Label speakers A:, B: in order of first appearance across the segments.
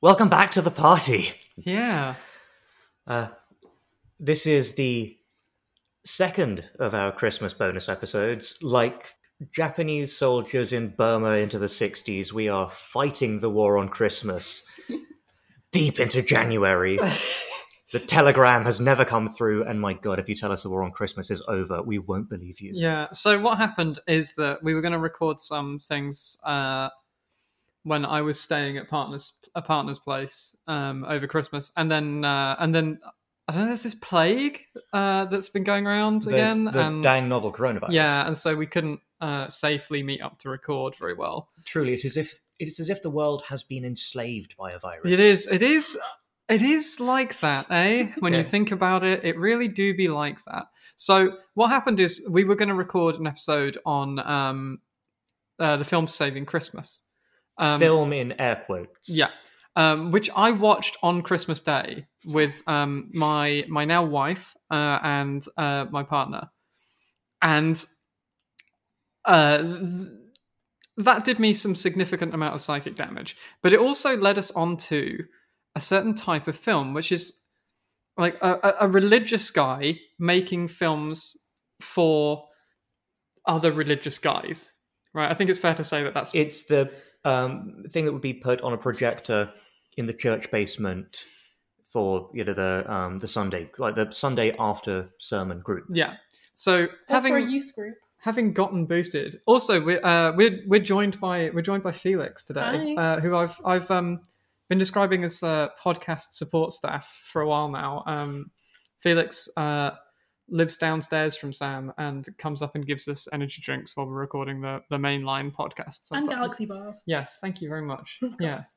A: Welcome back to the party.
B: Yeah.
A: This is the second of our Christmas bonus episodes. Like Japanese soldiers in Burma into the 60s, we are fighting the war on Christmas deep into January. The telegram has never come through, and my god, if you tell us the war on Christmas is over, we won't believe you.
B: Yeah. So what happened is that we were going to record some things uh, when I was staying at partners a partner's place um, over Christmas, and then uh, and then I don't know. There's this plague uh, that's been going around
A: The,
B: again,
A: the
B: and
A: dang novel coronavirus.
B: yeah, and so we couldn't uh, safely meet up to record very well.
A: truly, it is if it's as if the world has been enslaved by a virus.
B: It is. It is. It is like that, eh? When
A: Yeah.
B: you think about it, it really do be like that. So what happened is we were going to record an episode on um, uh, the film Saving Christmas. Um,
A: film in air quotes.
B: Yeah. Um, which I watched on Christmas Day with um, my my now wife uh, and uh, my partner, and uh, th- that did me some significant amount of psychic damage. But it also led us on to a certain type of film, which is like a, a- a religious guy making films for other religious guys, right? I think it's fair to say that that's
A: It's the um, thing that would be put on a projector in the church basement for you know the um, the Sunday like the Sunday after sermon group.
B: yeah. So
C: Or
B: having
C: for a youth group.
B: having gotten boosted. Also, we're uh, we're we're joined by we're joined by Felix today,
C: Hi.
B: uh, who I've I've um, been describing as uh, podcast support staff for a while now. Um, Felix uh, lives downstairs from Sam and comes up and gives us energy drinks while we're recording the the mainline podcast.
C: And
B: Sometimes.
C: galaxy bars.
B: Yes, thank you very much.
C: Of
B: Oh, yeah.
C: course.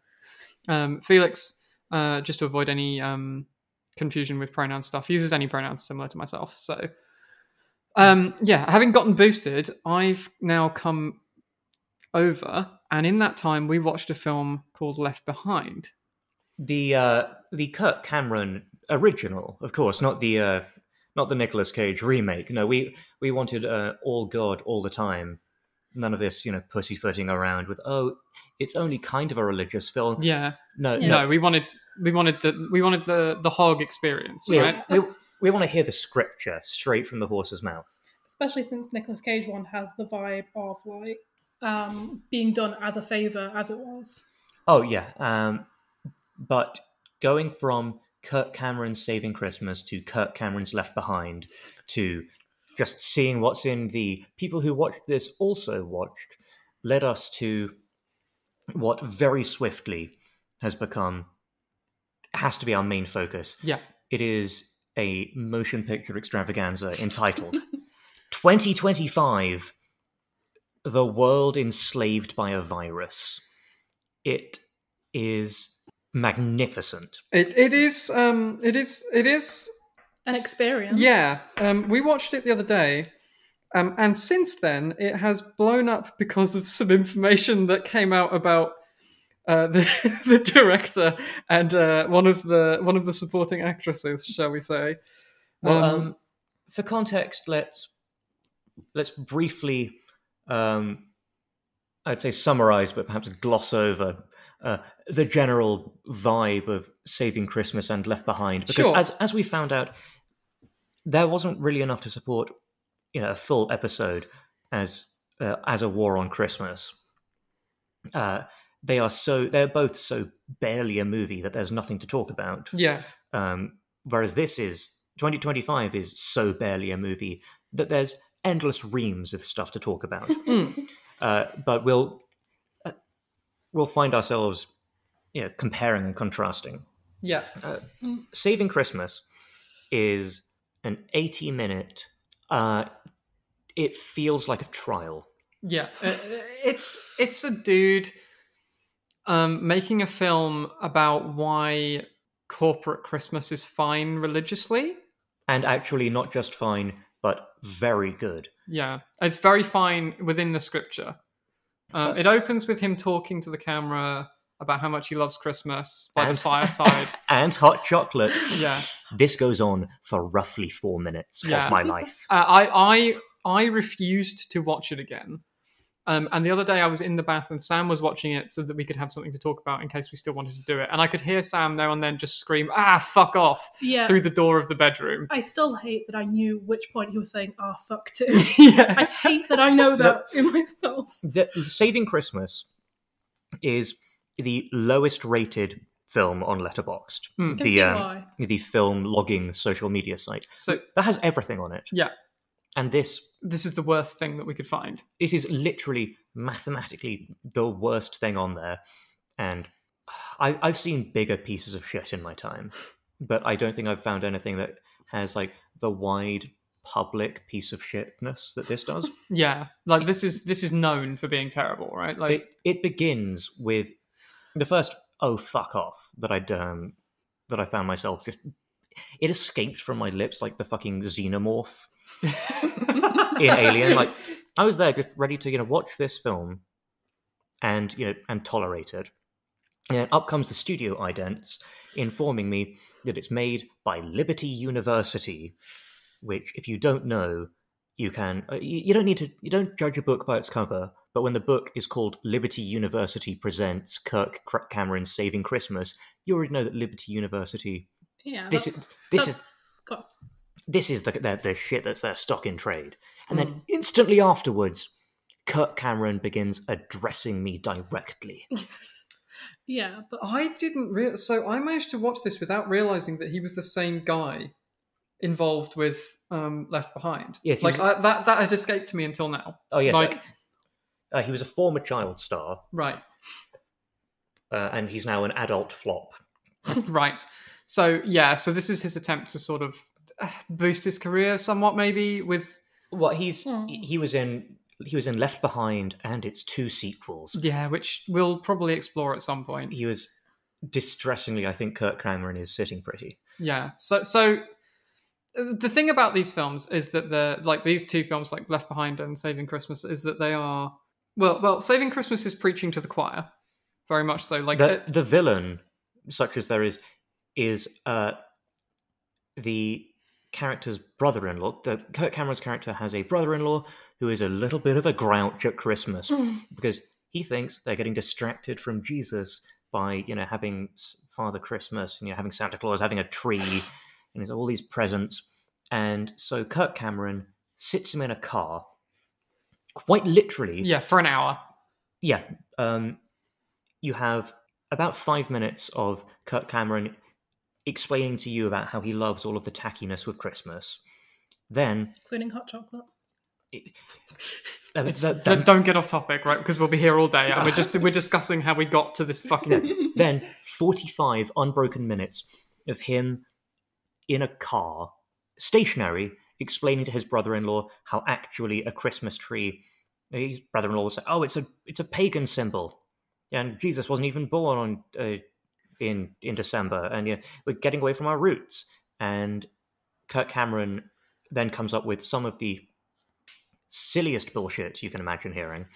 B: Um, Felix, uh, just to avoid any um, confusion with pronoun stuff, uses any pronouns similar to myself. So, um, yeah, having gotten boosted, I've now come over, and in that time, we watched a film called Left Behind.
A: The uh, the Kirk Cameron original, of course, not the uh, not the Nicolas Cage remake. No, we we wanted uh, all God all the time. None of this, you know, pussyfooting around with oh, it's only kind of a religious film.
B: Yeah,
A: No,
C: Yeah.
A: no,
B: no, we wanted we wanted the we wanted the the hog experience,
A: Yeah,
B: right?
A: we, we want to hear the scripture straight from the horse's mouth.
C: Especially since Nicolas Cage one has the vibe of like um, being done as a favour as it was.
A: Oh yeah, um, but going from Kirk Cameron's Saving Christmas to Kirk Cameron's Left Behind to just seeing what's in the people who watched this also watched led us to what very swiftly has become has to be our main focus.
B: Yeah,
A: It is a motion picture extravaganza entitled 2025 The World Enslaved by a Virus. It is magnificent.
B: it it is um it is it is
C: An
B: S-
C: experience.
B: Yeah, um, we watched it the other day, um, and since then it has blown up because of some information that came out about uh, the the director and uh, one of the one of the supporting actresses, shall we say?
A: Well, um,
B: Um,
A: for context, let's let's briefly, um, I'd say, summarize, but perhaps gloss over uh, the general vibe of Saving Christmas and Left Behind, because
B: Sure.
A: as as we found out, there wasn't really enough to support, you know, a full episode as uh, as a war on Christmas. Uh, they are so they're both so barely a movie that there's nothing to talk about.
B: Yeah,
A: Um, whereas this is 2025 is so barely a movie that there's endless reams of stuff to talk about.
B: Mm.
A: uh, but we'll uh, we'll find ourselves you know, comparing and contrasting.
B: yeah,
A: Saving Christmas is an 80 minute. Uh, it feels like a trial.
B: yeah. Uh, It's it's a dude um, making a film about why corporate Christmas is fine religiously.
A: And actually, not just fine, but very good.
B: Yeah, it's very fine within the scripture. Um, it opens with him talking to the camera about how much he loves Christmas by
A: And-
B: the fireside.
A: And hot chocolate.
B: yeah,
A: This goes on for roughly four minutes
B: Yeah.
A: of my life.
B: uh, I I I refused to watch it again Um, and the other day I was in the bath and Sam was watching it so that we could have something to talk about in case we still wanted to do it. And I could hear Sam now and then just scream, ah, fuck off,
C: Yeah.
B: through the door of the bedroom.
C: I still hate that I knew which point he was saying, ah, fuck to. I
B: yeah.
C: hate that I know that in myself.
A: the Saving Christmas is the lowest rated film on Letterboxd,
B: Hmm.
C: I can
A: the
C: see
A: um,
C: why.
A: the film logging social media site
B: So
A: that has everything on it.
B: Yeah.
A: and this
B: this is the worst thing that we could find.
A: it is literally mathematically the worst thing on there, and I, I've seen bigger pieces of shit in my time, but I don't think I've found anything that has like the wide public piece of shitness that this does.
B: Yeah. Like this is this is known for being terrible, right? Like
A: it, it begins with the first "oh fuck off" that I um, that I found myself just. It escaped from my lips like the fucking xenomorph in Alien. Like I was there, just ready to you know watch this film, and you know and tolerate it. And then up comes the studio idents informing me that it's made by Liberty University, which, if you don't know, you can uh, you, you don't need to you don't judge a book by its cover. But when the book is called Liberty University presents Kirk Cr- Cameron's Saving Christmas, you already know that Liberty University.
C: Yeah.
A: This
C: that-
A: is this is
C: that's got-
A: this is the, the the shit that's their stock in trade. And then instantly afterwards, Kirk Cameron begins addressing me directly.
C: yeah, but
B: I didn't real so I managed to watch this without realizing that he was the same guy involved with um, Left Behind.
A: Yes, he
B: like
A: was-
B: I, that that had escaped me until now.
A: Oh yes,
B: like
A: uh, he was a former child star,
B: right,
A: uh, and he's now an adult flop.
B: right. So yeah, so this is his attempt to sort of uh, boost his career somewhat, maybe with
A: Well, he's
C: Hmm.
A: he was in he was in Left Behind and its two sequels.
B: yeah, which we'll probably explore at some point.
A: He was distressingly, I think, Kirk Cameron is sitting pretty.
B: Yeah. So so uh, the thing about these films is that the like these two films like Left Behind and Saving Christmas is that they are well well Saving Christmas is preaching to the choir very much so like
A: the
B: it-
A: the villain, such as there is, is uh, the character's brother-in-law. The Kirk Cameron's character has a brother-in-law who is a little bit of a grouch at Christmas because he thinks they're getting distracted from Jesus by you know having S- Father Christmas and you know having Santa Claus having a tree and there's all these presents, and so Kirk Cameron sits him in a car, quite literally
B: yeah for an hour.
A: yeah um you have about five minutes of kurt cameron explaining to you about how he loves all of the tackiness with christmas then
C: including hot chocolate.
A: uh,
B: It's,
A: th-
B: d-
A: then,
B: don't get off topic, right? Because we'll be here all day, and we're just we're discussing how we got to this fucking.
A: then 45 unbroken minutes of him in a car stationary explaining to his brother-in-law how actually a christmas tree his brother-in-law will say oh it's a it's a pagan symbol and jesus wasn't even born on uh, in in December, and you know, we're getting away from our roots. And Kirk Cameron then comes up with some of the silliest bullshit you can imagine hearing.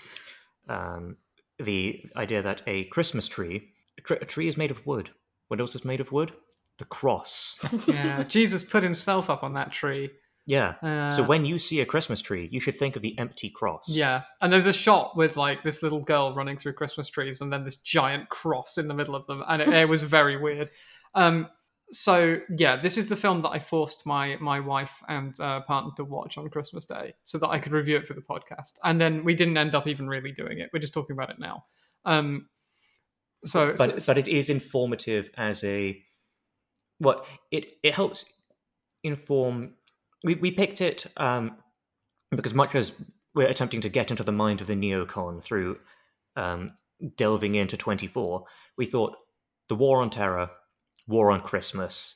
A: Um, the idea that a Christmas tree, a, tr- a tree is made of wood. What else is made of wood? The cross.
B: yeah, Jesus put himself up on that tree.
A: Yeah.
B: Uh,
A: so when you see a Christmas tree, you should think of the empty cross.
B: Yeah, and there's a shot with like this little girl running through Christmas trees, and then this giant cross in the middle of them, and it, it was very weird. Um, so yeah, this is the film that I forced my my wife and uh, partner to watch on Christmas Day, so that I could review it for the podcast. And then we didn't end up even really doing it. We're just talking about it now. Um, so,
A: but
B: so-
A: but it is informative as a what it it helps inform we, we picked it um because much as we're attempting to get into the mind of the neocon through um delving into 24 we thought the war on terror war on christmas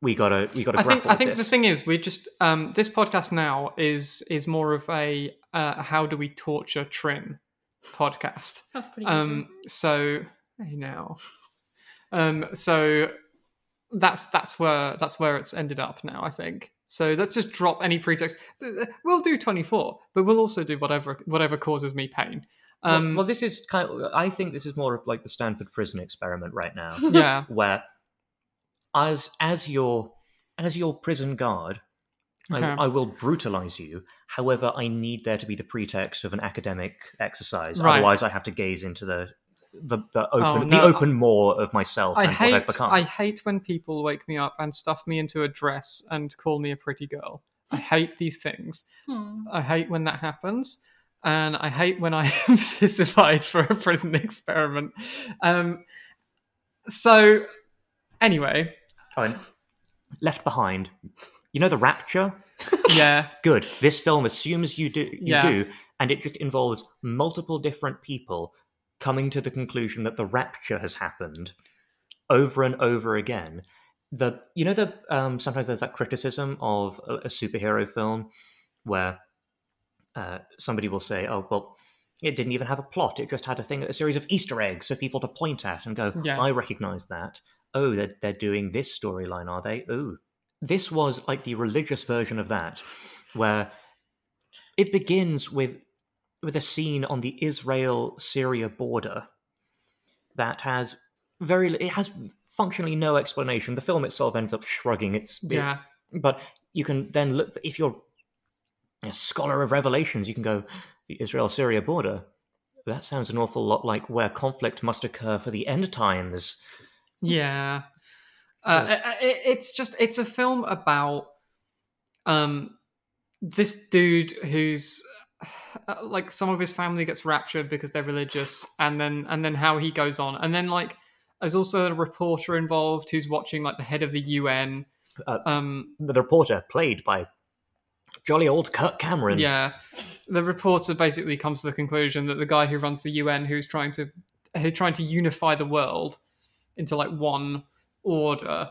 A: we gotta we gotta
B: I
A: grapple
B: think I
A: with
B: think
A: this.
B: the thing is we just um, this podcast now is is more of a uh, how do we torture Trin podcast.
C: That's pretty
B: Um, so hey now, um, so that's that's where that's where it's ended up now. I think so. Let's just drop any pretext. Uh, We'll do twenty four, but we'll also do whatever whatever causes me pain.
A: Well-
B: Um,
A: well, this is kind of, i think this is more of like the stanford prison experiment right now
B: yeah,
A: where as as your as your prison guard
B: Okay.
A: I, I will brutalize you. However, I need there to be the pretext of an academic exercise.
B: Right.
A: Otherwise, I have to gaze into the the, the open
B: Oh,
A: the
B: no.
A: open maw of myself
B: I
A: and what I've
B: hate
A: become.
B: I hate when people wake me up and stuff me into a dress and call me a pretty girl. I hate these things.
C: Hmm.
B: I hate when that happens, and I hate when I am sissified for a prison experiment. Um, so, anyway,
A: Oh, and Left Behind. You know the Rapture.
B: yeah,
A: Good. This film assumes you do you
B: Yeah.
A: do, and it just involves multiple different people coming to the conclusion that the Rapture has happened over and over again. The you know the um, sometimes there's that criticism of a, a superhero film where uh, somebody will say, "Oh, well." It didn't even have a plot. It just had a thing, a series of Easter eggs for people to point at and go,
B: Yeah.
A: "I recognize that." Oh, they're, they're doing this storyline, are they? Ooh, this was like the religious version of that, where it begins with with a scene on the Israel Syria border that has very it has functionally no explanation. The film itself ends up shrugging its
B: yeah,
A: but you can then look if you're a scholar of revelations you can go the israel syria border that sounds an awful lot like where conflict must occur for the end times
B: yeah. Uh, i- i- it's just it's a film about um this dude who's uh, like some of his family gets raptured because they're religious and then and then how he goes on and then like there's also a reporter involved who's watching like the head of the UN
A: Uh,
B: um
A: the reporter played by jolly old kirk cameron
B: yeah the reporter basically comes to the conclusion that the guy who runs the UN who's trying to who's trying to unify the world into like one order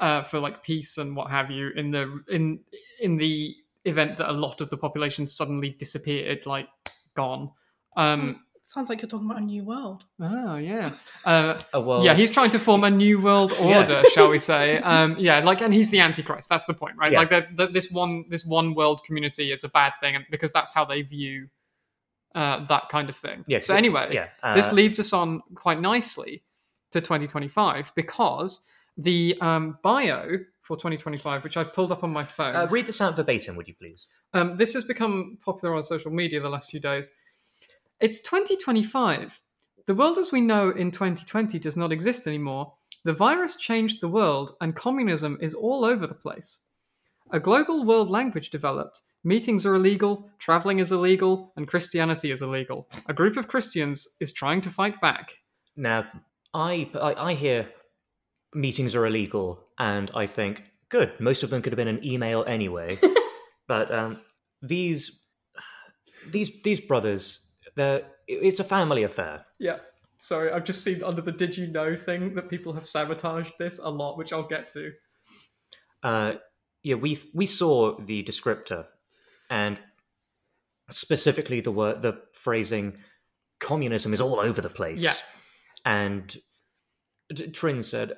B: uh, for like peace and what have you in the in in the event that a lot of the population suddenly disappeared like gone um
C: Sounds like you're talking about a new world.
B: oh yeah uh,
A: a world
B: yeah, he's trying to form a new world order, shall we say? Um, yeah, like, and he's the antichrist. That's the point, right?
A: Yeah.
B: Like, the, the, this one, this one world community is a bad thing, and because that's how they view uh, that kind of thing.
A: Yeah,
B: So
A: so-
B: anyway,
A: yeah uh,
B: this leads us on quite nicely to 2025 because the um, bio for 2025, which I've pulled up on my phone,
A: uh, read this out verbatim would you please
B: um, this has become popular on social media the last few days. It's 2025. The world as we know in 2020 does not exist anymore. The virus changed the world, and communism is all over the place. A global world language developed. Meetings are illegal, traveling is illegal, and Christianity is illegal. A group of Christians is trying to fight back.
A: now I, I i hear meetings are illegal and i think good most of them could have been an email anyway but um, these these these brothers they're it's a family affair
B: Yeah. Sorry, I've just seen under the did you know thing that people have sabotaged this a lot, which I'll get to.
A: uh, yeah we we saw the descriptor and specifically the word the phrasing communism is all over the place
B: Yeah.
A: and D- trin said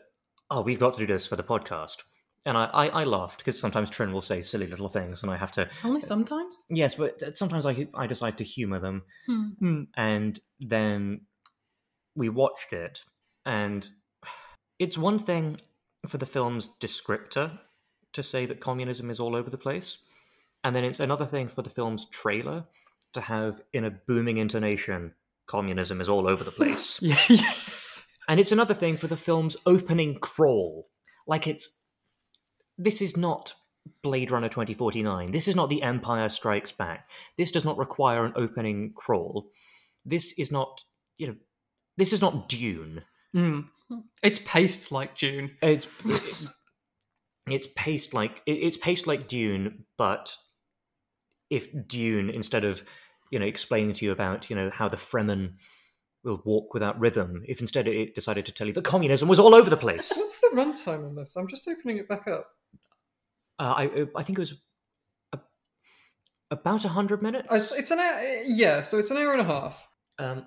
A: oh we've got to do this for the podcast and i i, I laughed because sometimes trin will say silly little things and i have to
B: Uh,
C: Only sometimes.
A: yes but sometimes i i decide to humor them
C: Hmm.
A: and then we watched it and it's one thing for the film's descriptor to say that communism is all over the place and then it's another thing for the film's trailer to have in a booming intonation communism is all over the place
B: yeah.
A: and it's another thing for the film's opening crawl like it's this is not blade runner 2049 this is not the empire strikes back this does not require an opening crawl this is not you know this is not dune
B: Mm. It's paced like June.
A: it's it's paced like it- it's paced like Dune, but if Dune instead of you know explaining to you about you know how the Fremen will walk without rhythm, if instead it decided to tell you that communism was all over the place,
B: What's the runtime on this? I'm just opening it back up.
A: uh, I I think it was a, about a hundred minutes.
B: Uh, It's, it's an hour, yeah, so it's an hour and a half.
A: um,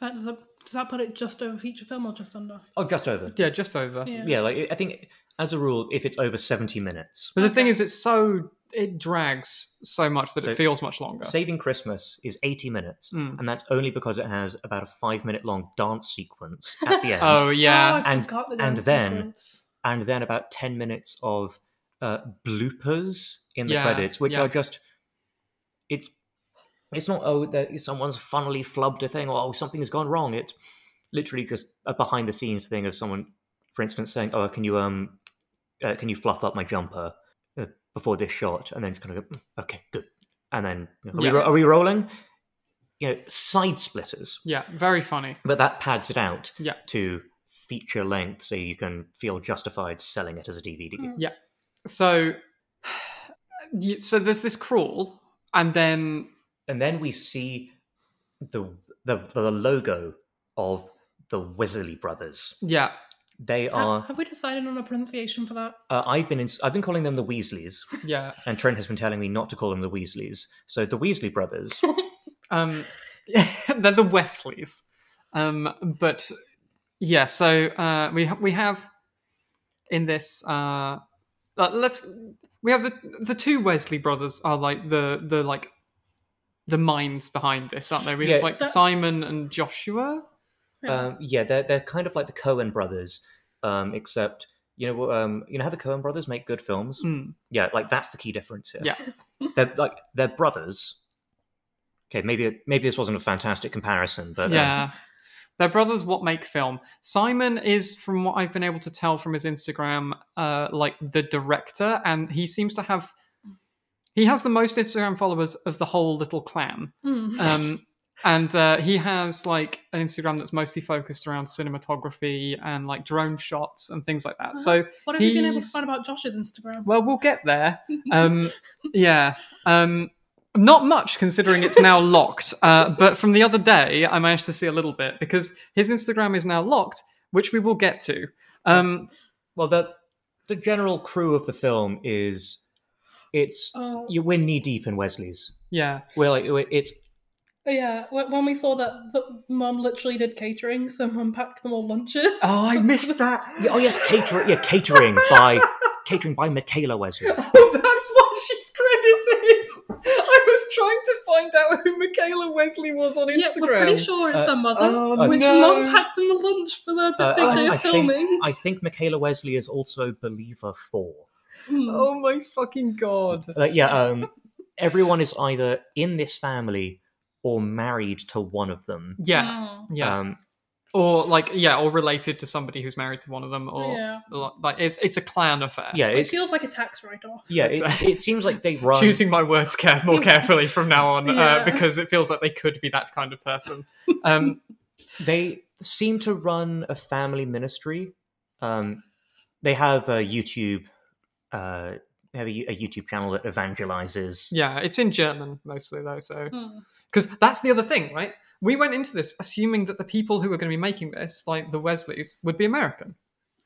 C: That does, that, does that put it just over feature film or just under?
A: oh, just over.
B: Yeah, just over.
C: Yeah.
A: Yeah, like I think as a rule, if it's over seventy minutes,
B: But the thing
C: Okay.
B: is, it's so it drags so much that
A: So-
B: it feels much longer.
A: Saving Christmas is 80 minutes,
B: Mm.
A: and that's only because it has about a five minute long dance sequence at the end,
B: oh yeah,
C: Oh, I
A: And-
C: forgot the
A: and
C: dance
A: then-
C: sequence.
A: and then about 10 minutes of uh, bloopers in the
B: Yeah,
A: credits, which
B: yeah.
A: are just it's it's not oh that someone's funnily flubbed a thing or oh something has gone wrong. It's literally just a behind the scenes thing of someone, for instance, saying oh can you um uh, can you fluff up my jumper uh, before this shot, and then it's kind of go, "Mm, okay good, and then you know, are,
B: Yeah.
A: we, ro- are we rolling? You know, side splitters
B: Yeah, very funny.
A: but that pads it out
B: Yeah.
A: to feature length so you can feel justified selling it as a dvd
C: Mm.
B: So, y- so there's this crawl, and then
A: and then we see the, the the logo of the Wesley brothers
B: yeah,
A: they
C: Ha-
A: are
C: Have we decided on a pronunciation for that?
A: uh, i've been in, i've been calling them the weasleys
B: yeah,
A: and trent has been telling me not to call them the weasleys so the weasley brothers
B: um, they're the Wesleys, um, but yeah. So uh, we ha- we have in this uh, uh, let's we have the the two Wesley brothers are like the the like the minds behind this, aren't they? We have
A: Yeah.
B: like
C: That-
B: Simon and Joshua.
C: Yeah.
A: um, yeah they're, they're kind of like the cohen brothers um, except you know um, you know how the cohen brothers make good films
B: Mm,
A: yeah like that's the key difference here
B: Yeah.
A: they're like they're brothers okay maybe maybe this wasn't a fantastic comparison but um,
B: yeah. Their brothers what make film. Simon is, from what I've been able to tell from his Instagram, uh, like the director, and he seems to have he has the most Instagram followers of the whole little clan.
C: Mm.
B: Um, and uh, he has like an Instagram that's mostly focused around cinematography and like drone shots and things like that. So
C: what have you been able to
B: he's-
C: find about Josh's Instagram?
B: well, we'll get there. Um, yeah. Um, not much considering it's now locked. Uh, but from the other day, I managed to see a little bit because his Instagram is now locked, which we will get to. Um,
A: well the the general crew of the film is it's
C: Oh,
A: you, we're knee deep in Wesley's
B: yeah.
A: we're like we're- it's
C: yeah. wh- When we saw that, the mum literally did catering, so mum packed them all lunches.
B: Oh, missed that.
A: yeah, oh yes catering yeah catering by catering by Michaela Wesley
B: Oh, that's why she's credited. I was trying to find out who Michaela Wesley was on
C: yeah, we're pretty sure it's
A: Uh,
C: their mother.
B: oh,
C: which
B: no.
C: mum packed them lunch for the, the
A: Uh,
C: big
B: I-
C: day of
A: I think-
C: filming.
A: I think Michaela Wesley is also believer four
C: Hmm.
B: Oh my fucking god.
A: Uh, yeah um everyone is either in this family or married to one of them
B: Yeah. Yeah.
A: um
B: or like yeah, or related to somebody who's married to one of them, or
C: yeah.
B: like it's it's a clan affair.
A: yeah
C: It
A: it's
C: feels like a tax write-off.
A: yeah it,
B: Exactly.
A: it seems like they run
B: choosing my words care- more carefully from now on uh,
C: Yeah.
B: because it feels like they could be that kind of person. Um,
A: they seem to run a family ministry. Um, they have a YouTube, uh, they have a, a YouTube channel that evangelizes.
B: yeah, it's in German mostly though, so
C: Hmm.
B: because that's the other thing, right? We went into this assuming that the people who were going to be making this, like the Wesleys, would be American.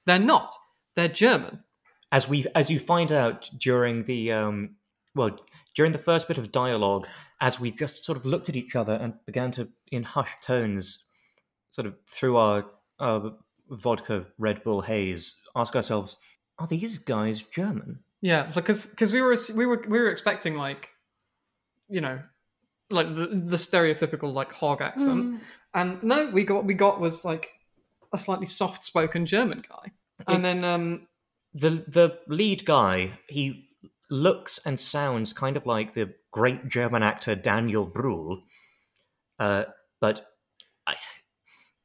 B: They're not. They're German.
A: As we, as you find out during the, um, well, during the first bit of dialogue, as we just sort of looked at each other and began to, in hushed tones, sort of through our, our vodka Red Bull haze, ask ourselves, are these guys German?
B: Yeah, because because we were ass- we were we were expecting like, you know, like the, the stereotypical like hog accent,
C: Hmm.
B: and no, we got we got was like a slightly soft spoken German guy, and then um
A: the the lead guy he looks and sounds kind of like the great German actor Daniel Bruhl, uh, but I,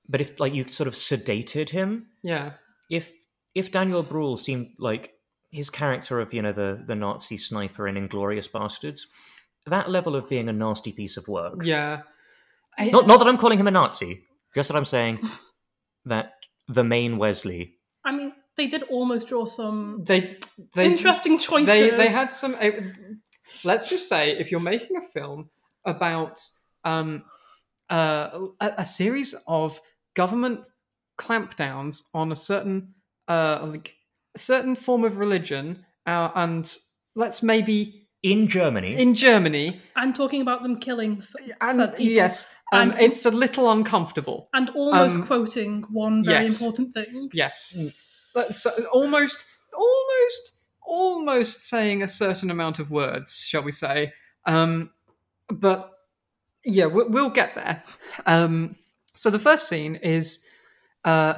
A: but if like you sort of sedated him,
B: yeah.
A: if if Daniel Bruhl seemed like his character of you know the the Nazi sniper in Inglorious Bastards, that level of being a nasty piece of work.
B: Yeah.
A: Not not that I'm calling him a Nazi, just that I'm saying that the main Wesley
C: I mean, they did almost draw some
B: they they
C: interesting choices.
B: they they had some it- let's just say if you're making a film about um uh, a, a series of government clampdowns on a certain uh like a certain form of religion uh, and let's maybe
A: in Germany.
B: in Germany
C: and talking about them killing s-
B: and
C: said people.
B: yes um,
C: And-
B: it's a little uncomfortable
C: and almost
B: Um,
C: quoting one very
B: yes.
C: important thing.
B: Yes. That's uh, almost, almost, almost saying a certain amount of words, shall we say. Um, but yeah, we'll, we'll get there. Um, so the first scene is uh,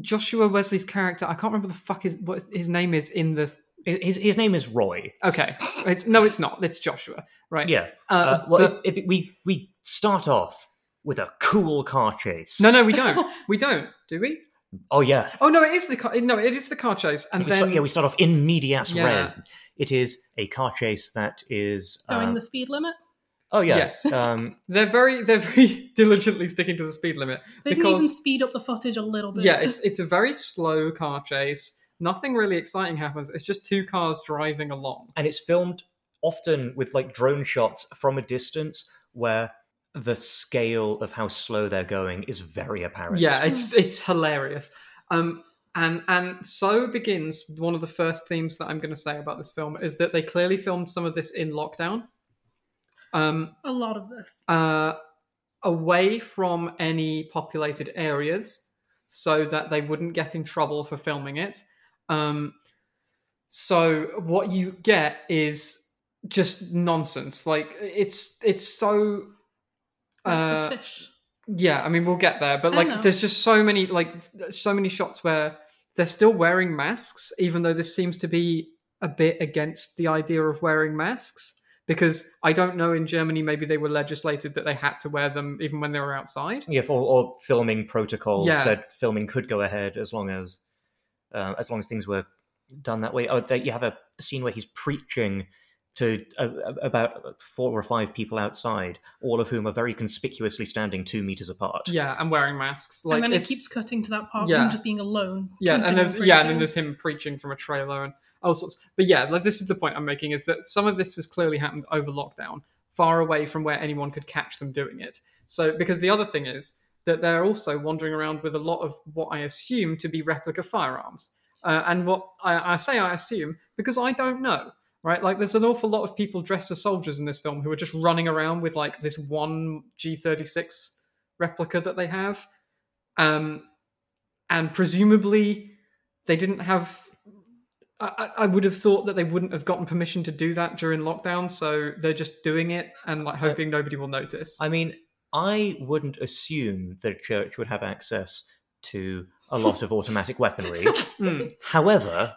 B: Joshua Wesley's character. I can't remember the fuck his, what his name is in the
A: His, his name is Roy.
B: Okay. It's no, it's not. It's Joshua, right?
A: Yeah.
B: Uh,
A: Uh, well,
B: but-
A: it, it, we we start off with a cool car chase.
B: no, no, we don't. we don't. Do we?
A: Oh yeah.
B: Oh no, it is the car. No, it is the car chase, and
A: we
B: then
A: start, yeah, we start off in medias
B: Yeah.
A: res. It is a car chase that is.
B: Uh,
C: Knowing
A: um,
C: the speed limit.
A: oh yeah.
B: Yes.
A: Um,
B: they're very they're very diligently sticking to the speed limit
C: They didn't even
B: because
C: speed up the footage a little bit.
B: yeah, it's it's a very slow car chase. Nothing really exciting happens. It's just two cars driving along.
A: and it's filmed often with like drone shots from a distance where the scale of how slow they're going is very apparent.
B: Yeah, it's it's hilarious. Um, and and so begins one of the first themes that I'm going to say about this film is that they clearly filmed some of this in lockdown. Um,
C: a lot of this.
B: uh, away from any populated areas so that they wouldn't get in trouble for filming it. Um, so what you get is just nonsense. Like it's it's so
C: Like
B: uh,
C: the fish.
B: yeah. I mean, we'll get there, but
C: I
B: like
C: know.
B: there's just so many like so many shots where they're still wearing masks, even though this seems to be a bit against the idea of wearing masks because I don't know in Germany maybe they were legislated that they had to wear them even when they were outside.
A: Yeah, or, or filming protocols
B: Yeah.
A: said filming could go ahead as long as uh, as long as things were done that way. Oh, there, you have a scene where he's preaching to uh, about four or five people outside, all of whom are very conspicuously standing two meters apart.
B: Yeah, and wearing masks. Like
C: and then it
B: it's
C: keeps cutting to that part of
B: Yeah.
C: him just being alone.
B: yeah, and there's
C: continuing
B: yeah, and then
C: preaching.
B: there's him preaching from a trailer and all sorts. But yeah, like this is the point I'm making is that some of this has clearly happened over lockdown, far away from where anyone could catch them doing it. So because the other thing is that they're also wandering around with a lot of what I assume to be replica firearms. Uh, and what I, I say I assume because I don't know, right? Like there's an awful lot of people dressed as soldiers in this film who are just running around with like this one G36 replica that they have. Um, and presumably they didn't have I, I I would have thought that they wouldn't have gotten permission to do that during lockdown so they're just doing it and like hoping nobody will notice
A: I mean, I wouldn't assume that a church would have access to a lot of automatic weaponry.
B: Mm.
A: However,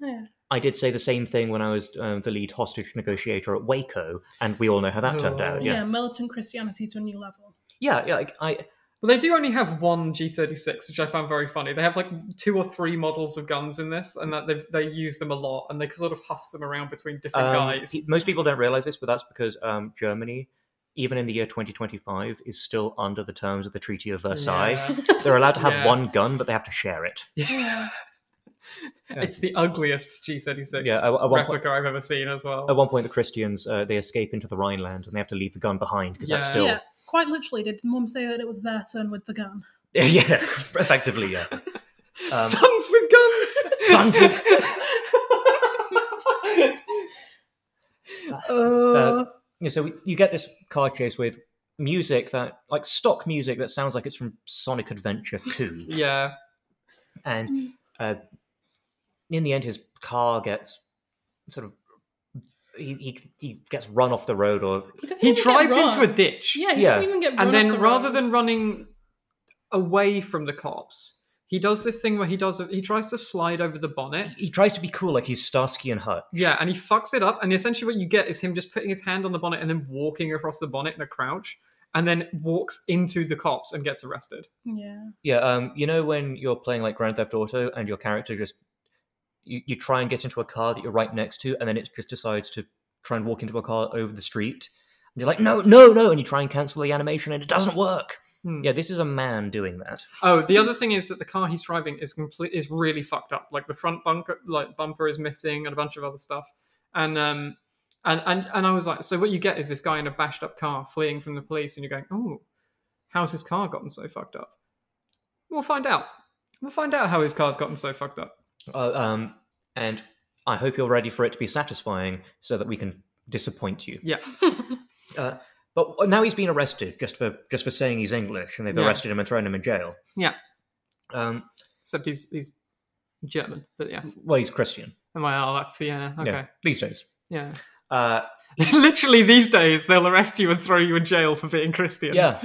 C: Yeah.
A: I did say the same thing when I was um, the lead hostage negotiator at Waco, and we all know how that turned
B: Oh.
A: out.
C: yeah,
A: Yeah,
C: militant Christianity to a new level.
A: yeah, yeah like, I
B: but they do only have one g36 which i found very funny they have like two or three models of guns in this and that they they use them a lot and they sort of huss them around between different
A: um,
B: guys
A: pe- most people don't realize this, but that's because um, Germany, even in the year 2025, is still under the terms of the Treaty of Versailles.
B: Yeah.
A: They're allowed to have
B: Yeah.
A: one gun, but they have to share it.
B: it's the ugliest g36
A: Yeah, at- at one point-
B: replica i've ever seen as well
A: At one point, the Christians uh, they escape into the Rhineland, and they have to leave the gun behind because that's
B: Yeah.
A: still
C: Yeah, quite literally, did Mum say that it was their son with the gun?
A: yes, effectively, yeah. Um,
B: sons with guns.
A: Sons with-
B: Uh,
A: yeah, so you get this car chase with music that, like stock music that sounds like it's from Sonic Adventure 2.
B: yeah,
A: and uh, in the end, his car gets sort of. He, he, he gets run off the road, or
C: doesn't
B: he
C: even get
B: drives
C: run.
B: into a ditch,
C: Yeah, he
A: Yeah.
C: doesn't even get.
B: and
C: run
B: then
C: off the
B: rather
C: road.
B: than running away from the cops, he does this thing where he does he tries to slide over the bonnet.
A: he tries to be cool, like he's Starsky and Hutch.
B: Yeah, and he fucks it up, and essentially what you get is him just putting his hand on the bonnet and then walking across the bonnet in a crouch, and then walks into the cops and gets arrested.
C: yeah,
A: yeah. Um, you know when you're playing like Grand Theft Auto and your character just you, you try and get into a car that you're right next to, and then it just decides to try and walk into a car over the street, and you're like, no, no, no, and you try and cancel the animation, and it doesn't work.
B: Hmm.
A: Yeah, this is a man doing that.
B: Oh, the other thing is that the car he's driving is complete is really fucked up. Like the front bunker, like bumper is missing, and a bunch of other stuff. And um, and and and I was like, so what you get is this guy in a bashed up car fleeing from the police, and you're going, oh, how's his car gotten so fucked up? We'll find out. We'll find out how his car's gotten so fucked up.
A: Uh, um, and I hope you're ready for it to be satisfying so that we can disappoint you.
B: Yeah,
A: Uh, but now he's been arrested just for just for saying he's English, and they've
B: Yeah.
A: arrested him and thrown him in jail.
B: Yeah.
A: Um,
B: except he's he's German, but yes.
A: well, he's Christian.
B: Am I? Oh, that's yeah. Okay,
A: Yeah, these days.
B: yeah.
A: Uh,
B: Literally these days, they'll arrest you and throw you in jail for being Christian.
A: yeah.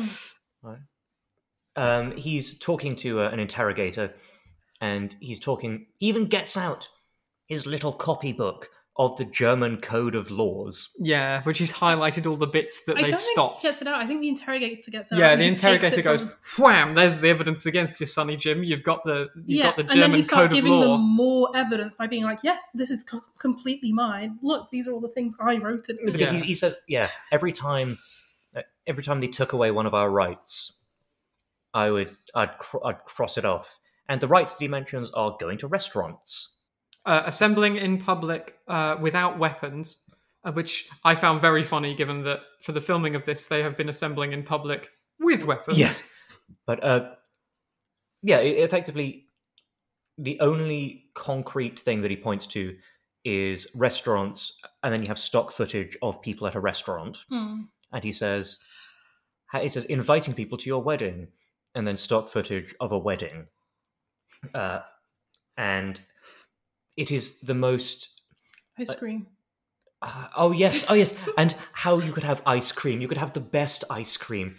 A: Right. Um, he's talking to uh, an interrogator, and he's talking. He even gets out. his little copybook of the German code of laws.
B: Yeah, which he's highlighted all the bits that
C: I don't
B: they've
C: think
B: stopped.
C: he gets it out. I think the interrogator gets it out.
B: Yeah,
C: and
B: the
C: he takes it
B: interrogator goes,
C: from-
B: wham, there's the evidence against you, Sonny Jim. You've got the you've
C: yeah,
B: got the
C: and then he
B: German
C: starts
B: code of
C: giving
B: law.
C: them more evidence by being like, "Yes, this is co- completely mine. Look, these are all the things I wrote in it."
A: Because
B: Yeah.
A: he, he says, yeah, every time, uh, every time they took away one of our rights, I would, I'd, cr- I'd cross it off. And the rights that he mentions are going to restaurants.
B: Uh, assembling in public uh, without weapons, uh, which I found very funny given that for the filming of this they have been assembling in public with weapons.
A: Yeah. But uh, yeah, e- effectively, the only concrete thing that he points to is restaurants, and then you have stock footage of people at a restaurant,
C: Hmm.
A: and he says, ha- he says inviting people to your wedding, and then stock footage of a wedding, uh, and it is the most.
C: I scream.
A: Uh, oh yes, oh yes, and how you could have ice cream. You could have the best ice cream.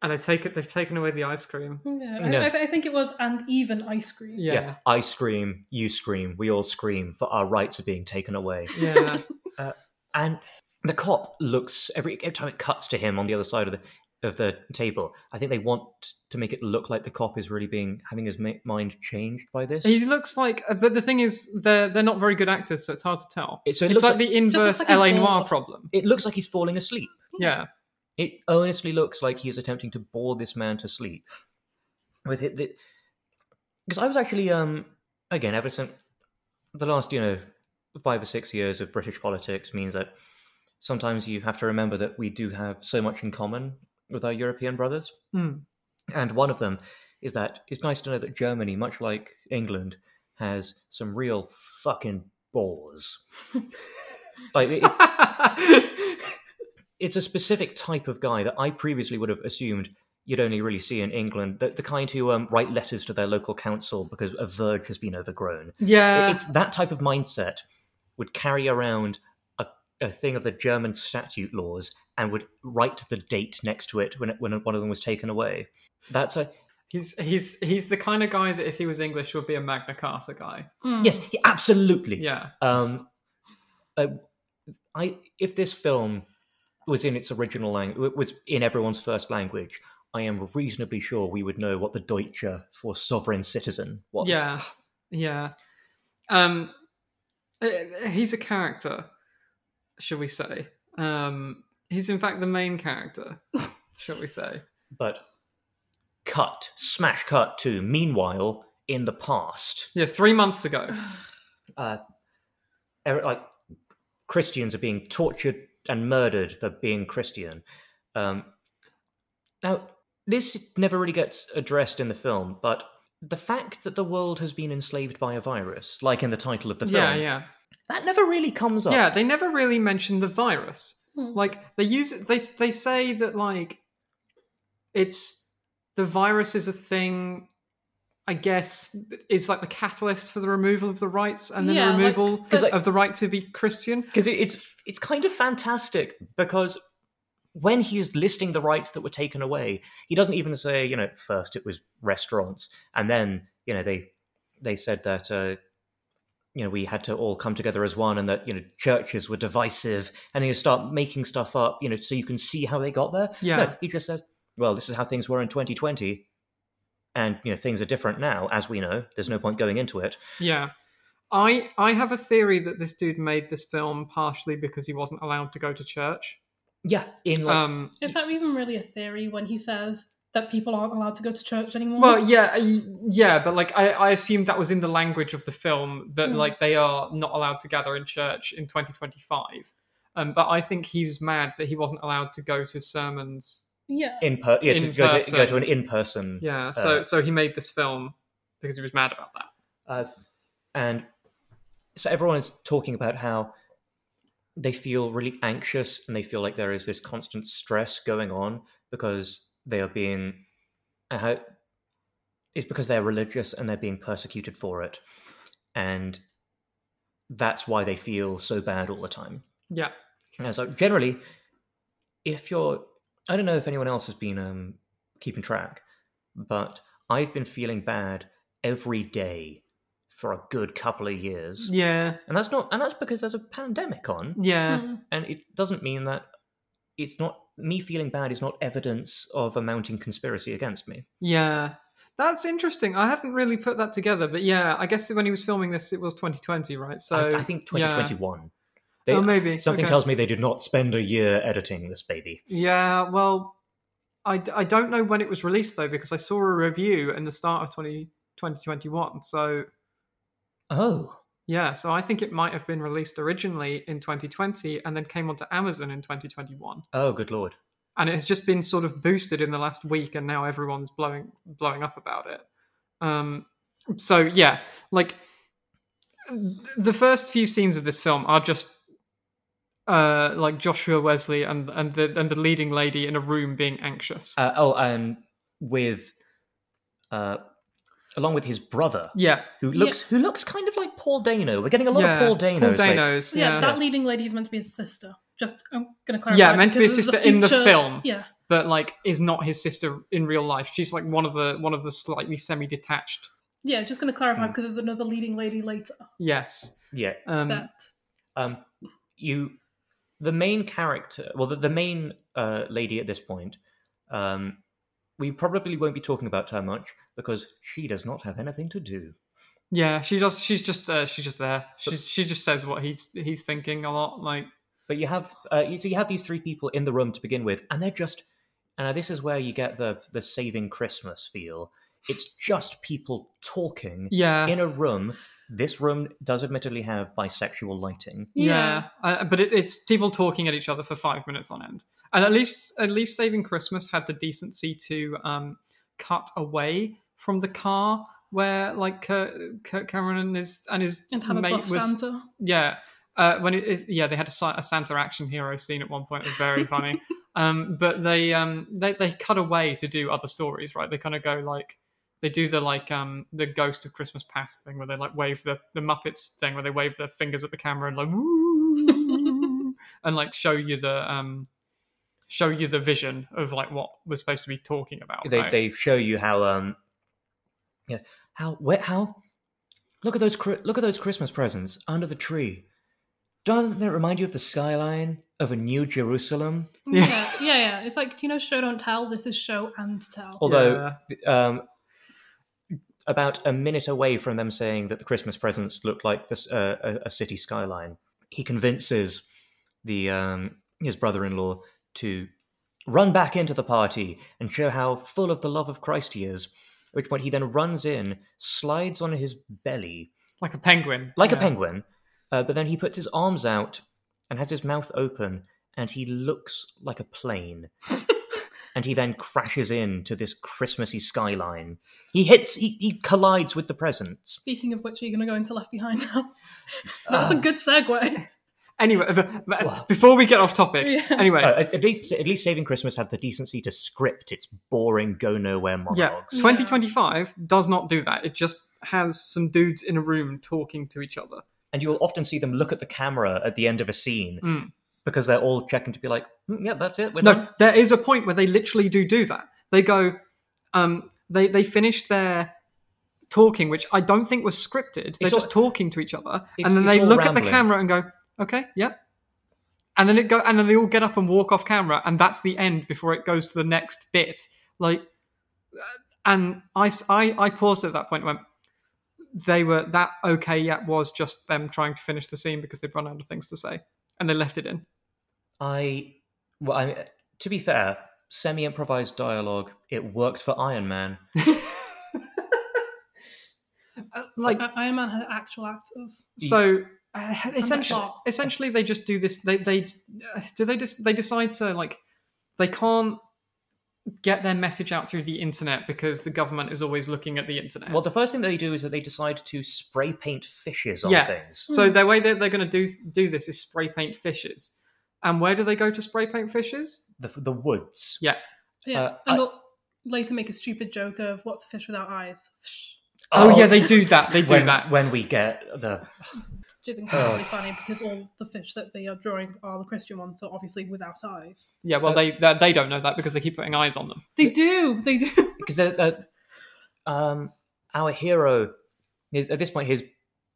B: And they take it they've taken away the ice cream.
C: Yeah,
A: No.
C: I, I, I think it was, and even ice cream.
B: Yeah. Yeah.
A: I scream, you scream, we all scream for our rights are being taken away. And the cop looks every every time it cuts to him on the other side of the of the table. I think they want to make it look like the cop is really being having his mi- mind changed by this.
B: He looks like uh, but the thing is they're they're not very good actors, so it's hard to tell.
A: It- so it
B: it's
A: looks
B: like,
A: like,
B: the inverse
C: like he's
B: LA Noir
C: bored.
B: problem.
A: it looks like he's falling asleep.
B: Yeah.
A: It honestly looks like he is attempting to bore this man to sleep. With it, because I was actually um again ever since the last you know five or six years of British politics means that sometimes you have to remember that we do have so much in common with our European brothers.
B: Hmm.
A: And one of them is that it's nice to know that Germany, much like England, has some real fucking bores. like it,
B: Hmm.
A: it's a specific type of guy that I previously would have assumed you'd only really see in England, the, the kind who um, write letters to their local council because a verge has been overgrown.
B: yeah.
A: it's that type of mindset would carry around a, a thing of the German statute laws and would write the date next to it when it, when one of them was taken away. That's a
B: He's he's he's the kind of guy that if he was English would be a Magna Carta guy.
C: Hmm.
A: yes, he- absolutely.
B: Yeah.
A: Um, uh, I if this film was in its original language, was in everyone's first language, I am reasonably sure we would know what the Deutsche for sovereign citizen was.
B: Yeah. Yeah. Um uh, he's a character, shall we say. Um he's in fact the main character, shall we say.
A: But cut, smash cut to meanwhile in the past,
B: Yeah, 3 months ago.
A: uh, er- like Christians are being tortured and murdered for being Christian. Um, now, this never really gets addressed in the film, but the fact that the world has been enslaved by a virus, like in the title of the film,
B: Yeah, yeah.
A: that never really comes up.
B: Yeah, they never really mention the virus.
C: Hmm.
B: Like they use it. They they say that like it's the virus is a thing. I guess is like the catalyst for the removal of the rights and then
C: Yeah,
B: the
C: like,
B: removal
A: 'Cause, like-
B: of the right to be Christian.
A: because it, it's it's kind of fantastic because when he's listing the rights that were taken away, he doesn't even say you know first it was restaurants and then you know they they said that uh, you know we had to all come together as one and that you know churches were divisive and then you start making stuff up you know so you can see how they got there.
B: Yeah.
A: No, he just says, well, this is how things were in 2020. And you know things are different now, as we know. There's no point going into it.
B: Yeah. I I have a theory that this dude made this film partially because he wasn't allowed to go to church.
A: Yeah, in like
B: Um,
C: Is that even really a theory when he says that people aren't allowed to go to church anymore?
B: Well, yeah, I- yeah, but like I, I assumed that was in the language of the film that
C: Mm.
B: like they are not allowed to gather in church in 2025. Um, but I think he was mad that he wasn't allowed to go to sermons.
C: yeah.
A: in per- yeah, to
B: in
A: go to,
B: person.
A: go to an in person
B: Yeah, so
A: Uh.
B: so he made this film because he was mad about that.
A: and so everyone is talking about how they feel really anxious and they feel like there is this constant stress going on because they are being and how it's because they're religious and they're being persecuted for it and that's why they feel so bad all the time
B: Yeah,
A: and so generally if you're i don't know if anyone else has been um keeping track but i've been feeling bad every day for a good couple of years.
B: Yeah.
A: And that's not and that's because there's a pandemic on
B: Yeah.
C: Mm.
A: and it doesn't mean that it's not me feeling bad is not evidence of a mounting conspiracy against me.
B: Yeah. That's interesting. I hadn't really put that together, but yeah, I guess when he was filming this, it was 2020, right? So
A: I, I think 2021. They,
B: oh, maybe
A: something
B: Okay.
A: tells me they did not spend a year editing this baby.
B: Yeah, well, I, d- I don't know when it was released though, because I saw a review in the start of 20, 2021. So,
A: Oh,
B: yeah, so I think it might have been released originally in 2020 and then came onto Amazon in 2021.
A: oh, good lord.
B: And it has just been sort of boosted in the last week, and now everyone's blowing blowing up about it. Um, so yeah, like th- the first few scenes of this film are just uh, like Joshua Wesley and and the and the leading lady in a room being anxious.
A: Uh, oh, and with uh, along with his brother,
B: Yeah.
A: who
C: Yeah.
A: looks who looks kind of like Paul Dano. We're getting a lot
B: yeah.
A: of Paul Dano.
B: Paul
A: It's like,
B: Dano's.
C: So yeah,
B: yeah.
C: that leading lady is meant to be his sister. Just I'm gonna clarify.
B: Yeah, meant to be his
C: because this is
B: sister in the
C: future-
B: film.
C: Yeah,
B: But like is not his sister in real life. She's like one of the one of the slightly semi-detached.
C: yeah. Just gonna clarify
B: Hmm.
A: Mm.
C: because there's another leading lady later.
B: Yes.
A: yeah.
B: Um
C: that
A: Um, you, the main character, well, the, the main uh, lady at this point, um, we probably won't be talking about her much because she does not have anything to do.
B: yeah, she just she's just uh, she's just there. She's she just says what he's he's thinking a lot like
A: But you have uh, you- so you have these three people in the room to begin with, and they're just and this is where you get the the saving Christmas feel. It's just people talking
B: yeah.
A: in a room. This room does admittedly have bisexual lighting.
B: yeah, Uh, but it, it's people talking at each other for five minutes on end, and at least at least Saving Christmas had the decency to um, cut away from the car where like Kurt, Kurt Cameron and his and his
C: and have a
B: mate
C: buff
B: was
C: Santa.
B: yeah uh, when it is yeah they had a, si- a Santa action hero scene at one point it was very funny um, but they um they they cut away to do other stories right they kind of go like they do the like um the Ghost of Christmas Past thing where they like wave the the Muppets thing where they wave their fingers at the camera and like woo and like show you the um show you the vision of like what we're supposed to be talking about
A: They
B: right?
A: they show you how um yeah how where how look at those Chri- look at those Christmas presents under the tree. Doesn't that remind you of the skyline of a new Jerusalem?
B: Yeah.
C: Yeah. yeah, yeah, It's like you know, show don't tell. This is show and tell.
A: Although
B: Yeah.
A: um, about a minute away from them saying that the Christmas presents look like this, uh, a, a city skyline, he convinces the um, his brother-in-law to run back into the party and show how full of the love of Christ he is. At which point he then runs in, slides on his belly
B: like a penguin
A: like a
B: yeah.
A: penguin, uh, but then he puts his arms out and has his mouth open, and he looks like a plane. and he then crashes into this Christmassy skyline. He hits, he, he collides with the presents.
C: Speaking of which, are you gonna go into Left Behind now? That's
A: Ah.
C: a good segue.
B: anyway but- but
A: Wow.
B: before we get off topic
C: Yeah.
B: anyway
A: Uh, at, at least, at least Saving Christmas had the decency to script its boring go nowhere
B: Yeah,
A: monologues.
B: 2025 does not do that. It just has some dudes in a room talking to each other.
A: And you will often see them look at the camera at the end of a scene
B: Mm.
A: because they're all checking to be like, "Mm, yeah, that's it. We're
B: No,
A: done."
B: there is a point where they literally do do that. They go, um, they they finish their talking, which I don't think was scripted. They're
A: It's
B: just
A: all-
B: talking to each other,
A: it's-
B: and then
A: it's
B: they
A: all
B: look at the
A: rambling.
B: camera and go, "Okay, yep." And then it go, and then they all get up and walk off camera, and that's the end before it goes to the next bit. Like, uh, and I s- I, I paused at that point. And went, they were that okay? Yet was just them trying to finish the scene because they'd run out of things to say, and they left it in.
A: I, well, I, to be fair, semi improvised dialogue, it worked for Iron Man.
B: Uh, Like,
C: I- Iron Man had actual actors.
B: so uh, essentially
C: plot.
B: essentially they just do this they they uh, do they just they decide to like they can't get their message out through the internet because the government is always looking at the internet
A: Well, the first thing they do is that they decide to spray paint fishes on
B: Yeah.
A: things.
B: so the way that they're going to do do this is spray paint fishes and where do they go to spray paint fishes
A: The, the woods.
B: yeah
C: Yeah,
A: Uh,
C: and
A: I-
C: will later make a stupid joke of what's a fish without eyes?
B: oh, yeah they do that they do
A: when,
B: that
A: When we get the.
C: Which is incredibly funny because all the fish that they are drawing are the Christian ones, so obviously without eyes.
B: yeah
A: Uh,
B: well they, they they don't know that because they keep putting eyes on them
C: They do, they do.
A: Because they're, they're- um, our hero his, at this point, his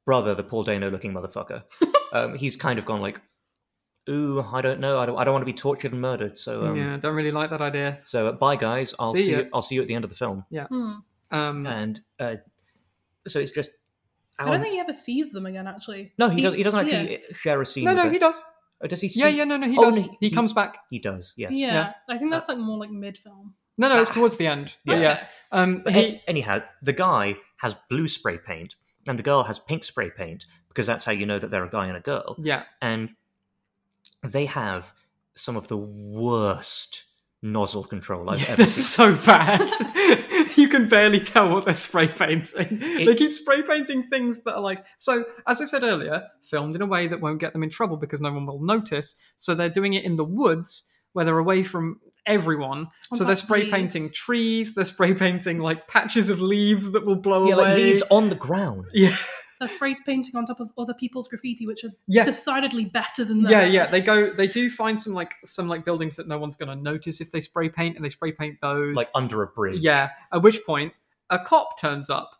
A: brother, the Paul Dano looking motherfucker, um, he's kind of gone like, ooh, I don't know, I don't, I don't want to be tortured and murdered. So, um,
B: yeah, don't really like that idea.
A: so uh, bye guys. I'll
B: See
A: see,
B: ya.
A: you, I'll see you at the end of the film.
C: Hmm.
B: Um,
A: And uh, so it's just.
C: I don't think he ever sees them again. Actually,
A: no, he, does. He doesn't
C: yeah.
A: actually share a scene.
B: No,
A: with
B: no,
A: it.
B: he does.
A: Oh, does he? See?
B: Yeah, yeah, no, no, he
A: Oh,
B: does.
A: no,
B: he,
A: he-
B: comes back.
A: He does. Yes. Uh.
C: Yeah,
B: Yeah.
C: I think that's like more like mid-film.
B: No, no, it's towards the end. But
A: Ah. Yeah.
B: yeah. Um,
A: But
B: he,
A: an- anyhow, the guy has blue spray paint and the girl has pink spray paint because that's how you know that they're a guy and a girl.
B: yeah,
A: And they have some of the worst nozzle control I've
B: yeah
A: ever
B: that's
A: seen.
B: so bad. you can barely tell what they're spray painting. they keep spray painting things that are like so. As I said earlier, filmed in a way that won't get them in trouble because no one will notice. So they're doing it in the woods where they're away from everyone.
C: What
B: so they're
C: about
B: spray
C: leaves?
B: painting trees. They're spray painting like patches of leaves that will blow
A: Yeah,
B: away.
A: like leaves on the ground.
B: Yeah,
C: They're spray painting on top of other people's graffiti, which is
B: yeah.
C: decidedly better than that.
B: Yeah, yeah. They go. They do find some like some like buildings that no one's going to notice if they spray paint, and they spray paint those.
A: Like under a bridge.
B: yeah. At which point, a cop turns up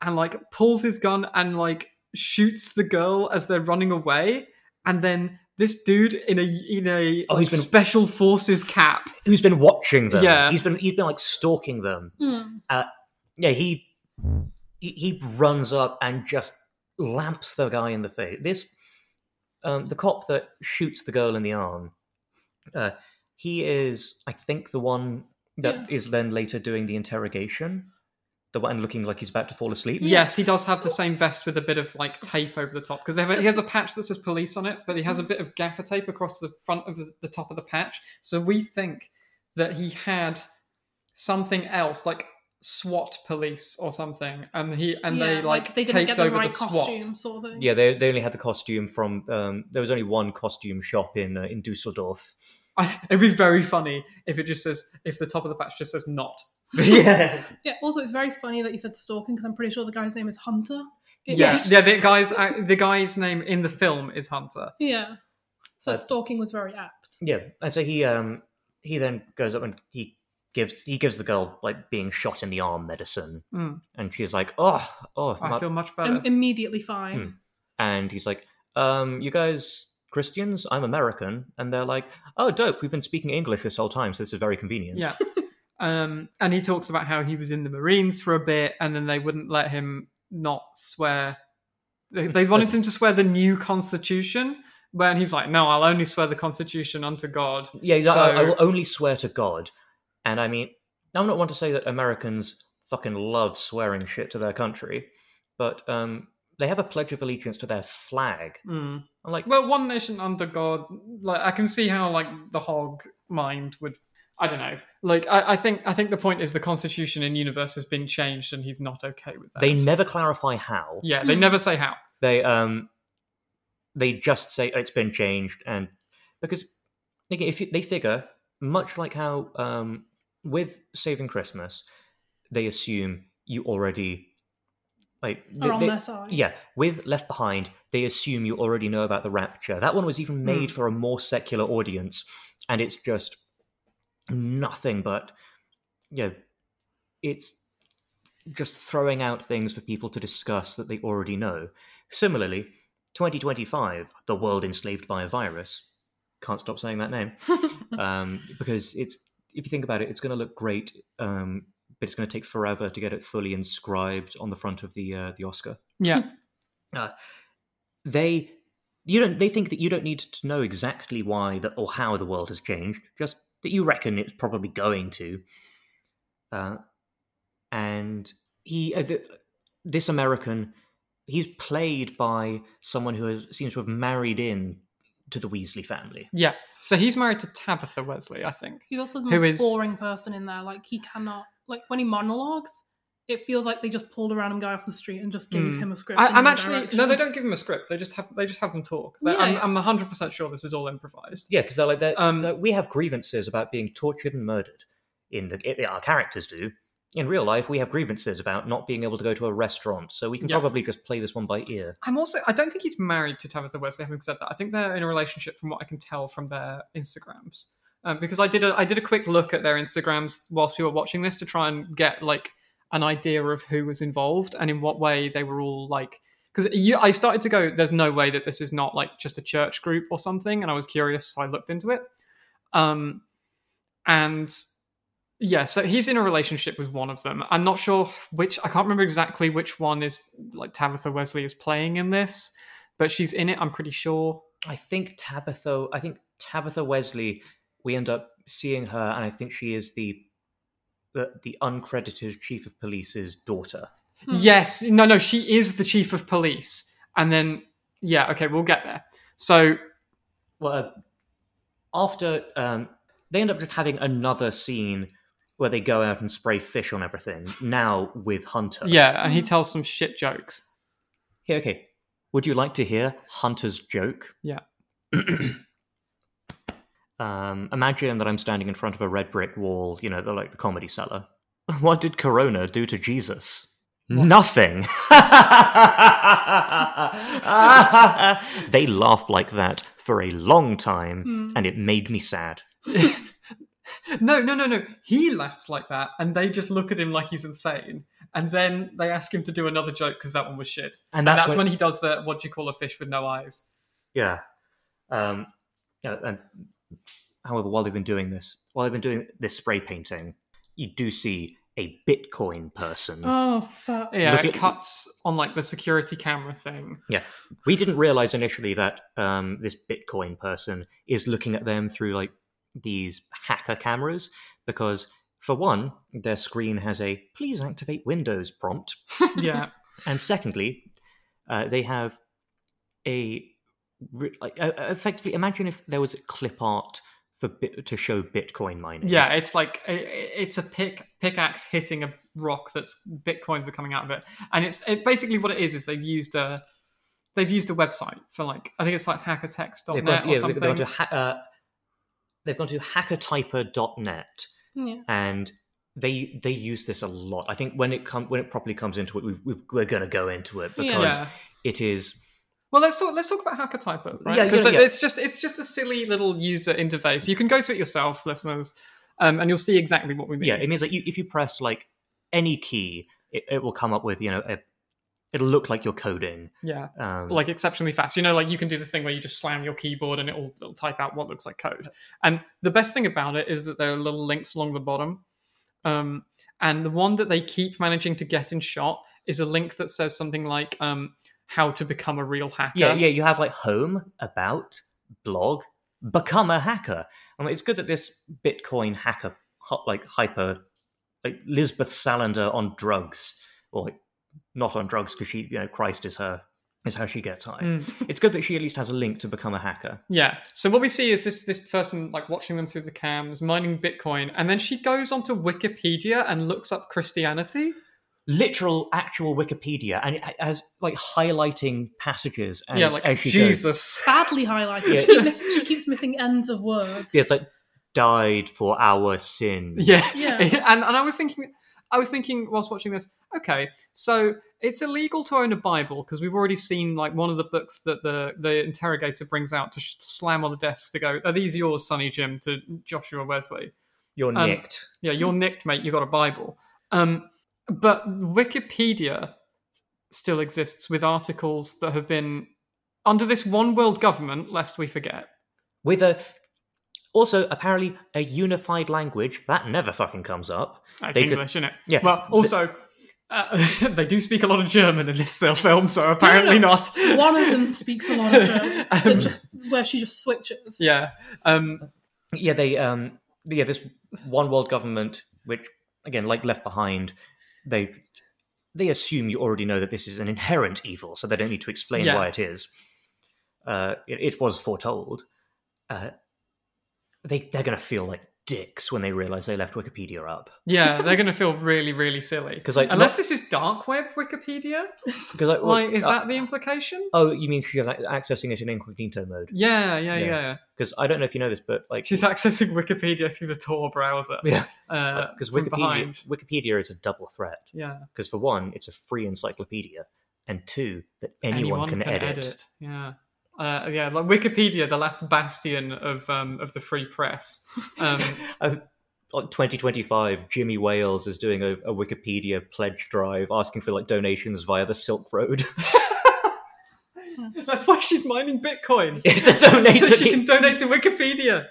B: and like pulls his gun and like shoots the girl as they're running away, and then this dude in a in a
A: Oh, he's been-
B: special forces cap.
A: Who's been watching them?
B: Yeah.
A: He's been he's been like stalking them.
C: Hmm.
A: Yeah, he he, he runs up and just lamps the guy in the face. This um, the cop that shoots the girl in the arm. Uh, he is, I think, the one that is
C: Yeah.
A: then later doing the interrogation, the one looking like he's about to fall asleep.
C: Yeah.
B: Yes, he does have the same vest with a bit of like tape over the top because he has a patch that says police on it, but he
C: Mm.
B: has a bit of gaffer tape across the front of the, the top of the patch. So we think that he had something else like SWAT police or something, and he and
C: Yeah,
B: they like,
C: they didn't
B: taped
C: get the
B: over
C: right
B: the
C: costume,
B: SWAT.
C: sort of thing.
A: Yeah, they, they only had the costume from. Um, there was only one costume shop in uh, in Dusseldorf.
B: I, it'd be very funny if it just says if the top of the patch just says not.
A: yeah,
C: Yeah, Also, it's very funny that you said stalking because I'm pretty sure the guy's name is Hunter. It-
A: Yes.
B: yeah. The guy's uh, the guy's name in the film is Hunter.
C: Yeah. So
A: Uh,
C: stalking was very apt.
A: yeah. And so he um he then goes up and he gives he gives the girl like being shot in the arm medicine,
B: Mm.
A: and she's like, oh oh,
B: I
A: my-
B: feel much better.
C: I'm immediately fine.
A: Hmm. and he's like, um, "You guys Christians? I'm American." And they're like, "Oh, dope! We've been speaking English this whole time, so this is very convenient."
B: Yeah. Um, and he talks about how he was in the Marines for a bit, and then they wouldn't let him not swear. They, they wanted him to swear the new Constitution, but he's like, "No, I'll only swear the Constitution unto God."
A: yeah. He's like, I, I
B: So-
A: will only swear to God, and I mean, I'm not one to say that Americans fucking love swearing shit to their country, but um, they have a pledge of allegiance to their flag.
B: Mm.
A: I'm like,
B: Well, one nation under God. Like, I can see how like the hog mind would. I don't know. Like, I, I think I think the point is the Constitution in universe has been changed, and he's not okay with that.
A: they never clarify how.
B: yeah, they
C: Mm.
B: never say how.
A: They um, they just say "Oh, it's been changed, and because again, if you, they figure much like how um, with Saving Christmas, they assume you already like
B: hmm.
C: Are on
A: they-
C: their side.
A: yeah. With Left Behind, they assume you already know about the Rapture. That one was even made for a more secular audience, and it's just nothing but yeah, it's just throwing out things for people to discuss that they already know. Similarly, 2025, the world enslaved by a virus. Can't stop saying that name um, because it's if you think about it, it's going to look great, um, but it's going to take forever to get it fully inscribed on the front of the uh, the Oscar.
B: Yeah.
A: They you don't they think that you don't need to know exactly why that or how the world has changed, just that you reckon it's probably going to. Uh, and he uh, th- this American he's played by someone who has, seems to have married in to the Weasley family.
B: Yeah. So he's married to Tabitha Wesley, I think.
C: He's also the
B: Who
C: most
B: is-
C: boring person in there. Like he cannot like when he monologues, it feels like they just pulled a random guy off the street and just gave
B: Hmm.
C: him a script.
B: I,
C: and
B: I'm
C: no
B: actually
C: direction.
B: no, they don't give him a script. They just have they just have them talk. They-
C: Yeah, yeah.
B: I'm I'm 100 percent sure this is all improvised.
A: Yeah, because they're like, they're,
B: Um,
A: they're- we have grievances about being tortured and murdered. In the i- our characters do. In real life, we have grievances about not being able to go to a restaurant, so we can
B: Yeah.
A: probably just play this one by ear.
B: I'm also I don't think he's married to Tabitha Wesley. Having said that, I think they're in a relationship from what I can tell from their Instagrams. Um, because I did a I did a quick look at their Instagrams whilst we were watching this to try and get like an idea of who was involved and in what way they were all like because I started to go, there's no way that this is not like just a church group or something, and I was curious, so I looked into it. Um, and yeah, so he's in a relationship with one of them. I'm not sure which. I can't remember exactly which one is like Tabitha Wesley is playing in this, but she's in it. I'm pretty sure.
A: I think Tabitha. I think Tabitha Wesley. We end up seeing her, and I think she is the the, the uncredited chief of police's daughter.
C: Hmm.
B: Yes, no, no, she is the chief of police, and then yeah, okay, we'll get there. So
A: Well, uh, after um, they end up just having another scene where they go out and spray fish on everything. Now with Hunter.
B: yeah, and he tells some shit jokes.
A: Here, okay. Would you like to hear Hunter's joke?
B: Yeah.
A: um, imagine that I'm standing in front of a red brick wall, you know, they're like the comedy cellar. What did Corona do to Jesus? Nothing. they laughed like that for a long time,
C: Hmm.
A: and it made me sad.
B: No, no, no, no. He laughs like that, and they just look at him like he's insane. And then they ask him to do another joke because that one was shit.
A: And
B: And
A: that's,
B: that's,
A: when,
B: when he does the what do you call a fish with no eyes?
A: yeah, um, yeah. And however, while they've been doing this, while they've been doing this spray painting, you do see a Bitcoin person.
C: Oh, fuck.
B: Yeah,
A: Look
B: it
A: at-
B: cuts on like the security camera thing.
A: we didn't realize initially that um, this Bitcoin person is looking at them through like these hacker cameras because, for one, their screen has a "please activate Windows" prompt,
B: Yeah,
A: and secondly, uh, they have a re- like uh, effectively imagine if there was clip art for bit, to show Bitcoin mining.
B: yeah. It's like i- i- it's a pick pickaxe hitting a rock that's bitcoins are coming out of it, and it's it, basically what it is is they've used a they've used a website for like I think it's like
A: they've
B: hackertext.net
A: gone, yeah,
B: or
A: they've
B: something.
A: gone to ha- uh, they've gone to hackertyper.net.
C: Yeah.
A: and they they use this a lot. I think when it come when it properly comes into it, we, we we're going to go into it because
C: Yeah.
B: yeah.
A: it is
B: Well, let's talk. Let's talk about Hackertyper, right?
A: Yeah,
B: Because
A: yeah, yeah.
B: it's just it's just a silly little user interface. You can go to it yourself, listeners, um, and you'll see exactly what we mean.
A: yeah. It means that you, if you press like any key, it, it will come up with you know a, it'll look like you're coding.
B: yeah.
A: Um,
B: like exceptionally fast. You know, like you can do the thing where you just slam your keyboard and it'll, it'll type out what looks like code. And the best thing about it is that there are little links along the bottom. Um, and the one that they keep managing to get in shot is a link that says something like um, how to become a real hacker.
A: yeah, yeah. You have like home, about, blog, become a hacker. I mean, it's good that this Bitcoin hacker hot like hyper like Lisbeth Salander on drugs or like, not on drugs because she you know Christ is her is how she gets high.
B: Mm.
A: It's good that she at least has a link to become a hacker.
B: Yeah. So what we see is this this person like watching them through the cams, mining Bitcoin, and then she goes onto Wikipedia and looks up Christianity.
A: Literal, actual Wikipedia, and it has like highlighting passages as,
B: yeah, like
A: as she goes.
B: Jesus.
C: Badly highlighted.
A: Yeah.
C: She, keep miss- she keeps missing ends of words.
A: It's like died for our sin.
B: Yeah.
C: Yeah.
B: and and I was thinking I was thinking whilst watching this, okay, so it's illegal to own a Bible because we've already seen like one of the books that the the interrogator brings out to sh- slam on the desk to go, are these yours, Sonny Jim, to Joshua Wesley?
A: You're
B: Um,
A: nicked.
B: Yeah, you're nicked, mate. You got a Bible. Um, but Wikipedia still exists with articles that have been under this one world government. Lest we forget.
A: with a also apparently a unified language that never fucking comes up.
B: That's
A: They did-
B: English, isn't it?
A: Yeah.
B: Well, also, uh, they do speak a lot of German in this uh, film, so apparently
C: no.
B: not.
C: One of them speaks a lot of German, but
B: Um,
C: just where she just switches.
B: Yeah. Um,
A: Yeah, they um yeah this one world government, which again like Left Behind, they they assume you already know that this is an inherent evil, so they don't need to explain
B: Yeah.
A: why it is. Uh, it, it was foretold. Uh, they they're gonna feel like dicks when they realize they left Wikipedia up
B: yeah, they're going to feel really, really silly.
A: 'Cause, like,
B: Unless this is dark web Wikipedia,
A: because like,
B: like, is
A: uh,
B: that the implication?
A: oh you mean she's like, accessing it in incognito mode?
B: Yeah, yeah,
A: yeah.
B: yeah,
A: Because I don't know if you know this, but like
B: She's accessing Wikipedia through the Tor browser.
A: Yeah.
B: uh,
A: because
B: from
A: Wikipedia,
B: behind.
A: Wikipedia is a double threat.
B: Yeah,
A: Because for one, it's a free encyclopedia, and two, that anyone, can, edit.
B: Yeah, uh, yeah. Like Wikipedia, the last bastion of um, of the free press. Um,
A: I, Oh, like 2025, Jimmy Wales is doing a, a Wikipedia pledge drive asking for like donations via the Silk Road.
B: That's why she's mining Bitcoin.
A: It's a donate
B: so
A: to
B: she
A: keep-
B: can donate to Wikipedia.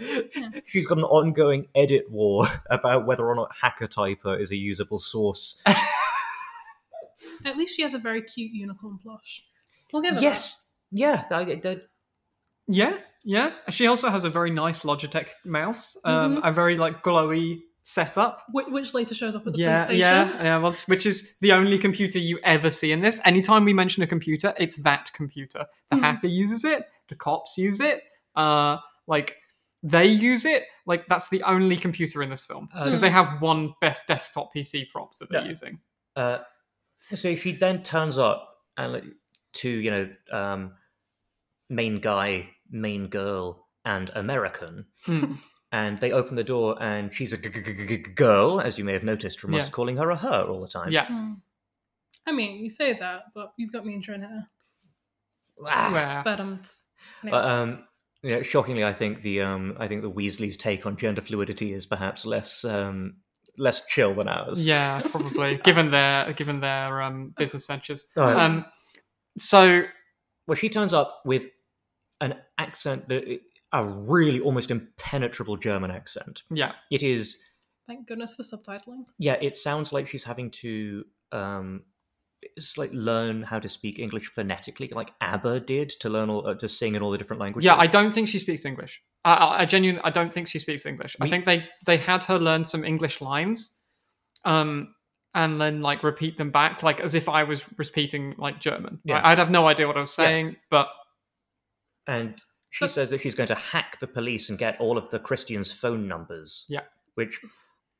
A: She's got an ongoing edit war about whether or not HackerTyper is a usable source.
C: At least she has a very cute unicorn plush. We'll give her
A: yes, yeah, that, that,
B: Yeah, yeah. She also has a very nice Logitech mouse, um, a very like glowy setup.
C: that. Which, which later shows up at the
B: Yeah,
C: PlayStation.
B: yeah, yeah. Well, which is the only computer you ever see in this. Anytime we mention a computer, it's that computer. The
C: Mhm.
B: hacker uses it. The cops use it. Uh, like they use it. Like that's the only computer in this film
A: Uh,
B: because they have one best desktop PC prop that they're
A: Yeah.
B: using.
A: Uh, so she then turns up and like, to you know um, main guy, main girl, and American,
B: Hmm.
A: and they open the door and she's a g- g- g- g- girl, as you may have noticed from us
B: Yeah.
A: calling her a her all the time.
B: yeah.
C: Hmm. I mean, you say that, but you've got me in train here.
A: Ah.
B: Where-
C: But um,
A: But,
B: uh,
A: um, yeah, shockingly, I think the um, I think the Weasley's take on gender fluidity is perhaps less um, less chill than ours.
B: Yeah, probably. given their given their um, business ventures.
A: All right.
B: Um, so
A: Well, she turns up with an accent that uh, a really almost impenetrable German accent.
B: yeah,
A: It is
C: thank goodness for subtitling.
A: yeah it sounds like she's having to um it's like learn how to speak english phonetically like abba did to learn all uh, to sing in all the different languages
B: yeah. I don't think she speaks English. I, I, I genuinely, I don't think she speaks English. I
A: We-
B: think they they had her learn some English lines, um, and then like repeat them back, like as if I was repeating like German.
A: Yeah.
B: Right? I'd have no idea what I was
A: Yeah.
B: saying, but
A: and she
C: But-
A: says that she's going to hack the police and get all of the christians phone numbers
B: Yeah.
A: which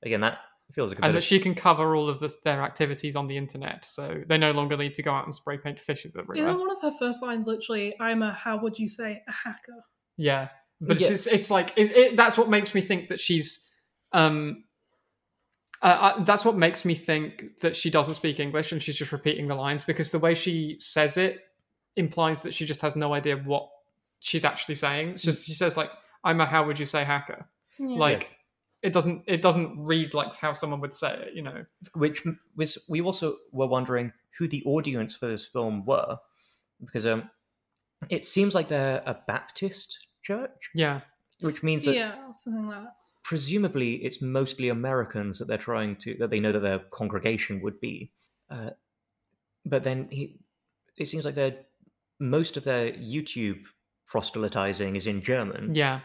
A: again that feels like a
B: and
A: bit
B: that
A: of,
B: she can cover all of this, their activities on the internet, so they no longer need to go out and spray paint fishes everywhere.
C: Isn't one of her first lines literally, I'm a, how would you say, a hacker?
B: Yeah, but
A: Yeah.
B: it's just, it's like it, it, that's what makes me think that she's um. Uh, I, that's what makes me think that she doesn't speak English and she's just repeating the lines because the way she says it implies that she just has no idea what she's actually saying. It's just she says like, "I'm a how would you say hacker?" Like it doesn't it doesn't read like how someone would say it. You know?
A: which m- was we also were wondering who the audience for this film were because um it seems like they're a baptist church
B: Yeah,
A: which means that
C: yeah, something like that.
A: presumably it's mostly Americans that they're trying to that they know that their congregation would be. Uh, but then he, it seems like they're most of their YouTube proselytizing is in German.
B: yeah.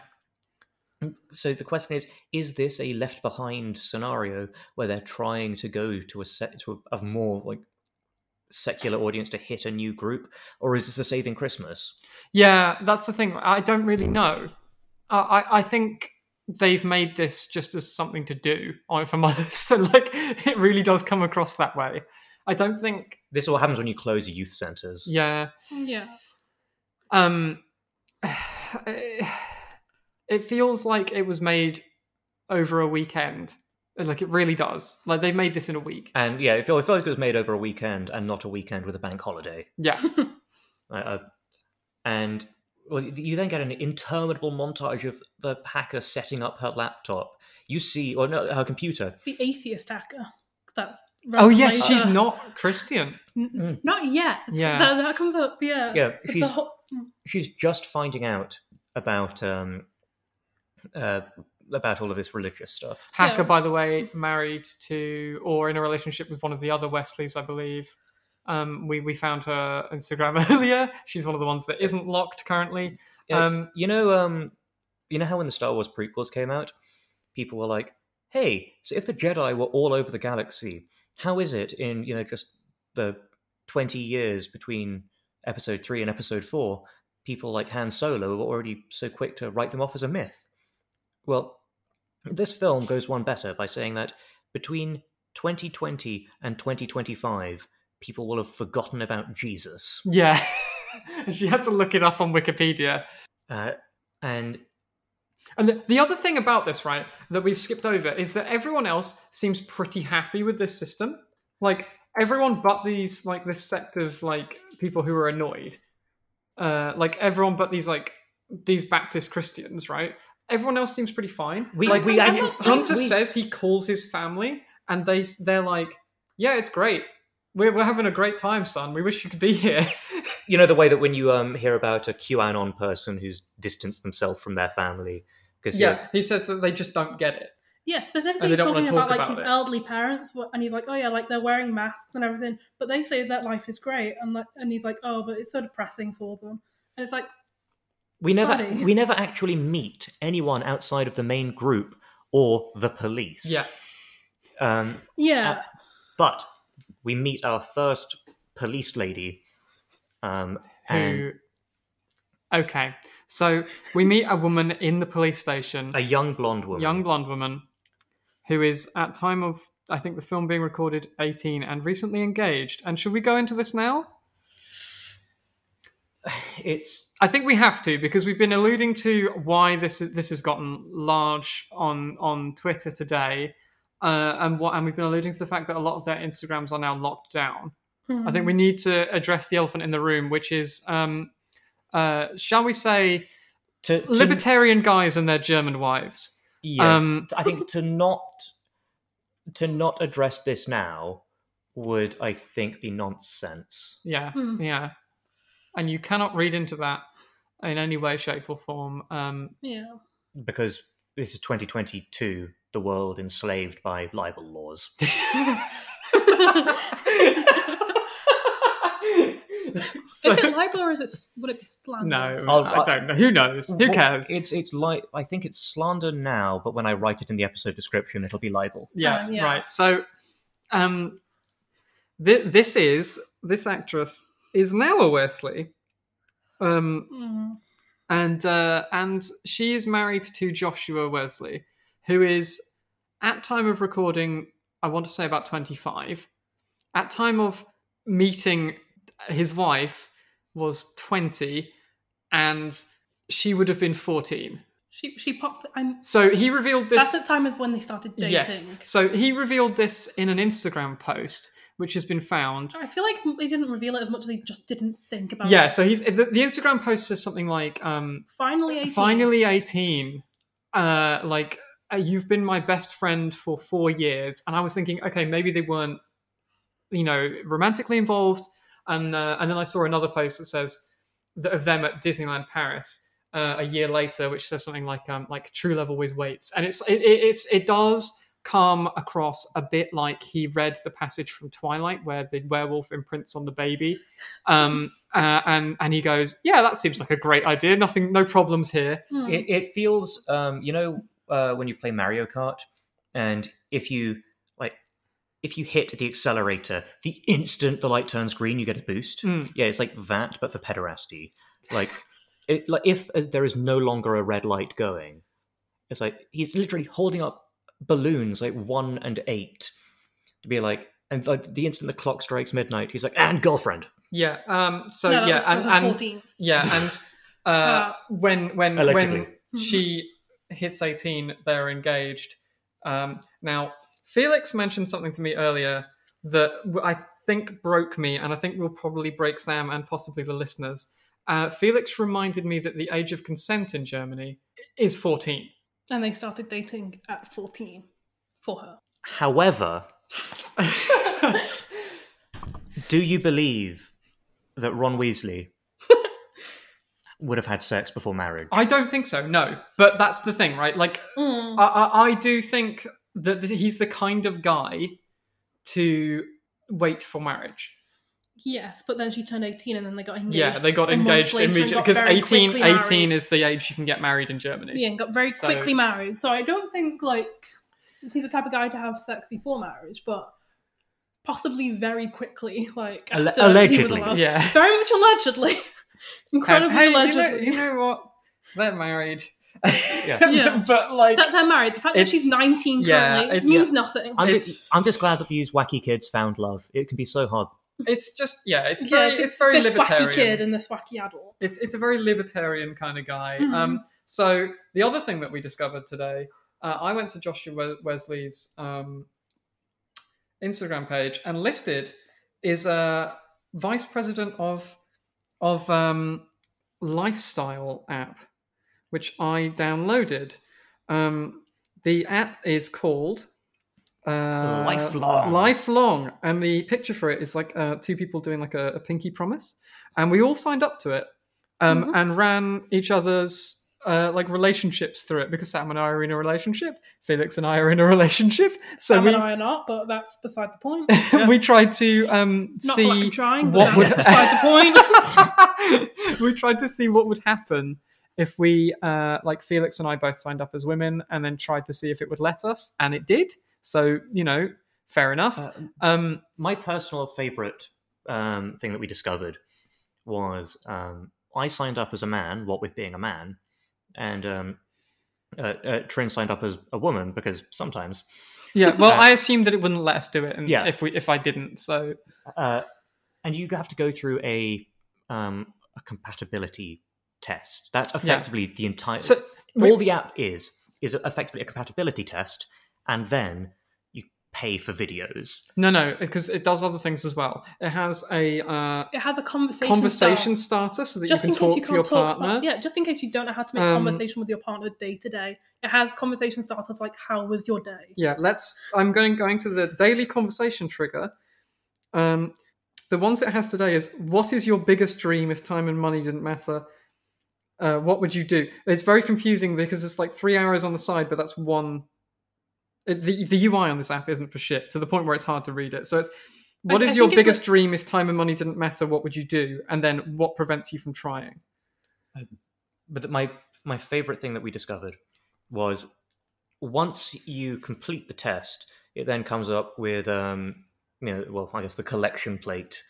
A: So the question is: Is this a left behind scenario where they're trying to go to a set to a, a more like secular audience to hit a new group, or is this a saving Christmas?
B: Yeah, that's the thing. I don't really know. I I, I think they've made this just as something to do. If I'm honest, and like it really does come across that way. I don't think.
A: This all happens when you close youth centers.
B: Yeah.
C: Yeah.
B: Um. It feels like it was made over a weekend. Like it really does. Like they made this in a week.
A: And yeah, it feels like it was made over a weekend and not a weekend with a bank holiday.
B: Yeah.
A: Uh, uh, and well, you then get an interminable montage of the hacker setting up her laptop. You see, or no, her computer.
C: The atheist hacker. That's
B: Oh yes,
C: right.
B: she's
C: Uh,
B: not Christian.
C: n- Not yet.
B: Yeah.
C: That, that comes up, yeah.
A: Yeah,
C: Uh, The
A: she's
C: whole-
A: she's just finding out about um uh about all of this religious stuff.
B: Hacker,
C: Yeah.
B: by the way, married to or in a relationship with one of the other Wesleys, I believe. Um, we we found her Instagram earlier. She's one of the ones that isn't locked currently.
A: Yeah.
B: Um,
A: You know, um, you know how when the Star Wars prequels came out, people were like, "Hey, so if the Jedi were all over the galaxy, how is it in you know just the twenty years between Episode three and Episode four? People like Han Solo were already so quick to write them off as a myth." Well, this film goes one better by saying that between 2020 and 2025, people will have forgotten about Jesus.
B: yeah, she had to look it up on Wikipedia.
A: Uh, and
B: And the, the other thing about this, right, that we've skipped over is that everyone else seems pretty happy with this system. Like everyone but these, like this sect of like people who are annoyed. Uh, like everyone but these like these Baptist Christians, right? everyone else seems pretty fine.
A: We-
B: like,
A: we
C: actually-
B: Hunter
A: we- we-
B: says he calls his family, and they s- they're like, "Yeah, it's great. We're we're having a great time, son. We wish you could be here."
A: You know the way that when you um, hear about a QAnon person who's distanced themselves from their family because
B: yeah, he says that they just don't get it.
C: Yeah,
B: And they
C: specifically, he's
B: don't wanna
C: talking
B: talk
C: about like
B: about
C: his
B: it.
C: elderly parents, wh- and he's like, "Oh yeah, like they're wearing masks and everything," but they say that life is great, and like, and he's like, "Oh, but it's so depressing for them," and it's like,
A: we never
C: Funny.
A: we never actually meet anyone outside of the main group or the police.
B: Yeah.
A: Um,
B: Uh,
C: "Yeah,
A: but we meet our first police lady. Um, and
B: Who? Okay, so we meet a woman in the police station,
A: a young blonde woman.
B: young blonde woman, who is at time of I think the film being recorded, eighteen and recently engaged. And should we go into this now?
A: It's
B: I think we have to because we've been alluding to why this is, this has gotten large on on Twitter today, uh, and what and we've been alluding to the fact that a lot of their Instagrams are now locked down. I think we need to address the elephant in the room, which is, um, uh, shall we say,
A: to, to
B: libertarian guys and their German wives.
A: yes,
B: um,
A: I think to not to not address this now would I think be nonsense.
B: Yeah,
C: Hmm.
B: yeah, and you cannot read into that in any way, shape, or form. Um,
C: yeah."
A: because this is 2022, the world enslaved by libel laws.
B: So-
C: is it libel or is it s- would it be slander?
B: No,
A: I'll-
B: I don't know. Who knows? Who
A: Well,
B: cares?
A: It's it's like I think it's slander now, but when I write it in the episode description, it'll be libel.
B: yeah,
C: Uh, yeah.
B: right. So, um, thi this is this actress is now a Wesley, um,
C: Mm.
B: and uh, and she is married to Joshua Wesley, who is at time of recording, I want to say about twenty five. At time of meeting his wife was twenty, and she would have been fourteen.
C: She she popped. I'm.
B: So he revealed this.
C: That's the time of when they started dating.
B: Yes. So he revealed this in an Instagram post, which has been found.
C: I feel like they didn't reveal it as much as they just didn't think about
B: Yeah.
C: it.
B: So he's the, the Instagram post says something like, um,
C: Finally, 18.
B: "Finally 18. Uh, like uh, you've been my best friend for four years." And I was thinking, okay, maybe they weren't, you know, romantically involved. And uh, and then I saw another post that says that of them at Disneyland Paris. Uh, a year later, which says something like um, "like true love always waits," and it's it, it, it's it does come across a bit like he read the passage from Twilight where the werewolf imprints on the baby. Um, uh, and and he goes, yeah, that seems like a great idea. Nothing, no problems here.
C: Mm.
A: It, it feels, um, you know, uh, when you play Mario Kart, and if you like, if you hit the accelerator, the instant the light turns green, you get a boost.
B: Mm.
A: Yeah, it's like that, but for pederasty. Like, it, like if uh, there is no longer a red light going, it's like he's literally holding up balloons like one and eight to be like, and like the instant the clock strikes midnight, he's like, and girlfriend.
B: Yeah. Um. So
C: no, that
B: yeah,
C: was for
B: and,
C: her
B: and
C: 14th.
B: yeah, and uh,
C: Uh, Hmm.
B: when when
A: Allegedly.
B: when she hits eighteen, they're engaged. Um. Now, Felix mentioned something to me earlier that w- I think broke me, and I think will probably break Sam and possibly the listeners. Uh, Felix reminded me that the age of consent in Germany is fourteen.
C: And they started dating at 14 for her.
A: However, do you believe that Ron Weasley would have had sex before marriage?
B: I don't think so. No, but that's the thing, right? Like,
C: Mm.
B: I, I, I do think that th- he's the kind of guy to wait for marriage.
C: Yes, but then she turned 18 and then they got engaged.
B: Yeah, they got
C: a month
B: engaged
C: later and
B: immediately
C: got
B: because
C: very
B: 18,
C: quickly
B: 18
C: married.
B: is the age you can get married in Germany.
C: Yeah, and got very
B: So-
C: quickly married. So I don't think, like, he's the type of guy to have sex before marriage, but possibly very quickly. Like,
A: Alle-
C: after he was
A: allegedly.
C: allowed-
B: Yeah.
C: Very much allegedly.
B: Um,
C: Incredibly
B: hey, you know,
C: allegedly.
B: you know what? They're married.
C: Yeah.
B: but like,
C: That they're married. The fact that
B: It's-
C: she's 19
B: yeah,
C: currently
B: it's-
C: means nothing.
A: I'm
B: It's-
A: just, I'm just glad that these wacky kids found love. It can be so hard.
B: it's just yeah, it's
C: Yeah,
B: very, it's very
C: this
B: libertarian.
C: wacky kid and this wacky adult.
B: It's it's a very libertarian kind of guy.
C: Mhm.
B: Um, so the other thing that we discovered today, uh, I went to Joshua We- Wesley's um, Instagram page and listed is a vice president of of um, lifestyle app, which I downloaded. Um, the app is called uh,
A: Lifelong.
B: Lifelong, and the picture for it is like uh, two people doing like a, a pinky promise, and we all signed up to it um,
C: Mhm.
B: and ran each other's. Uh, like relationships through it because Sam and I are in a relationship, Felix and I are in a relationship, so
C: Sam
B: we
C: and I are not, but that's beside the point.
B: we tried to um,
C: Not
B: see
C: for lack of trying, but
B: what would-
C: that's beside the point.
B: we tried to see what would happen if we uh, like felix and i both signed up as women and then tried to see if it would let us and it did so you know fair enough
A: Uh,
B: um
A: my personal favorite um, thing that we discovered was um, I signed up as a man, what with being a man, and um, uh, uh, Trin signed up as a woman because sometimes.
B: yeah well
A: Uh,
B: i assumed that it wouldn't let us do it and
A: Yeah.
B: if we if i didn't so
A: Uh, and you have to go through a um, a compatibility test. That's effectively the entire.
B: so we-
A: all the app is is effectively a compatibility test, and then you pay for videos.
B: no no because it does other things as well it has a uh,
C: It has a conversation.
B: conversation
C: starts.
B: starter so that
C: just
B: you
C: in
B: can
C: case
B: talk
C: you
B: to
C: can't
B: your
C: talk,
B: partner
C: yeah, just in case you don't know how to make
B: Um,
C: conversation with your partner day to day. It has conversation starters like "How was your day?"
B: yeah let's i'm going going to the daily conversation trigger um the ones it has today is what is your biggest dream if time and money didn't matter uh, what would you do it's very confusing because it's like three arrows on the side but that's one it, the, the ui on this app isn't for shit to the point where it's hard to read it so it's what
C: I-
B: is
C: I
B: your
C: think it's
B: biggest dream if time and money didn't matter what would you do and then what prevents you from trying
A: but th- my my favorite thing that we discovered was once you complete the test, it then comes up with um, you know, well, I guess the collection plate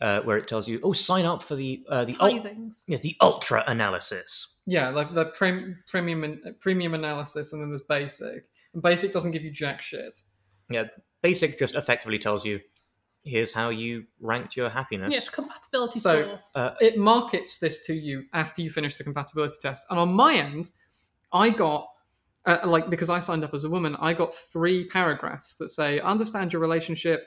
A: uh, where it tells you, oh, sign up for the uh,
B: Oh,
A: the ul-
C: Tithings.
A: yeah, the ultra analysis.
B: Yeah, like the prem- premium an- premium analysis, and then there's basic. And basic doesn't give you jack shit.
A: Yeah, basic just effectively tells you, here's how you ranked your happiness.
C: Yes, compatibility
B: So-
C: score.
B: uh, It markets this to you after you finish the compatibility test. And on my end, I got uh, like because I signed up as a woman, I got three paragraphs that say understand your relationship,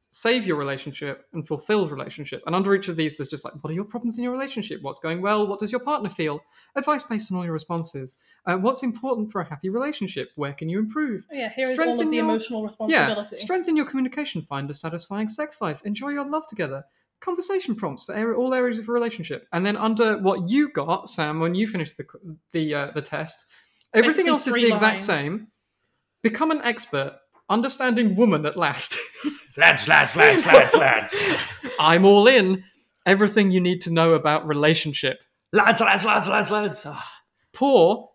B: save your relationship, and fulfilled relationship. And under each of these, there's just like what are your problems in your relationship? What's going well? What does your partner feel? Advice based on all your responses. Uh, what's important for a happy relationship? Where can you improve?
C: Oh, yeah, here is all
B: strengthen
C: of the
B: your-
C: emotional
B: Yeah,
C: responsibility.
B: strengthen your communication, find a satisfying sex life, enjoy your love together. Conversation prompts for area, all areas of a relationship, and then under what you got, Sam, when you finished the the uh, the test, everything
C: Basically
B: else is
C: three
B: the exact
C: lines.
B: same. Become an expert, understanding woman at last.
A: Lads, lads, lads, lads, lads,
B: I'm all in. Everything you need to know about relationship.
A: lads, lads, lads, lads, lads. Ah.
B: Poor,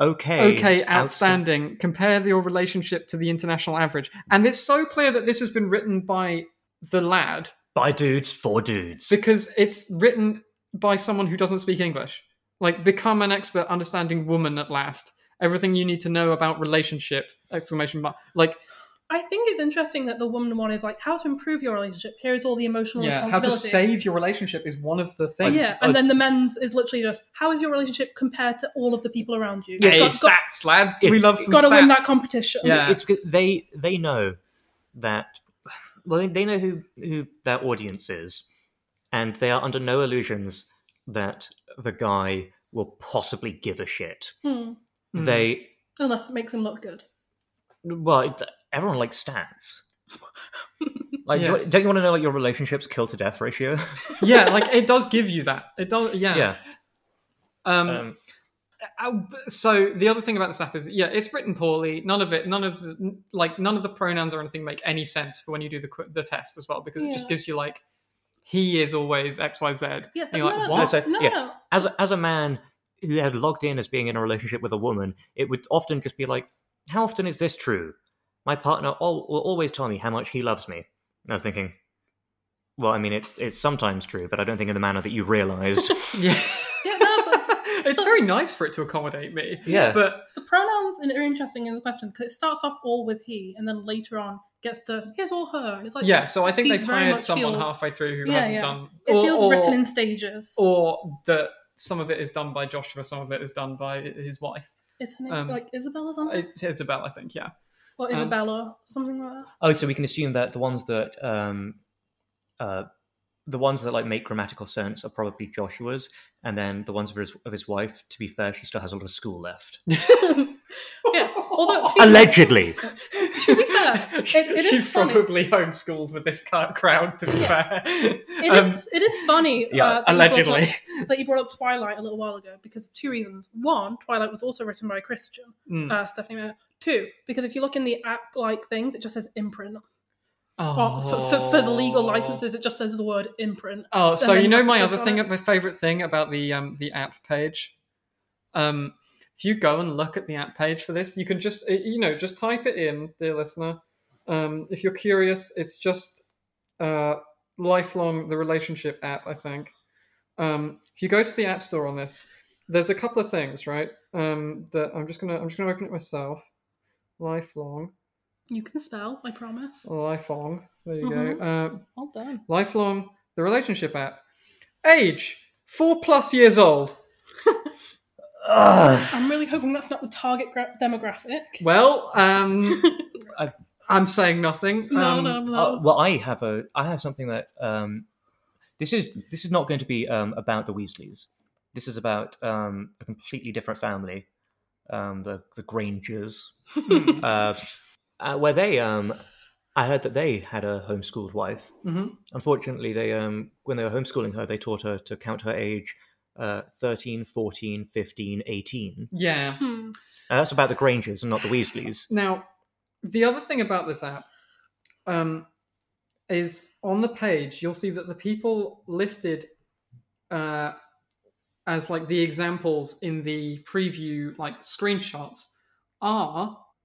A: Okay,
B: okay,
A: outsta-
B: outstanding. Compare your relationship to the international average, and it's so clear that this has been written by the lad
A: by dudes for dudes.
B: because it's written by someone who doesn't speak English. Like, become an expert understanding woman at last. Everything you need to know about relationship! Exclamation mark. Like,
C: I think it's interesting that the woman one is like how to improve your relationship. Here is all the emotional
B: yeah, how to
C: responsibility.
B: save your relationship is one of the things.
C: yeah, and then the men's is literally just how is your relationship compared to all of the people around you?
B: hey,
C: got,
B: stats, lads.
A: Yeah.
B: we love some
C: got to win that
B: stats.
C: competition.
B: Yeah.
A: it's 'cause they they know that well they, they know who who their audience is and they are under no illusions that the guy will possibly give a shit
C: Hmm.
B: Mm.
A: they
C: Unless it makes him look good.
A: well it- everyone likes stats like do
B: Yeah.
A: you, don't you want to know like your relationships kill to death ratio
B: yeah, like it does give you that. It does. Yeah. Um,
A: um,
B: uh, but- so the other thing about this app is yeah it's written poorly none of it none of the like none of the pronouns or anything make any sense for when you do the qu- the test as well because it just
C: Yeah.
B: gives you like he is always xyz
C: Yes,
B: And you're
C: no,
B: like,
C: no,
B: what?
A: So,
C: no,
A: yeah.
C: no.
A: as a, as a man who had logged in as being in a relationship with a woman, it would often just be like, "How often is this true?" My partner al- will always tell me how much he loves me. And I was thinking, well, I mean, it's it's sometimes true, but I don't think in the manner that you realised.
B: yeah
C: Yeah, no, but
B: it's very nice for it to accommodate me
A: yeah,
B: but
C: The pronouns are interesting in the question because it starts off all with he, and then later on gets to here's all her. It's like
B: yeah so i think
C: These
B: they've
C: very
B: hired
C: much
B: someone
C: feel-
B: halfway through who
C: Yeah,
B: hasn't
C: yeah.
B: done
C: it
B: or,
C: feels
B: or,
C: written in stages.
B: or that some of it is done by joshua some of it is done by his wife
C: Is her name
B: um,
C: like Isabel or something?
B: it's isabel i think yeah
C: or
B: um,
C: Isabella, something like that.
A: Oh, so we can assume that the ones that um, uh, the ones that like make grammatical sense are probably Joshua's, and then the ones of his of his wife. To be fair, she still has a lot of school left.
C: yeah. Although to be,
A: Allegedly,
C: to be fair, it, it is
B: She's
C: funny.
B: probably homeschooled with this kind of crowd, to be fair.
C: It
B: Um,
C: is- it is funny.
A: yeah,
C: uh, that you brought
B: allegedly.
C: up- that you brought up Twilight a little while ago because of two reasons. One, Twilight was also written by a Christian,
B: Mm.
C: uh, Stephanie Meyer. Two, because if you look in the app like things, it just says imprint. Well, uh, for, for, for the legal
B: Oh.
C: licenses, it just says the word imprint.
B: Oh, so
C: then
B: you
C: you
B: know
C: have to
B: my
C: click
B: other
C: on
B: thing,
C: it.
B: my favorite thing about the um the app page. Um, if you go and look at the app page for this, you can just uh, you know just type it in, dear listener. Um, if you're curious, it's just uh lifelong the relationship app. I think. Um, if you go to the app store on this, there's a couple of things right. Um, that I'm just gonna I'm just gonna open it myself. Lifelong,
C: You can spell, I promise.
B: Oh. lifelong. There you
C: Mhm.
B: go. Uh,
C: Well done.
B: lifelong the relationship app age four plus years old
A: Ugh.
C: I'm really hoping that's not the target gra- demographic.
B: well um I, i'm saying nothing
C: No,
B: um,
C: no, no.
A: Uh, well, I have a I have something that um, this is this is not going to be um, about the Weasleys. This is about um, a completely different family, um, the the Grangers,
B: Hmm.
A: uh, uh, where they um, I heard that they had a homeschooled wife.
B: Mhm.
A: Unfortunately, they um, when they were homeschooling her, they taught her to count her age. Uh, 13, 14, 15, 18.
B: yeah
C: Hmm.
A: Uh, that's about the Grangers and not the Weasleys.
B: now the other thing about this app um is on the page you'll see that the people listed uh as like the examples in the preview like screenshots are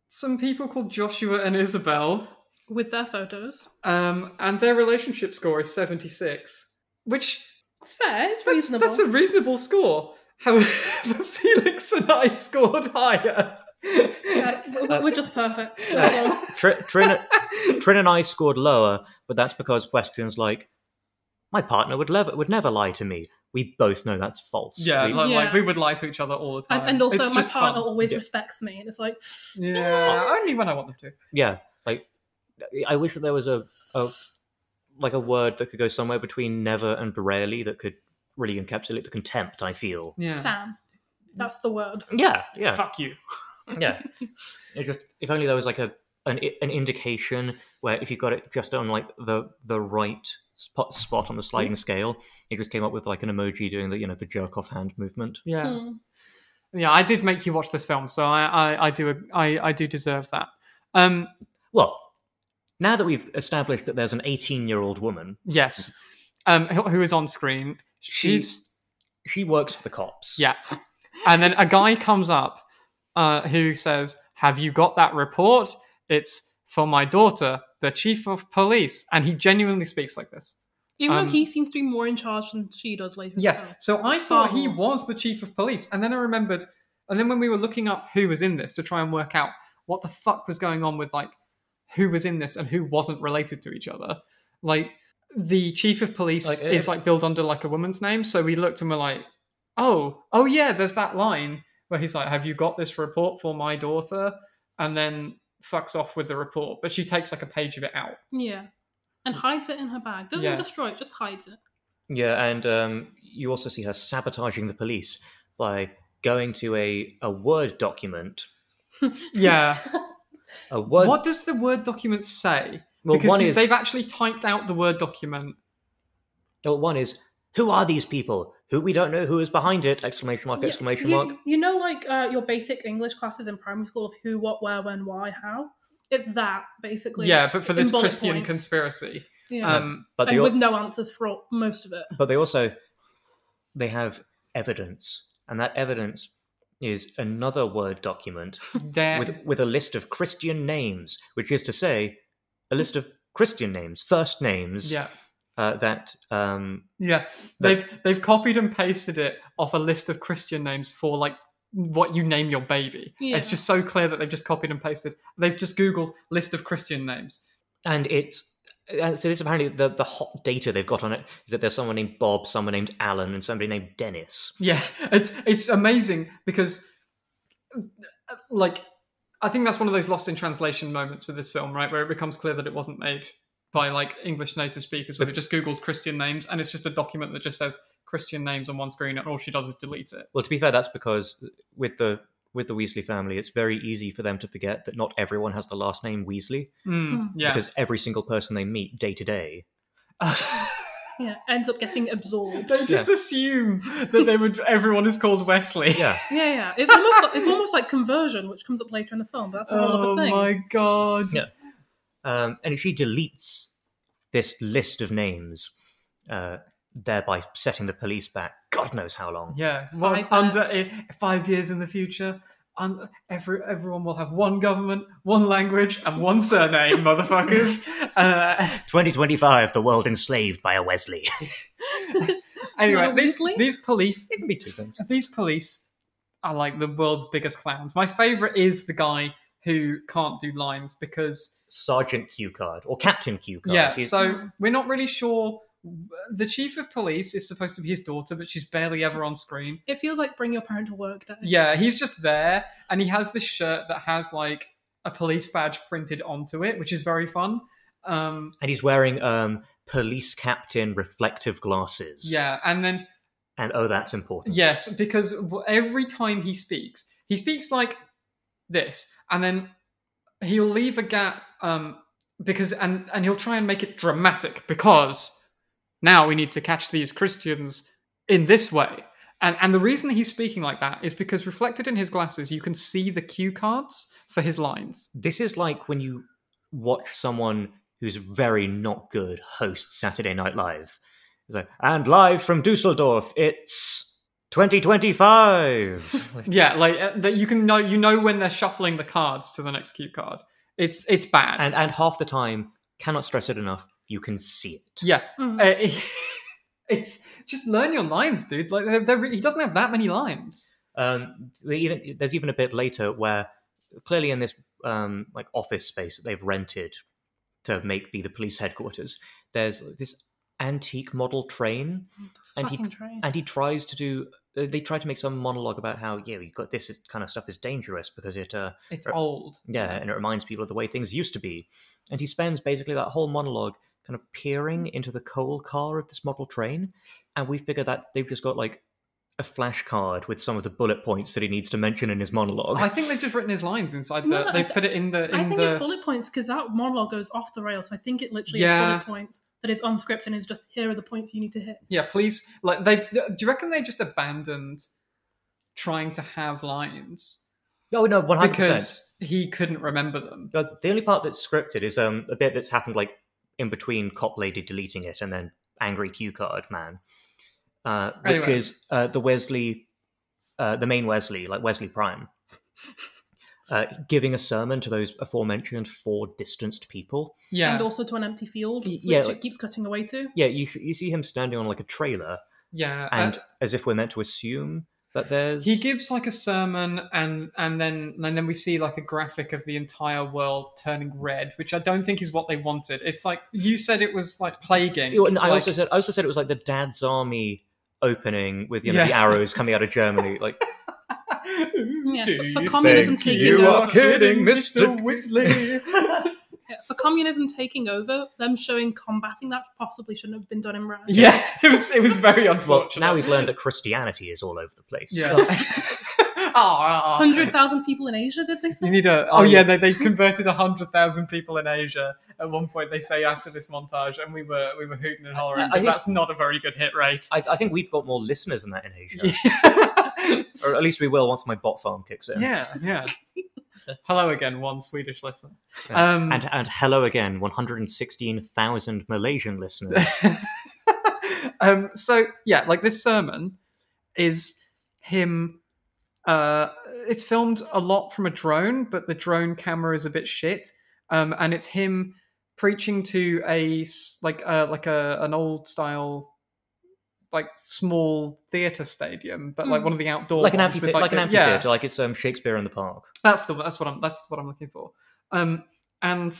B: some people called joshua and isabel
C: With their photos.
B: um, and their relationship score is 76, which
C: It's fair, it's
B: that's,
C: reasonable.
B: that's a reasonable score. However, Felix and I scored higher.
C: Yeah, we- we- we're just perfect. That's all.
A: Uh, Tr- Trin, Trin and I scored lower, but that's because questions like, "My partner would never would never lie to me." We both know that's false.
B: yeah,
A: We-
B: like, like
C: Yeah.
B: we would lie to each other all the time.
C: and, and also,
B: It's
C: my
B: just
C: partner
B: fun.
C: always
A: Yeah.
C: respects me, and it's like,
B: Yeah, only when I want them to.
A: yeah. Like, I wish that there was a, a like a word that could go somewhere between never and rarely that could really encapsulate the contempt I feel.
B: Yeah.
C: Sam. That's the word.
A: Yeah, yeah,
B: Fuck you.
A: yeah. It just if only there was like a an i- an indication where if you got it just on like the the right spot spot on the sliding scale, it just came up with like an emoji doing the you know the jerk off hand movement.
B: Yeah.
C: Hmm.
B: Yeah, I did make you watch this film, so I, I, I do I, I do deserve that. Um,
A: Well, now that we've established that there's an 18 year old woman,
B: yes. Um, who, who is on screen?
A: She-
B: She's
A: she works for the cops.
B: Yeah. And then a guy comes up uh, who says, Have you got that report? It's for my daughter, the chief of police. And he genuinely speaks like this.
C: Even
B: Um,
C: though he seems to be more in charge than she does later. in
B: Yes.
C: the film.
B: So I thought he was the chief of police. And then I remembered, and then when we were looking up who was in this to try and work out what the fuck was going on with like who was in this and who wasn't related to each other, like the chief of police
A: Like,
B: is
A: if-
B: like billed under like a woman's name. So we looked and were like, oh, oh yeah, there's that line where he's like, have you got this report for my daughter? And then fucks off with the report, but she takes like a page of it out.
C: Yeah. And hides it in her bag. Doesn't
B: Yeah.
C: destroy it, just hides it.
A: Yeah, and um, you also see her sabotaging the police by going to a, a Word document.
B: Yeah.
A: A Word.
B: what does the Word document say?
A: Well,
B: because
A: one
B: you-
A: is,
B: they've actually typed out the word document.
A: well, one is, who are these people? Who we don't know who is behind it! Exclamation mark!
C: You-
A: Exclamation
C: you,
A: mark!
C: You know, like uh, your basic English classes in primary school of who, what, where, when, why, how. It's that basically.
B: yeah, but for
C: in
B: this
C: bullet
B: Christian
C: points.
B: conspiracy,
C: Yeah.
B: um,
A: But they,
C: and
A: al-
C: with no answers for all, most of it.
A: but they also they have evidence, and that evidence is another Word document
B: there,
A: with with a list of Christian names, which is to say, a list of Christian names, first names
B: yeah,
A: uh, that um,
B: yeah, they've they've copied and pasted it off a list of Christian names for like what you name your baby. It's
C: Yeah.
B: just so clear that they've just copied and pasted. They've just googled list of Christian names.
A: and it's uh, so this apparently the the hot data they've got on it is that there's someone named Bob, someone named Alan, and somebody named Dennis.
B: Yeah, it's it's amazing because uh, like I think that's one of those lost in translation moments with this film, right, where it becomes clear that it wasn't made by like English native speakers where they just googled Christian names and it's just a document that just says Christian names on one screen and all she does is delete it.
A: Well, to be fair, that's because with the with the Weasley family, it's very easy for them to forget that not everyone has the last name Weasley
C: Hmm.
B: Mm, yeah.
A: because every single person they meet day to day.
C: Yeah, ends up getting absorbed.
B: they just assume that they would everyone is called Wesley.
A: Yeah,
C: Yeah, yeah. It's almost like, it's almost like conversion, which comes up later in the film, but that's a whole
B: Oh
C: other thing.
B: my god.
A: Yeah. um, and she deletes this list of names, uh, thereby setting the police back God knows how long.
B: Yeah, well,
C: Five
B: under
C: minutes.
B: i- five years in the future, un every everyone will have one government, one language, and one surname, motherfuckers. Uh,
A: 2025, the world enslaved by a Wesley.
B: anyway,
C: Not a
B: these,
C: Weasley?
B: these police,
A: it can be two things.
B: these police are like the world's biggest clowns. My favorite is the guy who can't do lines because
A: Sergeant Q card or Captain Q card.
B: Yeah,
A: He's-
B: so we're not really sure. The chief of police is supposed to be his daughter, but she's barely ever on screen.
C: It feels like bring your parent to work day.
B: Yeah, he's just there, and he has this shirt that has like a police badge printed onto it, which is very fun. Um,
A: and he's wearing um, police captain reflective glasses.
B: yeah, and then
A: And oh, that's important.
B: yes, because w- every time he speaks, he speaks like this, and then he'll leave a gap um, because and and he'll try and make it dramatic because now we need to catch these Christians in this way. And and the reason he's speaking like that is because reflected in his glasses, you can see the cue cards for his lines.
A: This is like when you watch someone who's very not good host Saturday Night Live. It's like, and live from Dusseldorf, it's 2025. Like,
B: Yeah, like uh, that you can know you know when they're shuffling the cards to the next cue card. It's it's bad.
A: and, and half the time, cannot stress it enough, you can see it.
B: yeah,
C: Mm.
B: Uh, it's just learn your lines, dude. Like they're, they're, he doesn't have that many lines.
A: Um, they even there's even a bit later where clearly in this um, like office space that they've rented to make be the police headquarters, there's this antique model train, and he
C: Fucking train.
A: and he tries to do. uh, They try to make some monologue about how yeah, you got this is- kind of stuff is dangerous because it uh,
B: It's
A: Right.
B: old.
A: yeah, and it reminds people of the way things used to be. And he spends basically that whole monologue kind of peering into the coal car of this model train. And we figure that they've just got like a flashcard with some of the bullet points that he needs to mention in his monologue.
B: I think they've just written his lines inside
C: No,
B: the.
C: no, I
B: they
C: th-
B: put it in the in
C: I think
B: the.
C: it's bullet points because that monologue goes off the rails. So I think it literally
B: Yeah.
C: is bullet points that is on script and is just here are the points you need to hit.
B: yeah, please. Like they. Do you reckon they just abandoned trying to have lines
A: oh no, one hundred percent.
B: because he couldn't remember them?
A: The only part that's scripted is um a bit that's happened like in between cop lady deleting it and then angry cue card man, uh, which
B: Anyway.
A: is uh, the Wesley, uh, the main Wesley, like Wesley Prime. Uh, giving a sermon to those aforementioned four distanced people.
B: Yeah.
C: And also to an empty field,
A: Y-
C: which
A: yeah, like-
C: it keeps cutting away to.
A: Yeah, you, s- you see him standing on like a trailer,
B: yeah.
A: and
B: uh,
A: as if we're meant to assume that there's
B: he gives like a sermon, and and then and then we see like a graphic of the entire world turning red, which I don't think is what they wanted. It's like you said, it was like plaguing.
A: You- and I
B: like,
A: also said I also said it was like the Dad's Army opening with you know the
B: Yeah.
A: arrows coming out of Germany. Like
C: Yeah,
B: Do
C: for- for
B: you
C: communism
B: think
C: taking
B: you
C: over-
B: are kidding, Mr. Weasley.
C: Yeah, for communism taking over, them showing combating that possibly shouldn't have been done in Rand.
B: yeah, it was it was very
A: Well,
B: unfortunate.
A: now we've learned that Christianity is all over the place.
B: Yeah.
A: Well,
B: oh, oh, oh.
C: Hundred thousand people in Asia, did they
B: You
C: say?
B: need a. Oh yeah, they, they converted hundred thousand people in Asia at one point. They say after this montage, and we were we were hooting and
A: I- I
B: hollering because
A: think-
B: that's not a very good hit rate.
A: I, I think we've got more listeners than that in Asia,
B: Yeah,
A: or at least we will once my bot farm kicks in.
B: yeah. Hello again, one Swedish listener.
A: Yeah.
B: Um,
A: And and hello again, one hundred and sixteen thousand Malaysian listeners.
B: um, so yeah, like this sermon is him. Uh, it's filmed a lot from a drone, but the drone camera is a bit shit. Um, and it's him preaching to a s- like a like a an old style like small theater stadium, but like
C: Mm.
B: one of the outdoor
A: Hmm. like an
B: ones
A: amphitheater,
B: with,
A: like, an
B: the-
A: amphitheater,
B: Yeah,
A: like it's um, Shakespeare in the Park.
B: that's the that's what I'm that's what I'm looking for. Um, and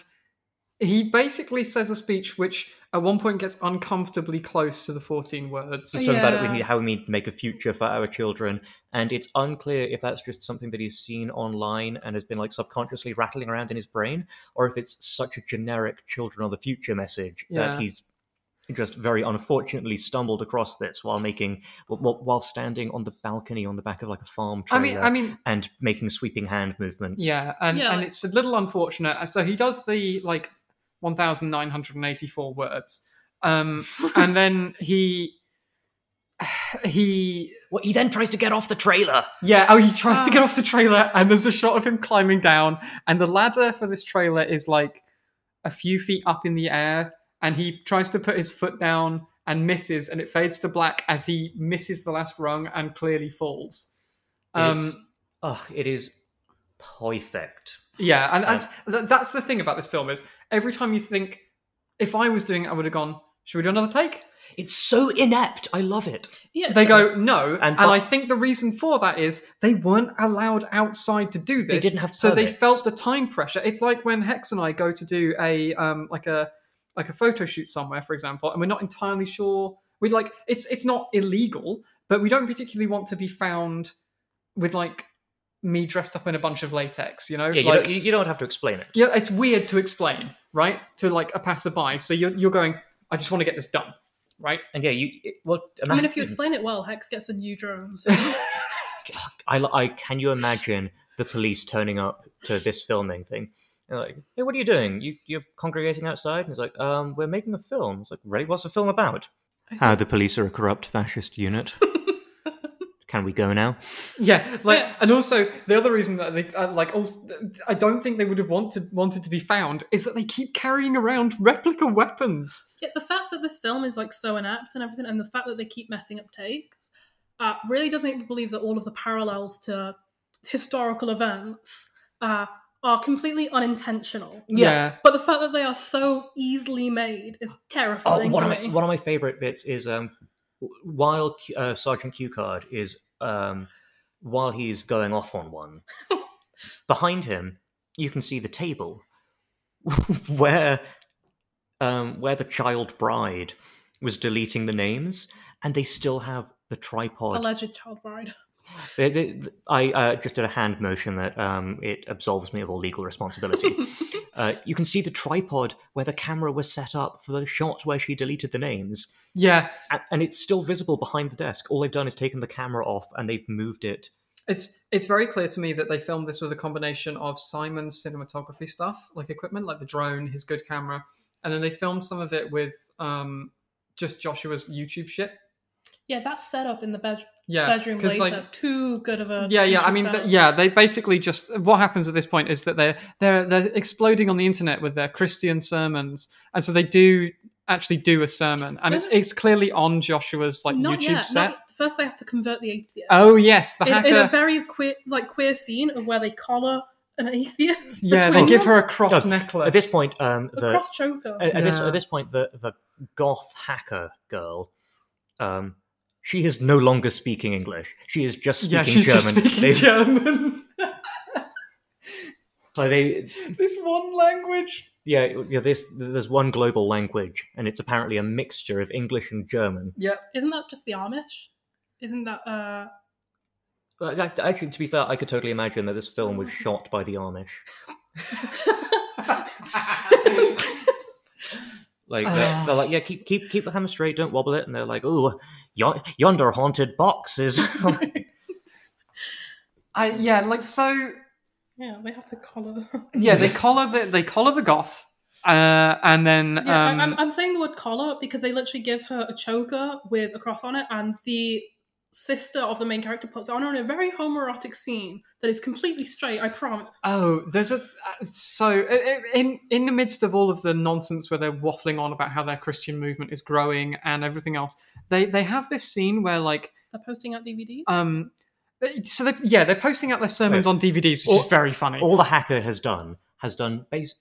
B: he basically says a speech which at one point gets uncomfortably close to the 14 words.
C: Yeah.
A: Let's talk about it. We need how we need to make a future for our children, and it's unclear if that's just something that he's seen online and has been like subconsciously rattling around in his brain, or if it's such a generic "children of the future" message
B: Yeah.
A: that he's just very unfortunately stumbled across this while making wh- wh- while standing on the balcony on the back of like a farm
B: I
A: trailer
B: mean, I mean,
A: and making sweeping hand movements.
B: yeah, and,
C: Yeah,
B: and
C: like-
B: it's a little unfortunate. So he does the like 1,984 words, um, and then he he
A: Well, he then tries to get off the trailer.
B: Yeah, oh, he tries to
C: Ah.
B: get off the trailer, and there's a shot of him climbing down, and the ladder for this trailer is like a few feet up in the air, and he tries to put his foot down and misses, and it fades to black as he misses the last rung and clearly falls. Um,
A: it's, oh, it is perfect.
B: yeah, and that's th- that's the thing about this film is every time you think, if I was doing it, I would have gone, should we do another take?
A: It's so inept. I love it.
C: Yeah,
B: They
C: so-
B: go no, and,
A: And- but-
B: I think the reason for that is they weren't allowed outside to do this.
A: They didn't have
B: so they
A: permits.
B: felt the time pressure. It's like when Hex and I go to do a um like a like a photo shoot somewhere, for example, and we're not entirely sure. We like it's it's not illegal, but we don't particularly want to be found with like me dressed up in a bunch of latex. You know,
A: Yeah, you,
B: like
A: don't, you, you don't have to explain it.
B: yeah, it's weird to explain, right, to like a passerby. So you're you're going, I just want to get this done, right?
A: And yeah, you it, well.
C: I mean, if you
A: imagine-
C: explain it well, Hex gets a new drone. So
A: I, I can you imagine the police turning up to this filming thing? They're like, hey, what are you doing? You, you're congregating outside? And it's like, um, we're making a film. It's like, really? What's the film about? How the police are a corrupt fascist unit. can we go now?
B: Yeah, like,
C: Yeah.
B: and also the other reason that they uh, like, also, I don't think they would have wanted wanted to be found is that they keep carrying around replica weapons.
C: Yeah, the fact that this film is like so inapt and everything, and the fact that they keep messing up takes, uh, really does make me believe that all of the parallels to historical events uh, are completely unintentional.
B: Yeah,
C: But the fact that they are so easily made is
A: Oh,
C: terrifying
A: one of
C: to
A: my
C: me.
A: one of my favorite bits is um, w- while Q- uh, Sergeant Q Card is um, while he's going off on one, behind him you can see the table where um, where the child bride was deleting the names, and they still have the tripod.
C: Alleged child bride.
A: They- they- I uh, just did a hand motion that um, it absolves me of all legal responsibility. uh, you can see the tripod where the camera was set up for the shot where she deleted the names
B: yeah.
A: and, and it's still visible behind the desk. All they've done is taken the camera off and they've moved it.
B: It's it's very clear to me that they filmed this with a combination of Simon's cinematography stuff, like equipment, like the drone, his good camera, and then they filmed some of it with um just Joshua's YouTube shit.
C: Yeah, that's set up in the bed-
B: Yeah,
C: bedroom later.
B: 'cause, like,
C: Too good of a.
B: yeah yeah i
C: YouTube
B: mean
C: setup.
B: th- yeah they basically just what happens at this point is that they're they're they're exploding on the internet with their christian sermons and so they do actually do a sermon and it's
C: No, no.
B: it's clearly on joshua's like
C: Oh. Not
B: youtube
C: yet.
B: set
C: Not, first, they have to convert the atheist.
B: oh yes the
C: in,
B: hacker
C: in a very queer, like queer scene of where they collar an atheist.
B: yeah they
C: between
B: give
C: them.
B: her a cross
A: No,
B: necklace
A: At this point, um,
C: a
A: the
C: cross choker.
A: at, at this
B: Yeah.
A: at this point the the goth hacker girl, um, she is no longer speaking English. She is just speaking
B: yeah she's
A: German.
B: just speaking
A: They've-
B: german
A: like, they-
B: this one language
A: yeah, yeah. This there's one global language, and it's apparently a mixture of English and German.
B: yeah
C: Isn't that just the Amish? Isn't that uh
A: But that- Actually, to be fair, I could totally imagine that this film was shot by the Amish. Like
B: Ah.
A: they're, they're like, yeah, keep keep keep the hammer straight, don't wobble it, and they're like, oh, yonder haunted box is.
B: i yeah like so
C: yeah, they have to collar.
B: yeah they collar the they collar the goth uh and then
C: yeah, I-
B: um
C: I'm, I'm saying the word collar because they literally give her a choker with a cross on it, and the sister of the main character puts it on her in a very homoerotic scene that is completely straight. I promise.
B: Oh, there's a uh, so i- i- in in the midst of all of the nonsense where they're waffling on about how their Christian movement is growing and everything else, they they have this scene where like
C: They're posting out DVDs.
B: um, they- so they, yeah they're posting out their sermons on DVDs, which
A: All-
B: is very funny.
A: All the hacker has done has done base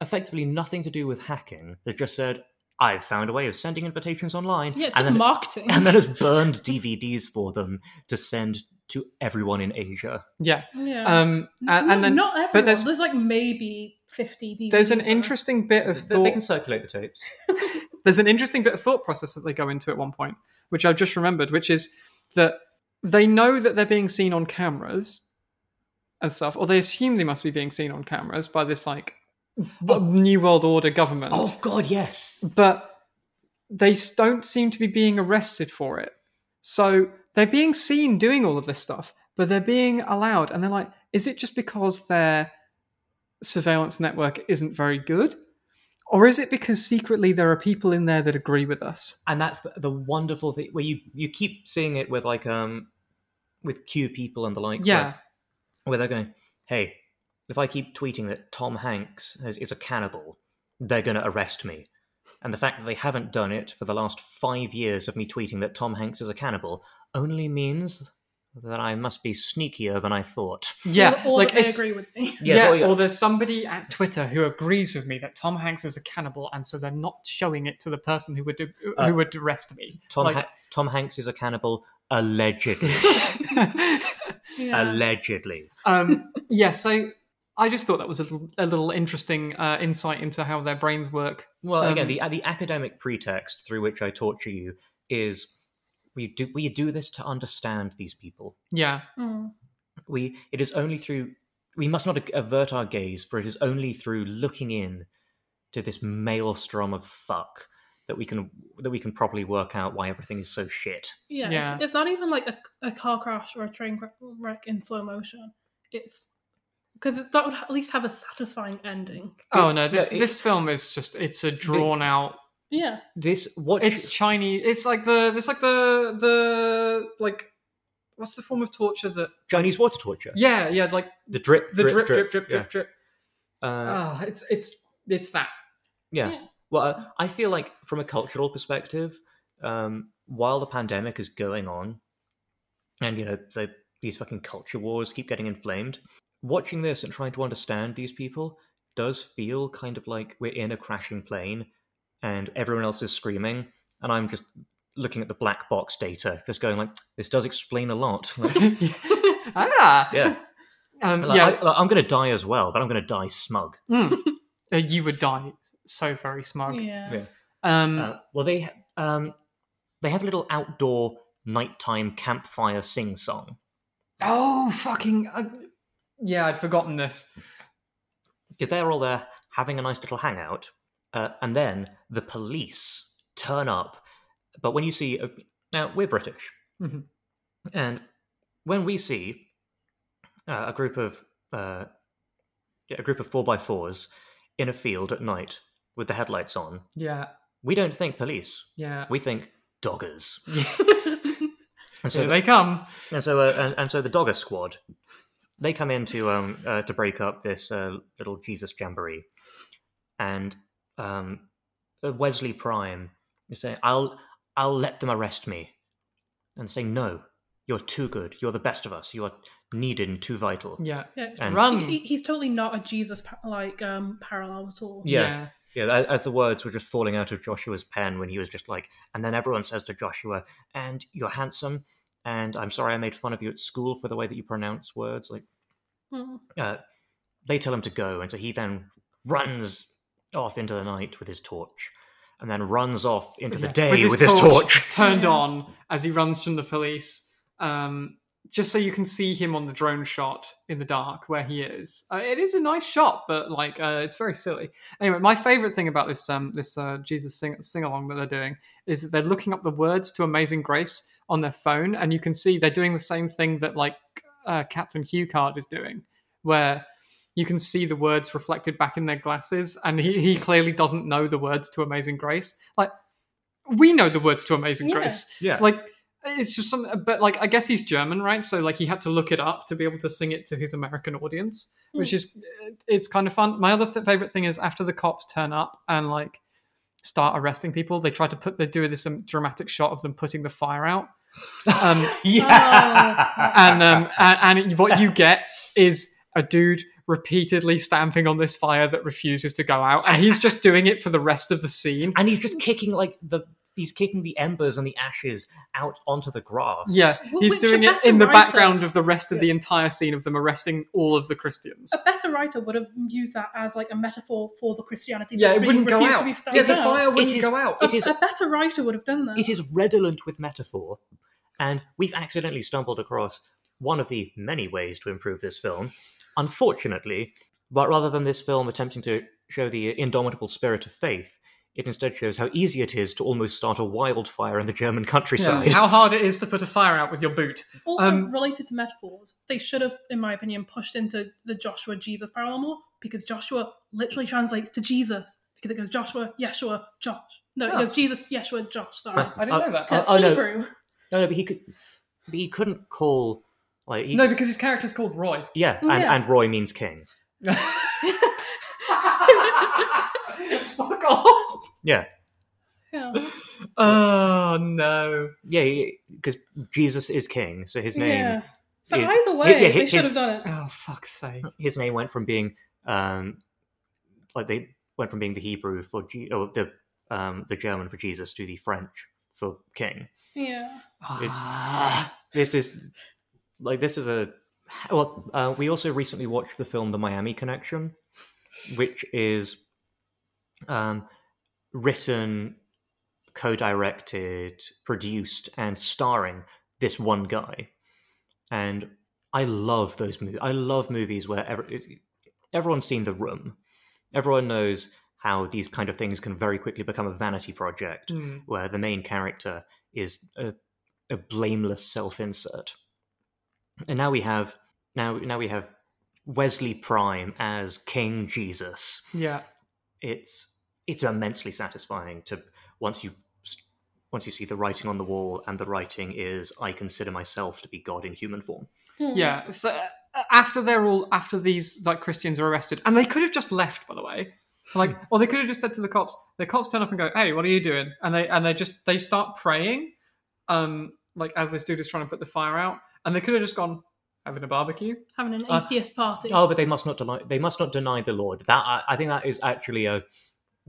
A: effectively nothing to do with hacking. They just said, I've found a way of sending invitations online,
C: yeah, it's
A: and
C: just
A: then
C: marketing.
A: and then has burned DVDs for them to send to everyone in Asia.
B: yeah.
C: Yeah.
B: Um, a- and,
C: No,
B: then
C: not everyone.
B: but
C: there's,
B: there's-
C: like maybe 50 DVDs.
B: there's an
C: in it.
B: interesting bit of
A: They, they
B: thought.
A: can circulate the tapes.
B: there's an interesting bit of thought process that they go into at one point, which I've just remembered, which is that they know that they're being seen on cameras as stuff, or they assume they must be being seen on cameras by this like
A: Oh.
B: New World Order government,
A: Oh God, yes.
B: but they s- don't seem to be being arrested for it. So they're being seen doing all of this stuff, but they're being allowed, and they're like, is it just because their surveillance network isn't very good? Or is it because secretly there are people in there that agree with us?
A: and that's the, the wonderful thing where you you keep seeing it with like um with Q people and the like. where-
B: Yeah,
A: where, they're going, hey, if I keep tweeting that Tom Hanks has, is a cannibal, they're going to arrest me. And the fact that they haven't done it for the last five years of me tweeting that Tom Hanks is a cannibal only means that I must be sneakier than I thought.
B: yeah.
C: Or, or
B: like
C: that they
B: it's
C: agree with me.
A: oh, Yeah,
B: yeah,
A: so-
B: Or there's somebody at Twitter who agrees with me that Tom Hanks is a cannibal, and so they're not showing it to the person who would do, who
A: Uh,
B: would arrest me.
A: Tom
B: Like-
A: ha- Tom Hanks is a cannibal allegedly.
C: Yeah.
A: Allegedly.
B: um, yeah. So I just thought that was a, little- a little interesting uh, insight into how their brains work.
A: Well, again,
B: Um,
A: the the academic pretext through which I torture you is we do we do this to understand these people.
B: Yeah,
C: Mm.
A: We it is only through we must not avert our gaze, for it is only through looking in to this maelstrom of fuck that we can that we can properly work out why everything is so shit.
C: Yeah, it's-
B: Yeah.
C: It's, not even like a, a car crash or a train cra- wreck in slow motion. It's because that would at least have a satisfying ending.
B: Oh no, this
A: yeah, it-
B: this film is just it's a drawn out.
C: Yeah,
A: This what
B: It's Chinese. It's like the it's like the the like what's the form of torture that?
A: Chinese water torture.
B: Yeah, yeah, like
A: The drip,
B: the drip, drip, drip, drip,
A: yeah.
B: drip.
A: Uh,
B: Ah, it's it's it's that.
A: Yeah.
C: Yeah.
A: Well, uh, I feel like from a cultural perspective, um, while the pandemic is going on, and you know the, these fucking culture wars keep getting inflamed, watching this and trying to understand these people does feel kind of like we're in a crashing plane, and everyone else is screaming, and I'm just looking at the black box data, just going like, "This does explain a lot." Like,
B: ah,
A: yeah,
B: um,
A: like,
B: yeah.
A: I, am going to die as well, but I'm going to die smug.
B: mm. Uh, you would die so very smug.
C: yeah.
A: Yeah.
B: Um,
A: Uh, well, they ha- um, they have a little outdoor nighttime campfire sing song.
B: oh fucking uh, yeah, I'd forgotten this.
A: because they're all there having a nice little hangout, uh, and then the police turn up. But when you see, uh, now we're British,
B: Mhm.
A: and when we see uh, a group of uh, yeah, a group of four by fours in a field at night with the headlights on,
B: Yeah,
A: we don't think police.
B: yeah.
A: We think doggers. And so
B: Here they come.
A: and so, uh, and, and so the Dogger Squad, they come in to um uh, to break up this uh, little Jesus jamboree, and um, uh, Wesley Prime is saying, "I'll I'll let them arrest me," and saying, "No, you're too good. You're the best of us. You are needed and too vital."
B: Yeah,
C: Yeah.
A: And-
B: Run.
C: He, he's totally not a Jesus pa- like um parallel at all.
A: Yeah. Yeah, a- as the words were just falling out of Joshua's pen when he was just like, and then everyone says to Joshua, and you're handsome, and I'm sorry I made fun of you at school for the way that you pronounce words. Like,
C: Mm.
A: uh, they tell him to go, and so he then runs off into the night with his torch, and then runs off into the
B: Yeah.
A: day with, his torch.
B: turned on as he runs from the police. Um, just so you can see him on the drone shot in the dark where he is. Uh, it is a nice shot, but like uh, it's very silly. Anyway, my favorite thing about this um, this uh, Jesus sing sing along that they're doing is that they're looking up the words to Amazing Grace on their phone, and you can see they're doing the same thing that like uh, Captain Hugh Card is doing, where you can see the words reflected back in their glasses, and he, he clearly doesn't know the words to Amazing Grace. Like we know the words to Amazing
C: Yeah.
B: Grace.
A: Yeah.
B: Like it's just some, but like I guess he's German, right? So like he had to look it up to be able to sing it to his American audience, which
C: Mm.
B: is it's kind of fun. My other th- favorite thing is after the cops turn up and like start arresting people, they try to put they do this um, dramatic shot of them putting the fire out. Um,
C: Yeah.
B: and um and, and what you get is a dude repeatedly stamping on this fire that refuses to go out and he's just doing it for the rest of the scene
A: and he's just kicking like the he's kicking the embers and the ashes out onto the grass.
B: Yeah,
C: Wh-
B: he's
C: which
B: doing
C: a
B: it
C: better
B: in the
C: writer-
B: background of the rest of the entire scene of them arresting all of the Christians.
C: A better writer would have used that as like a metaphor for the Christianity
B: Yeah,
C: that's
B: it
C: being
B: wouldn't go
C: refused
B: out.
C: to be
B: Yeah,
C: stamped
D: Yeah, the
C: out.
D: fire wouldn't
A: is-
D: go out.
C: A,
A: It is-
C: a better writer would have done that.
A: It is redolent with metaphor, and we've accidentally stumbled across one of the many ways to improve this film. Unfortunately, but rather than this film attempting to show the indomitable spirit of faith, it instead shows how easy it is to almost start a wildfire in the German countryside.
B: How hard it is to put a fire out with your boot.
C: Also,
B: Um,
C: related to metaphors, they should have, in my opinion, pushed into the Joshua Jesus parallel more because Joshua literally translates to Jesus because it goes Joshua, Yeshua, Josh. No,
B: Oh.
C: it goes Jesus, Yeshua, Josh. Sorry.
B: I didn't
A: Uh,
B: know that.
A: uh,
C: That's
A: oh, no.
C: Hebrew.
A: No, no, but he could, but he couldn't call like he,
B: no, because his character's called Roy.
A: yeah, and,
C: Yeah.
A: and Roy means king.
B: Fuck off!
A: Yeah,
C: Yeah.
B: Oh no!
A: yeah, because Jesus is king, so his name
C: yeah. So
A: is-
C: either way,
A: yeah,
C: they
A: his-
C: should have done it.
B: Oh fuck's sake!
A: his name went from being um like they went from being the Hebrew for G- or the um the German for Jesus to the French for king.
C: Yeah.
B: Ah.
A: This is like this is a well. Uh, we also recently watched the film The Miami Connection, which is um written, co-directed, produced, and starring this one guy, and I love those movies. I love movies where every, everyone's seen The Room. Everyone knows how these kind of things can very quickly become a vanity project,
B: Hmm.
A: where the main character is a, a blameless self-insert. And now we have now now we have Wesley Prime as King Jesus.
B: Yeah.
A: It's it's immensely satisfying to once you once you see the writing on the wall and the writing is I consider myself to be God in human form.
C: Hmm.
B: Yeah. So uh, after they're all after these like Christians are arrested, and they could have just left, by the way. Like, or they could have just said to the cops. The cops turn up and go, "Hey, what are you doing?" And they and they just they start praying, um, like as this dude is trying to put the fire out, and they could have just gone having a barbecue.
C: Having an
A: Uh,
C: atheist party.
A: Oh, but they must not deny. They must not deny the Lord. That I, I think that is actually a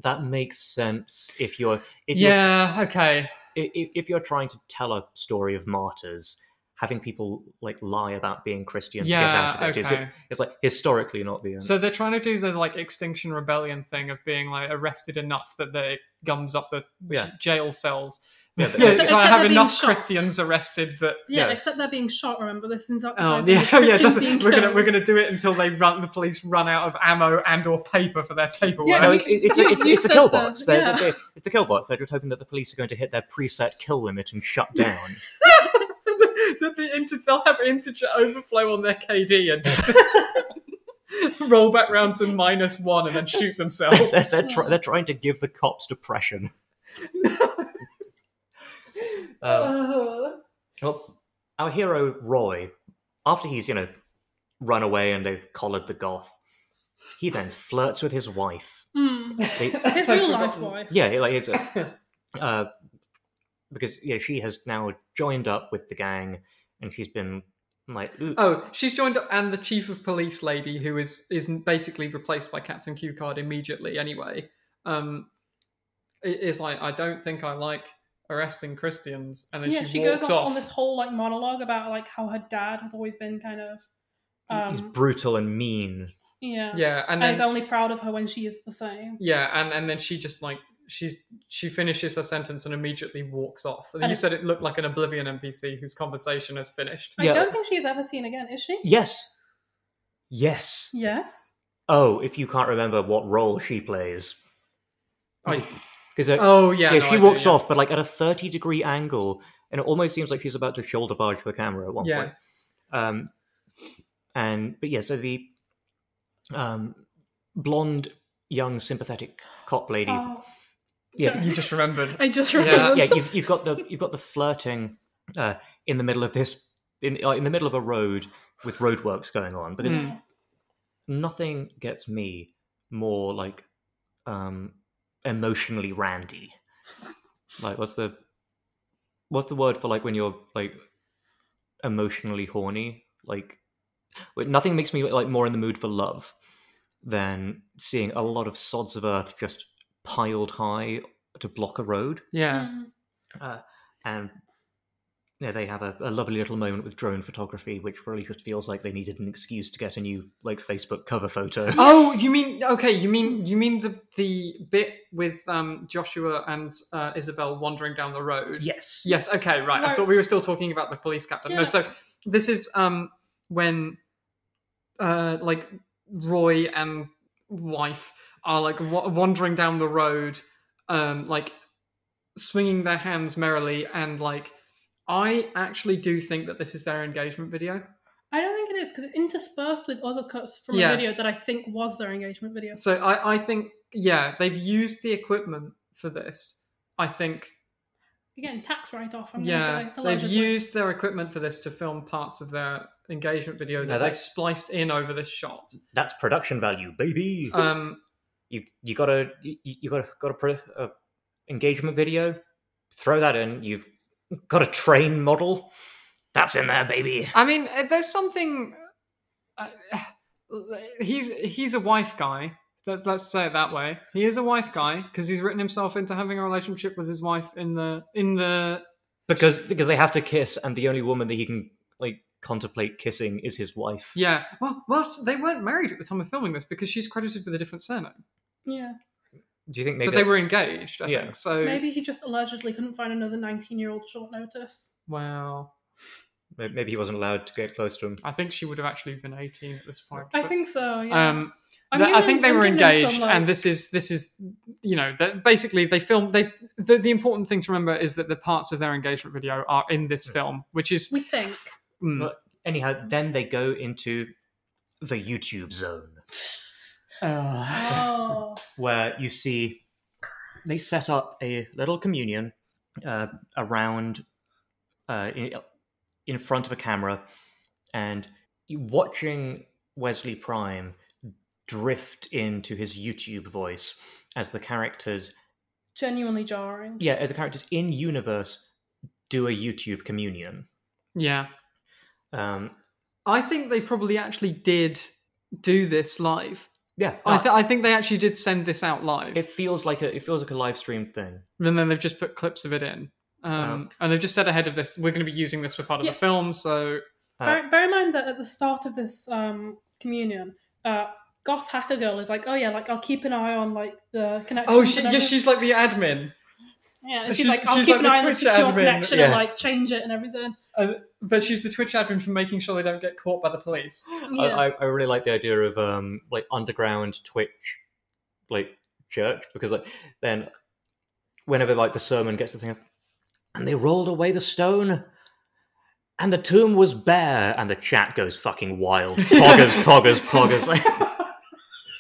A: that makes sense if you're if you're
B: yeah. Okay.
A: i- i- if you're trying to tell a story of martyrs, having people like lie about being Christian to get out
B: Yeah.
A: of it is
B: okay.
A: it's like historically not the end.
B: So they're trying to do the like extinction rebellion thing of being like arrested enough that they gums up the j-
A: Yeah.
B: jail cells.
A: Yeah,
B: Yeah,
A: but-
B: trying
A: Except-
B: to
C: except
B: have
C: they're being
B: enough
C: shot.
B: Christians arrested that.
C: yeah,
A: yeah.
C: except they're being shot, remember? This is
B: Oh yeah, oh, yeah. it Doesn't, we're gonna we're gonna do it until they run the police run out of ammo and or paper for their paperwork.
A: no,
C: you-
A: it's, it's, it's, it's,
C: you
A: it's the
C: said
A: kill
C: that,
A: bots. They're,
C: yeah.
A: they're- it's the kill bots. They're just hoping that the police are going to hit their preset kill limit and shut down.
B: that the inter- they'll have integer overflow on their KD and roll back round to minus one and then shoot themselves.
A: they're, they're, try- they're trying to give the cops depression.
B: Uh,
A: Um, Well, our hero Roy, after he's you know run away and they've collared the goth, he then flirts with his wife.
C: Mm.
A: They,
C: His real life wife.
A: yeah, like it's a, uh, because yeah, she has now joined up with the gang, and she's been like, ooh,
B: Oh, she's joined up, and the chief of police lady, who is is basically replaced by Captain Q Card immediately. Anyway, um, i- is like I don't think I like arresting Christians, and then
C: yeah,
B: she,
C: she
B: walks
C: goes off,
B: off.
C: on this whole like monologue about like how her dad has always been kind of
A: he's
C: um
A: brutal and mean.
C: yeah.
B: yeah, and
C: And
B: then
C: is only proud of her when she is the same.
B: yeah, and and then she just like she's she finishes her sentence and immediately walks off. And,
C: And
B: you
C: it-
B: said it looked like an Oblivion NPC whose conversation has finished.
A: Yeah.
C: I don't think she's ever seen again, is she?
A: Yes, yes.
C: Yes.
A: Oh, if you can't remember what role she plays,
B: I-
A: because
B: oh yeah,
A: yeah,
B: no,
A: she
B: I do,
A: walks
B: yeah.
A: off, but like at a thirty degree angle, and it almost seems like she's about to shoulder barge the camera at one
B: Yeah.
A: point. Um, and but yeah, so the um, blonde, young, sympathetic cop lady.
C: Oh,
A: yeah,
B: You just remembered.
C: I just
B: Yeah,
C: remembered.
A: yeah, you've, you've got the you've got the flirting uh, in the middle of this in like, in the middle of a road with roadworks going on, but it's,
B: Mm.
A: nothing gets me more like um emotionally randy like what's the what's the word for like when you're like emotionally horny like wait, nothing makes me like more in the mood for love than seeing a lot of sods of earth just piled high to block a road
B: Yeah.
C: Mm.
A: Uh, and yeah, they have a, a lovely little moment with drone photography, which really just feels like they needed an excuse to get a new like Facebook cover photo.
B: Oh, you mean okay? You mean you mean the the bit with um, Joshua and uh, Isabel wandering down the road?
A: Yes.
B: Yes. Okay. Right. I
C: No,
B: thought we were still talking about the police captain. No.
C: Yeah.
B: So this is um when uh like Roy and wife are like wa- wandering down the road, um like swinging their hands merrily and like. I actually do think that this is their engagement video.
C: I don't think it is because it's interspersed with other cuts from
B: Yeah.
C: a video that I think was their engagement video.
B: So I, I think, yeah, they've used the equipment for this. I think,
C: Again, tax write off. I'm
B: yeah,
C: going to say
B: they've
C: allegedly.
B: used their equipment for this to film parts of their engagement video that
A: No,
B: they've
A: that's-
B: spliced in over this shot.
A: That's production value, baby.
B: Um,
A: you you got a you, you got a, got a, pro, a engagement video. Throw that in. You've got a train model. That's in there, baby.
B: I mean, uh, there's something. Uh, he's he's a wife guy. Let, let's say it that way. He is a wife guy because he's written himself into having a relationship with his wife in the in the
A: Because because they have to kiss, and the only woman that he can like contemplate kissing is his wife.
B: yeah. Well, well, they weren't married at the time of filming this because she's credited with a different surname.
C: Yeah.
A: Do you think maybe
B: but they were engaged, I
A: Yeah.
B: think. So
C: Maybe he just allegedly couldn't find another 19 year old short notice.
B: wow,
A: that- maybe he wasn't allowed to get close to him?
B: I think she would have actually been eighteen at this point.
C: I
B: but-
C: think so. Yeah.
B: Um,
C: I'm
B: th- I
C: giving
B: think
C: him-
B: they
C: I'm
B: were
C: giving him some,
B: engaged,
C: like-
B: and this is this is you know that basically they filmed they the, the important thing to remember is that the parts of their engagement video are in this film, which is
C: we think.
B: mm,
A: Well, Anyhow, then they go into the YouTube zone
B: uh,
C: Oh,
A: where you see they set up a little communion uh, around uh, in, in front of a camera and watching Wesley Prime drift into his YouTube voice as the characters
C: genuinely jarring.
A: yeah as the characters in universe do a YouTube communion
B: yeah.
A: um
B: I think they probably actually did do this live.
A: yeah
B: I, th- I think they actually did send this out live,
A: it feels like a it feels like a live stream thing
B: and then they've just put clips of it in. Um, and they've just said ahead of this, we're going to be using this for part of
C: Yeah.
B: the film, so
A: Uh,
C: bear, bear in mind that at the start of this um, communion, uh, goth hacker girl is like, "Oh yeah, like I'll keep an eye on like the connection."
B: Oh, she, yeah, she's like the admin.
C: yeah. And she's,
B: she's-
C: like, "I'll
B: she's
C: keep
B: like the
C: an eye on the
B: Twitch
C: secure
B: admin,
C: connection and
A: yeah.
C: like change it and everything."
B: Uh, but she's the Twitch admin for making sure they don't get caught by the police.
C: Yeah.
A: I, I, I really like the idea of um like underground Twitch like church because like then whenever like the sermon gets to the thing of, and they rolled away the stone and the tomb was bare and the chat goes fucking wild poggers poggers poggers like,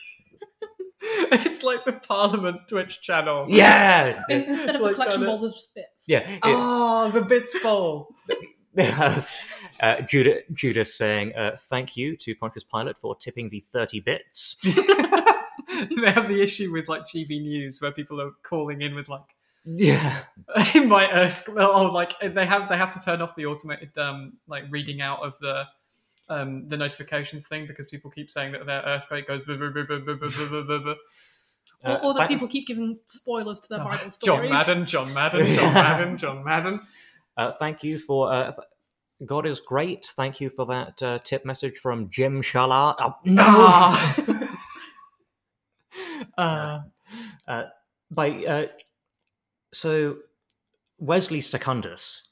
B: it's like the Parliament Twitch channel.
A: yeah
C: In- instead of
B: Like, uh,
C: the collection
B: kinda-
C: bowl, there's just bits.
A: yeah it-
B: Oh, the bits bowl.
A: they
C: Oh.
A: have uh, Judah, Judas saying uh, thank you to Pontius Pilate for tipping the 30 bits
B: they have the issue with like GB News where people are calling in with like
A: yeah
B: my earth oh like they have they have to turn off the automated um like reading out of the um the notifications thing because people keep saying that their earthquake goes boo boo boo boo boo boo boo boo boo
C: Or,
A: Uh,
C: or that
A: thank-
C: people keep giving spoilers to their Bible
B: Oh, John
C: stories.
B: Madden, John Madden, John Madden, John Madden.
A: Uh, thank you for uh, th- God is great. Tthank you for that uh, tip message from Jim Shala. Oh, no,
B: Ah. uh,
A: by uh, so Wesley Secundus,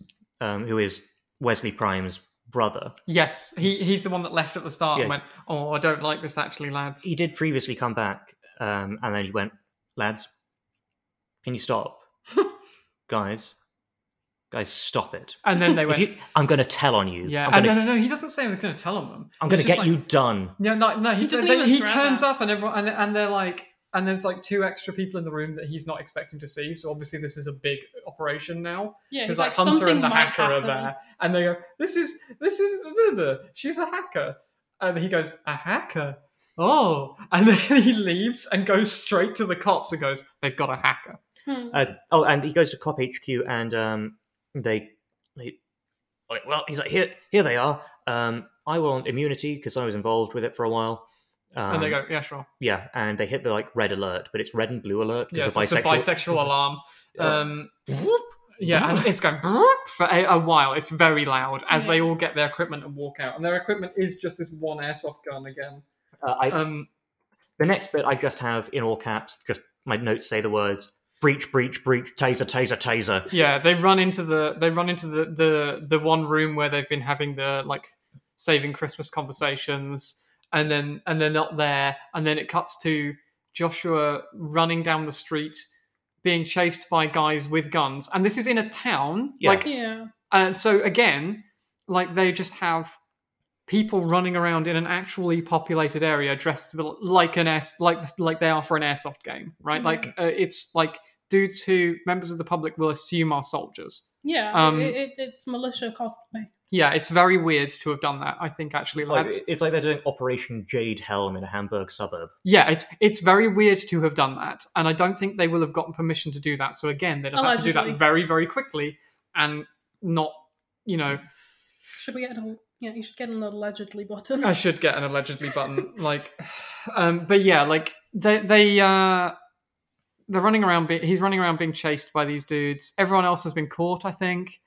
A: um, who is Wesley Prime's brother,
B: yes, he, he's the one that left at the start and
A: Yeah.
B: went, Oh, I don't like this actually, lads.
A: he did previously come back, um, and then he went, lads, can you stop, guys, guys, stop it.
B: And then they
A: If
B: went,
A: you- I'm going to tell on you.
B: Yeah,
A: I'm
B: and
A: gonna,
B: no, no, no, he doesn't say anything to tell on them.
A: I'm gonna
B: He's just
A: get
B: like-
A: you done.
B: No, no, no. He,
C: He doesn't
B: they-
C: even
B: he
C: threaten
B: turns
C: her.
B: up and everyone and, and they're like and there's like two extra people in the room that he's not expecting to see. So obviously this is a big operation now.
C: Yeah,
B: Because
C: he's
B: like,
C: like,
B: Hunter
C: something
B: and the
C: might
B: hacker
C: happen.
B: are there, and they go, "This is this is blah, blah, blah. she's a hacker," and he goes, "A hacker." Oh, and then he leaves and goes straight to the cops and goes, "They've got a hacker."
C: Hmm.
A: Uh, oh, and he goes to Cop HQ, and um, they, they, like, well, he's like, here, here they are. Um, I want immunity because I was involved with it for a while. Um,
B: and they go, "Yeah, sure."
A: yeah, and they hit the like red alert, but it's red and blue alert
B: Yeah,
A: because
B: so it's a
A: the bisexual.
B: bisexual alarm.
A: Yeah.
B: Um,
A: Whoop.
B: Yeah, and it's going for a, a while. It's very loud as they all get their equipment and walk out. And their equipment is just this one airsoft gun again.
A: Uh, I,
B: Um,
A: the next bit I just have in all caps, just my notes say the words breach, breach, breach, taser, taser, taser.
B: yeah, they run into the they run into the the the one room where they've been having the like saving Christmas conversations, and then and they're not there, and then it cuts to Joshua running down the street, being chased by guys with guns, and this is in a town.
A: Yeah.
B: Like
C: Yeah.
B: And so again, like they just have people running around in an actually populated area dressed like an air, like like they are for an airsoft game, right?
C: Mhm.
B: Like uh, it's like dudes who members of the public will assume are soldiers.
C: Yeah.
B: Um,
C: it, it, it's militia cosplay.
B: Yeah, it's very weird to have done that. I think actually,
A: Like,
B: that's,
A: it's like they're doing Operation Jade Helm in a Hamburg suburb.
B: yeah, it's it's very weird to have done that, and I don't think they will have gotten permission to do that. So again, they'd have had to do that
C: Allegedly.
B: very very quickly and not, you know,
C: Should we get a yeah, you should get an allegedly button.
B: I should get an allegedly button. like, um, but yeah, like they they uh, they're running around. Be- he's running around being chased by these dudes. Everyone else has been caught, I think.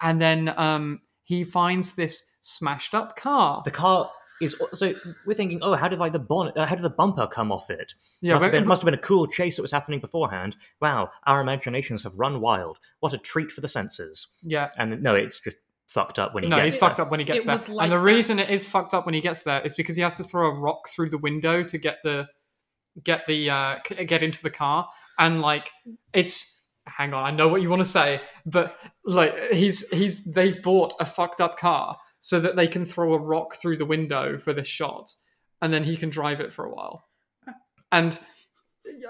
B: And then um, he finds this smashed up car.
A: The car is so we're thinking, oh, how did like the bonnet, uh, how did the bumper come off it?
B: yeah,
A: must, have
B: but-
A: been, must have been a cool chase that was happening beforehand. Wow, our imaginations have run wild. What a treat for the senses.
B: yeah.
A: And no, it's just fucked up when he
B: No,
A: gets
B: he's fucked up when he gets
C: It
B: there.
C: was like
B: and the
C: that.
B: reason it is fucked up when he gets there is because he has to throw a rock through the window to get the get the uh, c- get into the car. And like, it's hang on, I know what you want to say, but like, he's he's they've bought a fucked up car so that they can throw a rock through the window for this shot, and then he can drive it for a while. And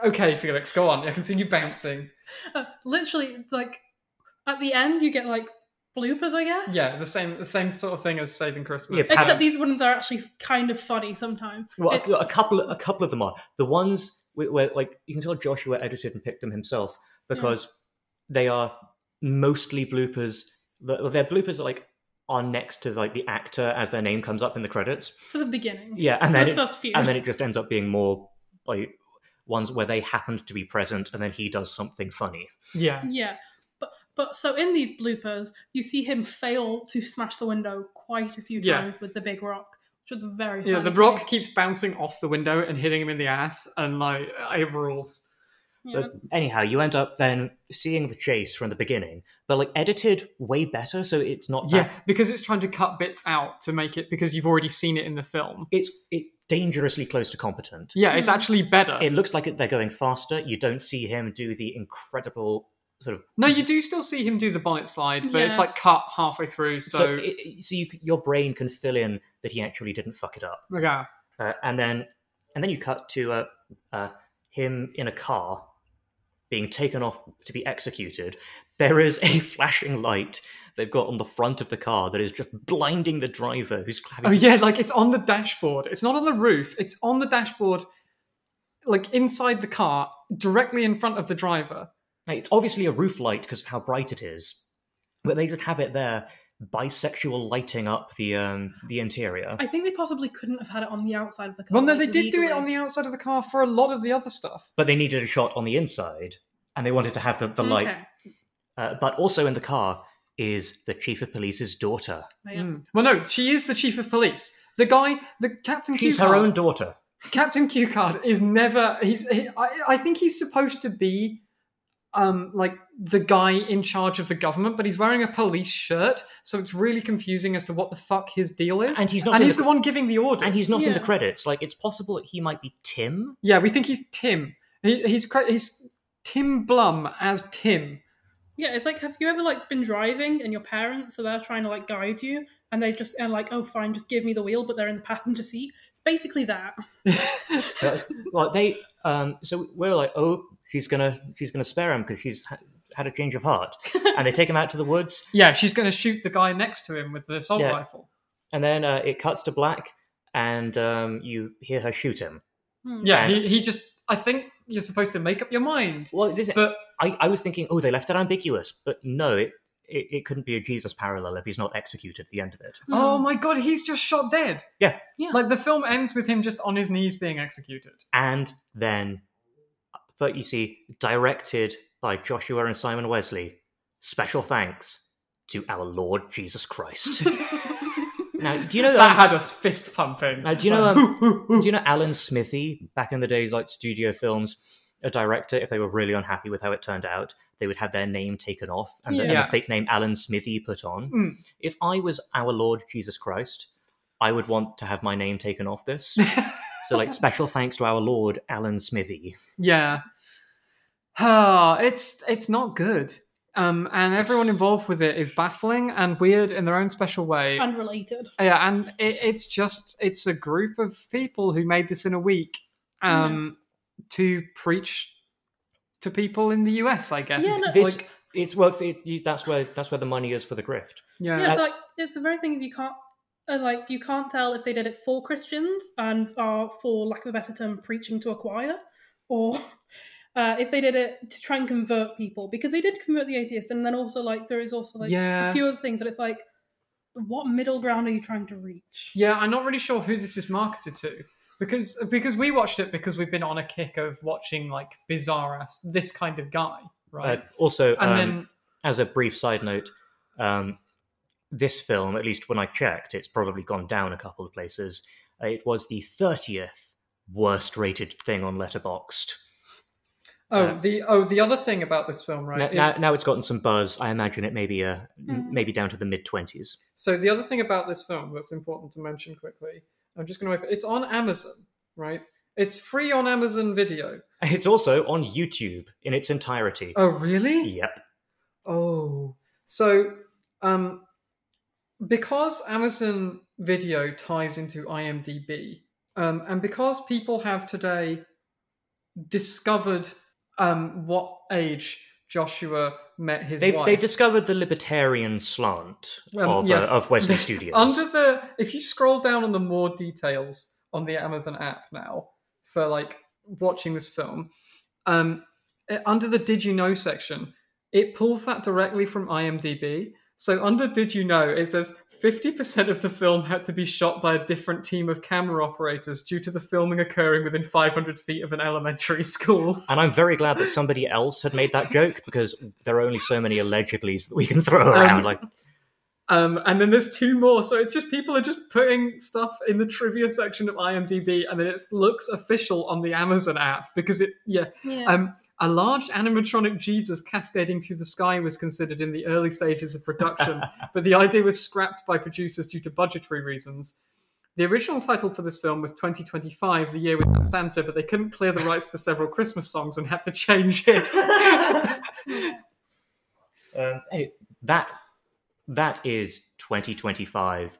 B: okay, Felix, go on. I can see you bouncing.
C: Uh, literally, it's like at the end you get like bloopers, I guess.
B: Yeah, the same the same sort of thing as Saving Christmas.
A: Yeah,
C: Except
A: Adam-
C: these ones are actually kind of funny sometimes.
A: Well,
C: It-
A: a, a couple, a couple of them are the ones where, where, like, you can tell Joshua edited and picked them himself
B: Hmm.
A: because they are mostly bloopers. The- Their bloopers are like are next to like the actor as their name comes up in the credits.
C: for the beginning.
A: Yeah, and
C: For
A: then
C: the
A: it,
C: first few.
A: and then it just ends up being more like ones where they happened to be present, and then he does something funny.
B: yeah.
C: yeah. But but so in these bloopers, you see him fail to smash the window quite a few
B: Yeah.
C: times with the big rock, which was very
B: Yeah, the
C: funny to
B: rock
C: me.
B: keeps bouncing off the window and hitting him in the ass, and like it rules.
C: Yeah.
A: But anyhow, you end up then seeing the chase from the beginning, but like edited way better, so it's not.
B: Yeah,
A: that,
B: because it's trying to cut bits out to make it because you've already seen it in the film.
A: it's it's dangerously close to competent.
B: Yeah, it's
C: Mhm.
B: actually better.
A: It looks like it- they're going faster. You don't see him do the incredible sort of.
B: no, you do still see him do the bonnet slide, but it's
C: Yeah.
B: like cut halfway through.
A: So,
B: So,
A: it- it- so you, c- your brain can fill in that he actually didn't fuck it up,
B: yeah,
A: uh, and then and then you cut to uh, uh, him in a car being taken off to be executed. There is a flashing light they've got on the front of the car that is just blinding the driver who's
B: oh
A: having to
B: yeah, like it's on the dashboard. It's not on the roof. It's on the dashboard, like inside the car, directly in front of the driver.
A: Like, It's obviously a roof light because of how bright it is, but they just have it there, bisexual lighting up the um, the interior.
C: I think they possibly couldn't have had it on the outside of the car.
B: Well, no,
C: like,
B: they did do it on
C: legally.
B: the outside of the car for a lot of the other stuff.
A: but they needed a shot on the inside, and they wanted to have the, the light.
C: Okay.
A: Uh, but also in the car is the chief of police's daughter.
C: Yeah.
B: Mm. Well, no, she is the chief of police. The guy, the captain.
A: She's
B: Q-card-
A: her own daughter.
B: Captain Q card is never. He's. He, I, I think he's supposed to be, um, like the guy in charge of the government, but he's wearing a police shirt, so it's really confusing as to what the fuck his deal is.
A: And he's not
B: And
A: in
B: he's
A: the-
B: the, one giving the orders.
A: And he's not in the
C: Yeah.
A: credits. Like, it's possible that he might be Tim.
B: Yeah, we think he's Tim. He, he's cra- he's Tim Blum as Tim.
C: Yeah, it's like have you ever like been driving and your parents are there trying to like guide you and they just are like, oh fine, just give me the wheel, but they're in the passenger seat. It's basically that.
A: Uh, well, they. Um, so we're like, oh, she's gonna, she's gonna spare him because she's ha- had a change of heart, and they take him out to the woods,
B: yeah, she's going to shoot the guy next to him with the assault
A: Yeah.
B: rifle.
A: and then uh, it cuts to black, and um, you hear her shoot him.
C: Hmm.
B: Yeah, he, he just. I think you're supposed to make up your mind.
A: Well, this,
B: But-
A: I, I was thinking, oh, they left it ambiguous, but no, it, it, it couldn't be a Jesus parallel if he's not executed at the end of it.
C: Hmm.
B: Oh my god, he's just shot dead.
A: Yeah.
C: Yeah.
B: Like the film ends with him just on his knees being executed.
A: And uh, then, but you see, directed by Joshua and Simon Wesley, Special thanks to our Lord Jesus Christ. now, do you know
B: That
A: um,
B: had us fist pumping.
A: Now, do you know,
B: Like,
A: um,
B: "Hoo, hoo, hoo."
A: do you know Alan Smithy back in the days, like studio films? A director, if they were really unhappy with how it turned out, they would have their name taken off and, the, and the
B: Yeah.
A: fake name Alan Smithy put on.
B: Mm.
A: If I was our Lord Jesus Christ, I would want to have my name taken off this. so, like, special thanks to our Lord Alan Smithy.
B: Yeah. Ah, it's it's not good. Um, and everyone involved with it is baffling and weird in their own special way.
C: Unrelated.
B: yeah, and it, it's just it's a group of people who made this in a week um, to preach to people in the US, I guess.
C: Yeah, no-
A: This,
B: like,
A: it's well, it, you, that's where that's where the money is for the grift.
B: yeah,
C: Yeah,
A: I-
C: it's like it's the very thing if you can't uh, like you can't tell if they did it for Christians and are for lack of a better term preaching to a choir, or uh, if they did it to try and convert people because they did convert the atheist, and then also like there is also like
B: Yeah.
C: a few other things that it's like, what middle ground are you trying to reach?
B: yeah. I'm not really sure who this is marketed to because because we watched it because we've been on a kick of watching like bizarre ass this kind of guy, right?
A: Uh, also,
B: and
A: um,
B: then
A: as a brief side note, um, this film, at least when I checked, it's probably gone down a couple of places. Uh, It was the thirtieth worst rated thing on Letterboxd.
B: Oh,
A: Uh,
B: the oh the other thing about this film, right?
A: now,
B: is,
A: now, now it's gotten some buzz. I imagine it may be uh,
C: Mm.
A: maybe down to the mid twenties.
B: So the other thing about this film that's important to mention quickly, I'm just going to open. It's on Amazon, right? It's free on Amazon Video.
A: It's also on YouTube in its entirety.
B: Oh, really?
A: Yep.
B: Oh, so um, because Amazon Video ties into IMDb, um, and because people have today discovered um what age Joshua met his
A: They've,
B: wife.
A: they've discovered the libertarian slant
B: Um,
A: of,
B: yes.
A: uh, of Wesley Studios.
B: Under the, if you scroll down on the more details on the Amazon app now for like watching this film, um, uh, under the Did You Know section, it pulls that directly from IMDb. So under Did You Know, it says 50% of the film had to be shot by a different team of camera operators due to the filming occurring within 500 feet of an elementary school.
A: and I'm very glad that somebody else had made that joke because there are only so many allegedlys that we can throw around. like
B: Um, and then there's two more. So it's just people are just putting stuff in the trivia section of IMDb, and then it looks official on the Amazon app because it, yeah.
C: Yeah,
B: Um, a large animatronic Jesus cascading through the sky was considered in the early stages of production, but the idea was scrapped by producers due to budgetary reasons. The original title for this film was 2025, the year without Santa, but they couldn't clear the rights to several Christmas songs and had to change it.
A: Um, anyway, that that is 2025.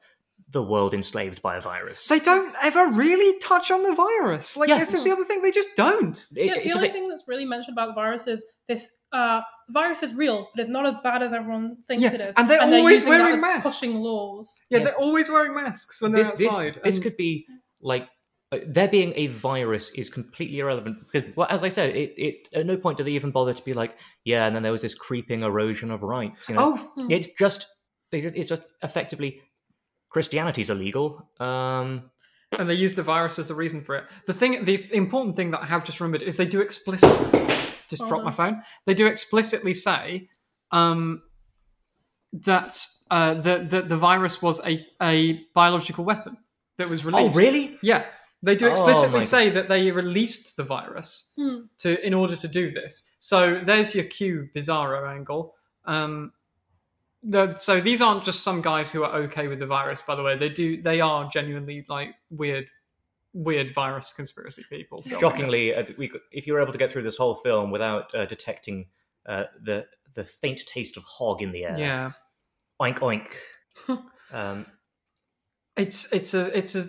A: The world enslaved by a virus.
B: They don't ever really touch on the virus. Like
A: Yeah.
B: this is the other thing; they just don't.
A: It-
C: yeah. The
A: it's a
C: only
A: bit-
C: thing that's really mentioned about the virus is this. Uh, the virus is real, but it's not as bad as everyone thinks
B: Yeah,
C: it is.
B: and they're always
C: using that
B: wearing
C: as
B: masks.
C: Pushing laws.
B: Yeah,
A: Yeah.
B: they're always wearing masks when they're
A: this, this-
B: outside.
A: this
B: and-
A: could be like uh, there being a virus is completely irrelevant because, well, as I said, it, it at no point do they even bother to be like, yeah, and then there was this creeping erosion of rights. You know,
B: oh,
A: it's just they ju- it's just effectively Christianity's illegal. Um,
B: and they use the virus as the reason for it. The thing, the important thing that I have just remembered is they do explicitly just
C: Hold
B: drop
C: on.
B: my phone. They do explicitly say um, that uh, the, the the virus was a a biological weapon that was
A: oh,
B: released.
A: really?
B: Yeah, they do
A: Oh,
B: explicitly
A: my-
B: say that they released the virus
C: Hmm.
B: to in order to do this. So there's your cue bizarro angle. Um, the, so these aren't just some guys who are okay with the virus. By the way, they do they are genuinely like weird, weird virus conspiracy people. filming this.
A: Shockingly, uh, we, could- if you were able to get through this whole film without uh, detecting uh, the the faint taste of hog in the air,
B: yeah.
A: oink oink. um,
B: It's it's a it's a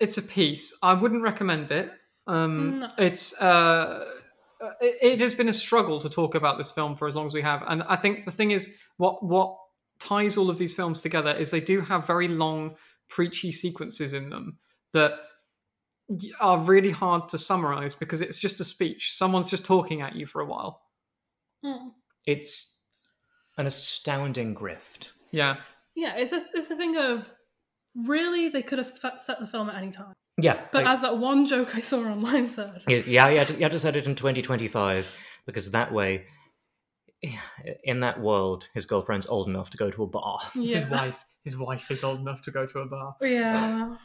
B: it's a piece. I wouldn't recommend it. Um,
C: No.
B: It's uh, it, it has been a struggle to talk about this film for as long as we have, and I think the thing is what what ties all of these films together is they do have very long preachy sequences in them that y- are really hard to summarize because it's just a speech. Someone's just talking at you for a while.
C: Hmm.
A: it's an astounding grift.
B: Yeah,
C: Yeah, it's a, it's a thing of really they could have f- set the film at any time.
A: Yeah,
C: But
A: like-
C: as that one joke I saw online said,
A: yes, yeah, yeah, yeah. Just had it in 2025 because that way in that world, his girlfriend's old enough to go to a bar.
B: It's
C: Yeah.
B: his wife. His wife is old enough to go to a bar.
C: Yeah.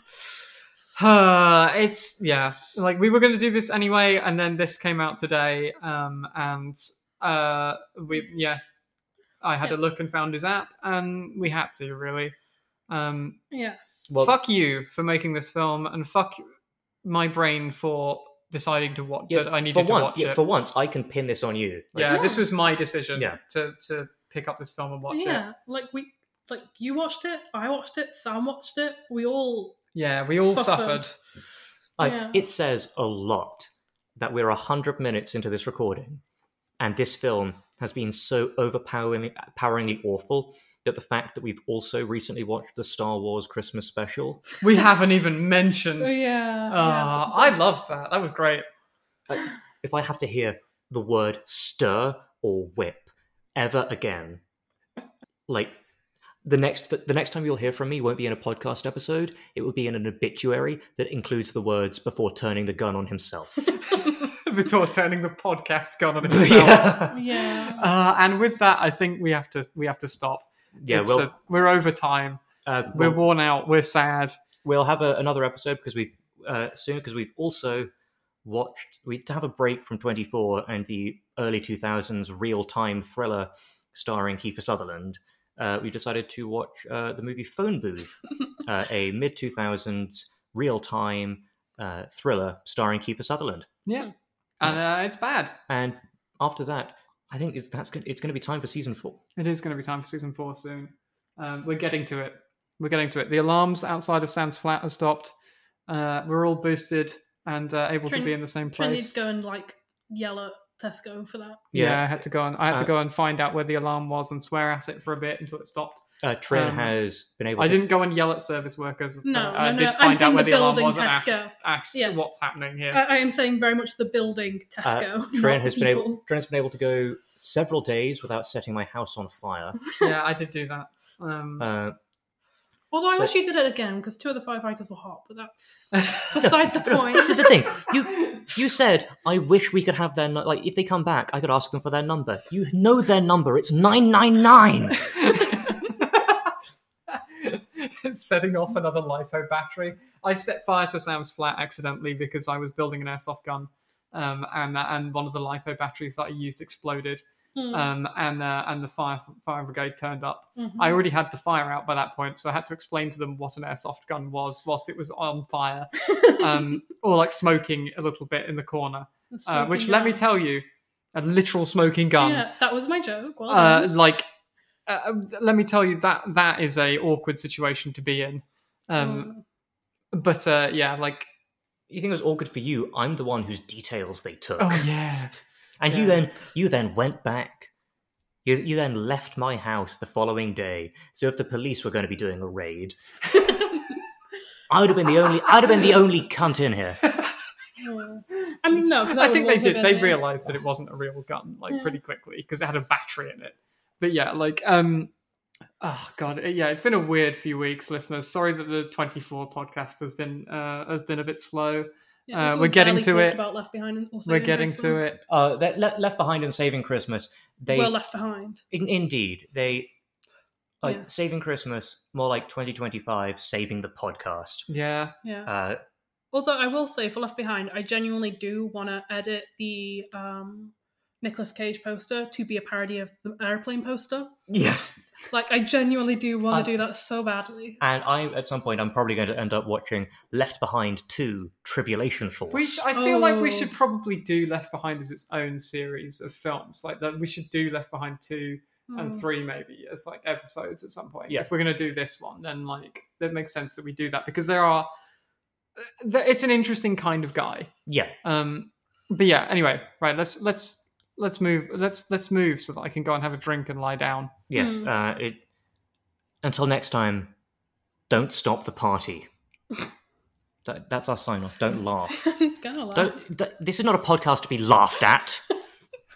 B: Uh, it's yeah. Like we were going to do this anyway, and then this came out today. Um, and uh, we yeah, I had a look and found his app, and we had to really. Um,
C: Yes.
A: Well-
B: fuck you for making this film, and fuck my brain for deciding to watch that I
A: for
B: needed to
A: one-
B: watch
A: yeah,
B: it.
A: For once, I can pin this on you. Like,
B: yeah,
C: Yeah.
B: this was my decision.
A: Yeah.
B: to to pick up this film and watch it.
C: yeah. Like we like you watched it, I watched it, Sam watched it, we all
B: Yeah, we all
C: Suffered.
B: suffered.
A: I,
C: Yeah.
A: It says a lot that we're 100 minutes into this recording, and this film has been so overpoweringly poweringly awful that the fact that we've also recently watched the Star Wars Christmas special,
B: We haven't even mentioned.
C: Oh yeah.
B: Uh,
C: yeah.
B: I loved that. That was great.
A: if I have to hear the word stir or whip ever again, like the next the next time you'll hear from me won't be in a podcast episode. It will be in an obituary that includes the words before turning the gun on himself.
B: Vitor turning the podcast gun on himself. Ah.
A: yeah,
C: yeah.
B: Uh, and with that, I think we have to we have to stop.
A: yeah.
B: It's
A: Well,
B: a- we're over time.
A: uh,
B: We're
A: we'll-
B: worn out. We're sad.
A: we'll have a, another episode because we uh, soon because we've also watched we have a break from 24 and the early 2000s real time thriller starring Kiefer Sutherland. Uh, we decided to watch uh, the movie Phone Booth, uh, a mid 2000s real time uh, thriller starring Kiefer Sutherland.
B: Yeah, and uh, it's bad.
A: And after that, I think it's that's gonna- it's going to be time for season four.
B: It is going to be time for season four soon. Um, we're getting to it. We're getting to it. The alarms outside of Sam's flat have stopped. Uh, we're all boosted and uh, able to
C: Trin-
B: be in the same
C: Trin needs
B: place.
C: to go and like yell at Tesco for that.
B: yeah.
A: Yeah.
B: I had to go and I had to
A: Uh,
B: go and find out where the alarm was and swear at it for a bit until it stopped.
A: Uh, Trin
B: Um,
A: has been able.
B: I
A: to,
B: didn't go and yell at service workers. but
C: No,
B: I
C: no,
B: did
C: no, I'm
B: find out
C: saying
B: where
C: the
B: the alarm
C: building
B: was and asked,
C: Tesco.
B: asked
C: Yeah. Uh,
B: what's happening here.
C: I, I am saying very much the building Tesco.
A: Trin
C: not
A: Uh, has
C: the
A: been
C: people.
A: able. Trin's been able to go several days without setting my house on fire.
B: yeah, I did do that. Um,
A: Uh,
C: Although I
A: So-
C: wish you did it again because two of the firefighters were hot, but that's beside the point.
A: This is the thing. You you said I wish we could have their nu- like if they come back, I could ask them for their number. You know their number. It's nine nine nine.
B: setting off another lipo battery. I set fire to Sam's flat accidentally because I was building an airsoft gun, um, and that, and one of the lipo batteries that I used exploded,
C: Hmm.
B: um, and uh, and the fire fire brigade turned up.
C: Mhm.
B: I already had the fire out by that point, so I had to explain to them what an airsoft gun was whilst it was on fire, um, or like smoking a little bit in the corner. Uh,
C: Smoking
B: which, let me
C: gun.
B: tell you, a literal smoking gun.
C: Yeah, that was my joke. Well
B: Uh,
C: done.
B: like, uh, um, let me tell you that that is a awkward situation to be in. Um,
C: Oh.
B: But uh, yeah, like,
A: You think it was awkward for you? I'm the one whose details they took,
B: oh yeah,
A: and
B: yeah.
A: you then you then went back. You, you then left my house the following day. So if the police were going to be doing a raid, I would have been the only I'd have been the only cunt in here.
C: Mm. I mean, no, because
B: I think they did. They realised that it wasn't a real gun like
C: Yeah.
B: pretty quickly because it had a battery in it. But yeah, like, um, oh god, yeah, it's been a weird few weeks, listeners. Sorry that the twenty four podcast has been uh, has been a bit slow. Uh, we're getting to it.
C: About left behind. And also
B: We're getting to it.
A: Uh, that Le- left behind and saving Christmas. They
C: We're left behind.
A: In, indeed, they like
C: Yeah.
A: saving Christmas, more like 2025, saving the
B: Mm.
A: podcast.
B: Yeah,
C: Yeah.
A: Uh,
C: Although I will say, for left behind, I genuinely do want to edit the um, Nicolas Cage poster to be a parody of the airplane poster.
A: yeah,
C: Like, I genuinely do want
A: Uh,
C: to do that so badly.
A: and I at some point I'm probably going to end up watching Left Behind Two: Tribulation Force.
B: we. Sh- I feel like we
C: Oh.
B: should probably do Left Behind as its own series of films. Like that, we should do Left Behind two. and
C: Mm.
B: three maybe as like episodes at some point.
A: Yeah.
B: If we're gonna do this one, then like that makes sense that we do that because there are uh, th- it's an interesting kind of guy.
A: yeah,
B: Um but yeah, anyway, right, let's let's let's move let's let's move so that I can go and have a drink and lie down.
A: yes.
C: Hmm.
A: Uh, it. Until next time, don't stop the party. that, that's our sign off. Don't laugh.
C: Gonna laugh.
A: Don't, d- this is not a podcast to be laughed at.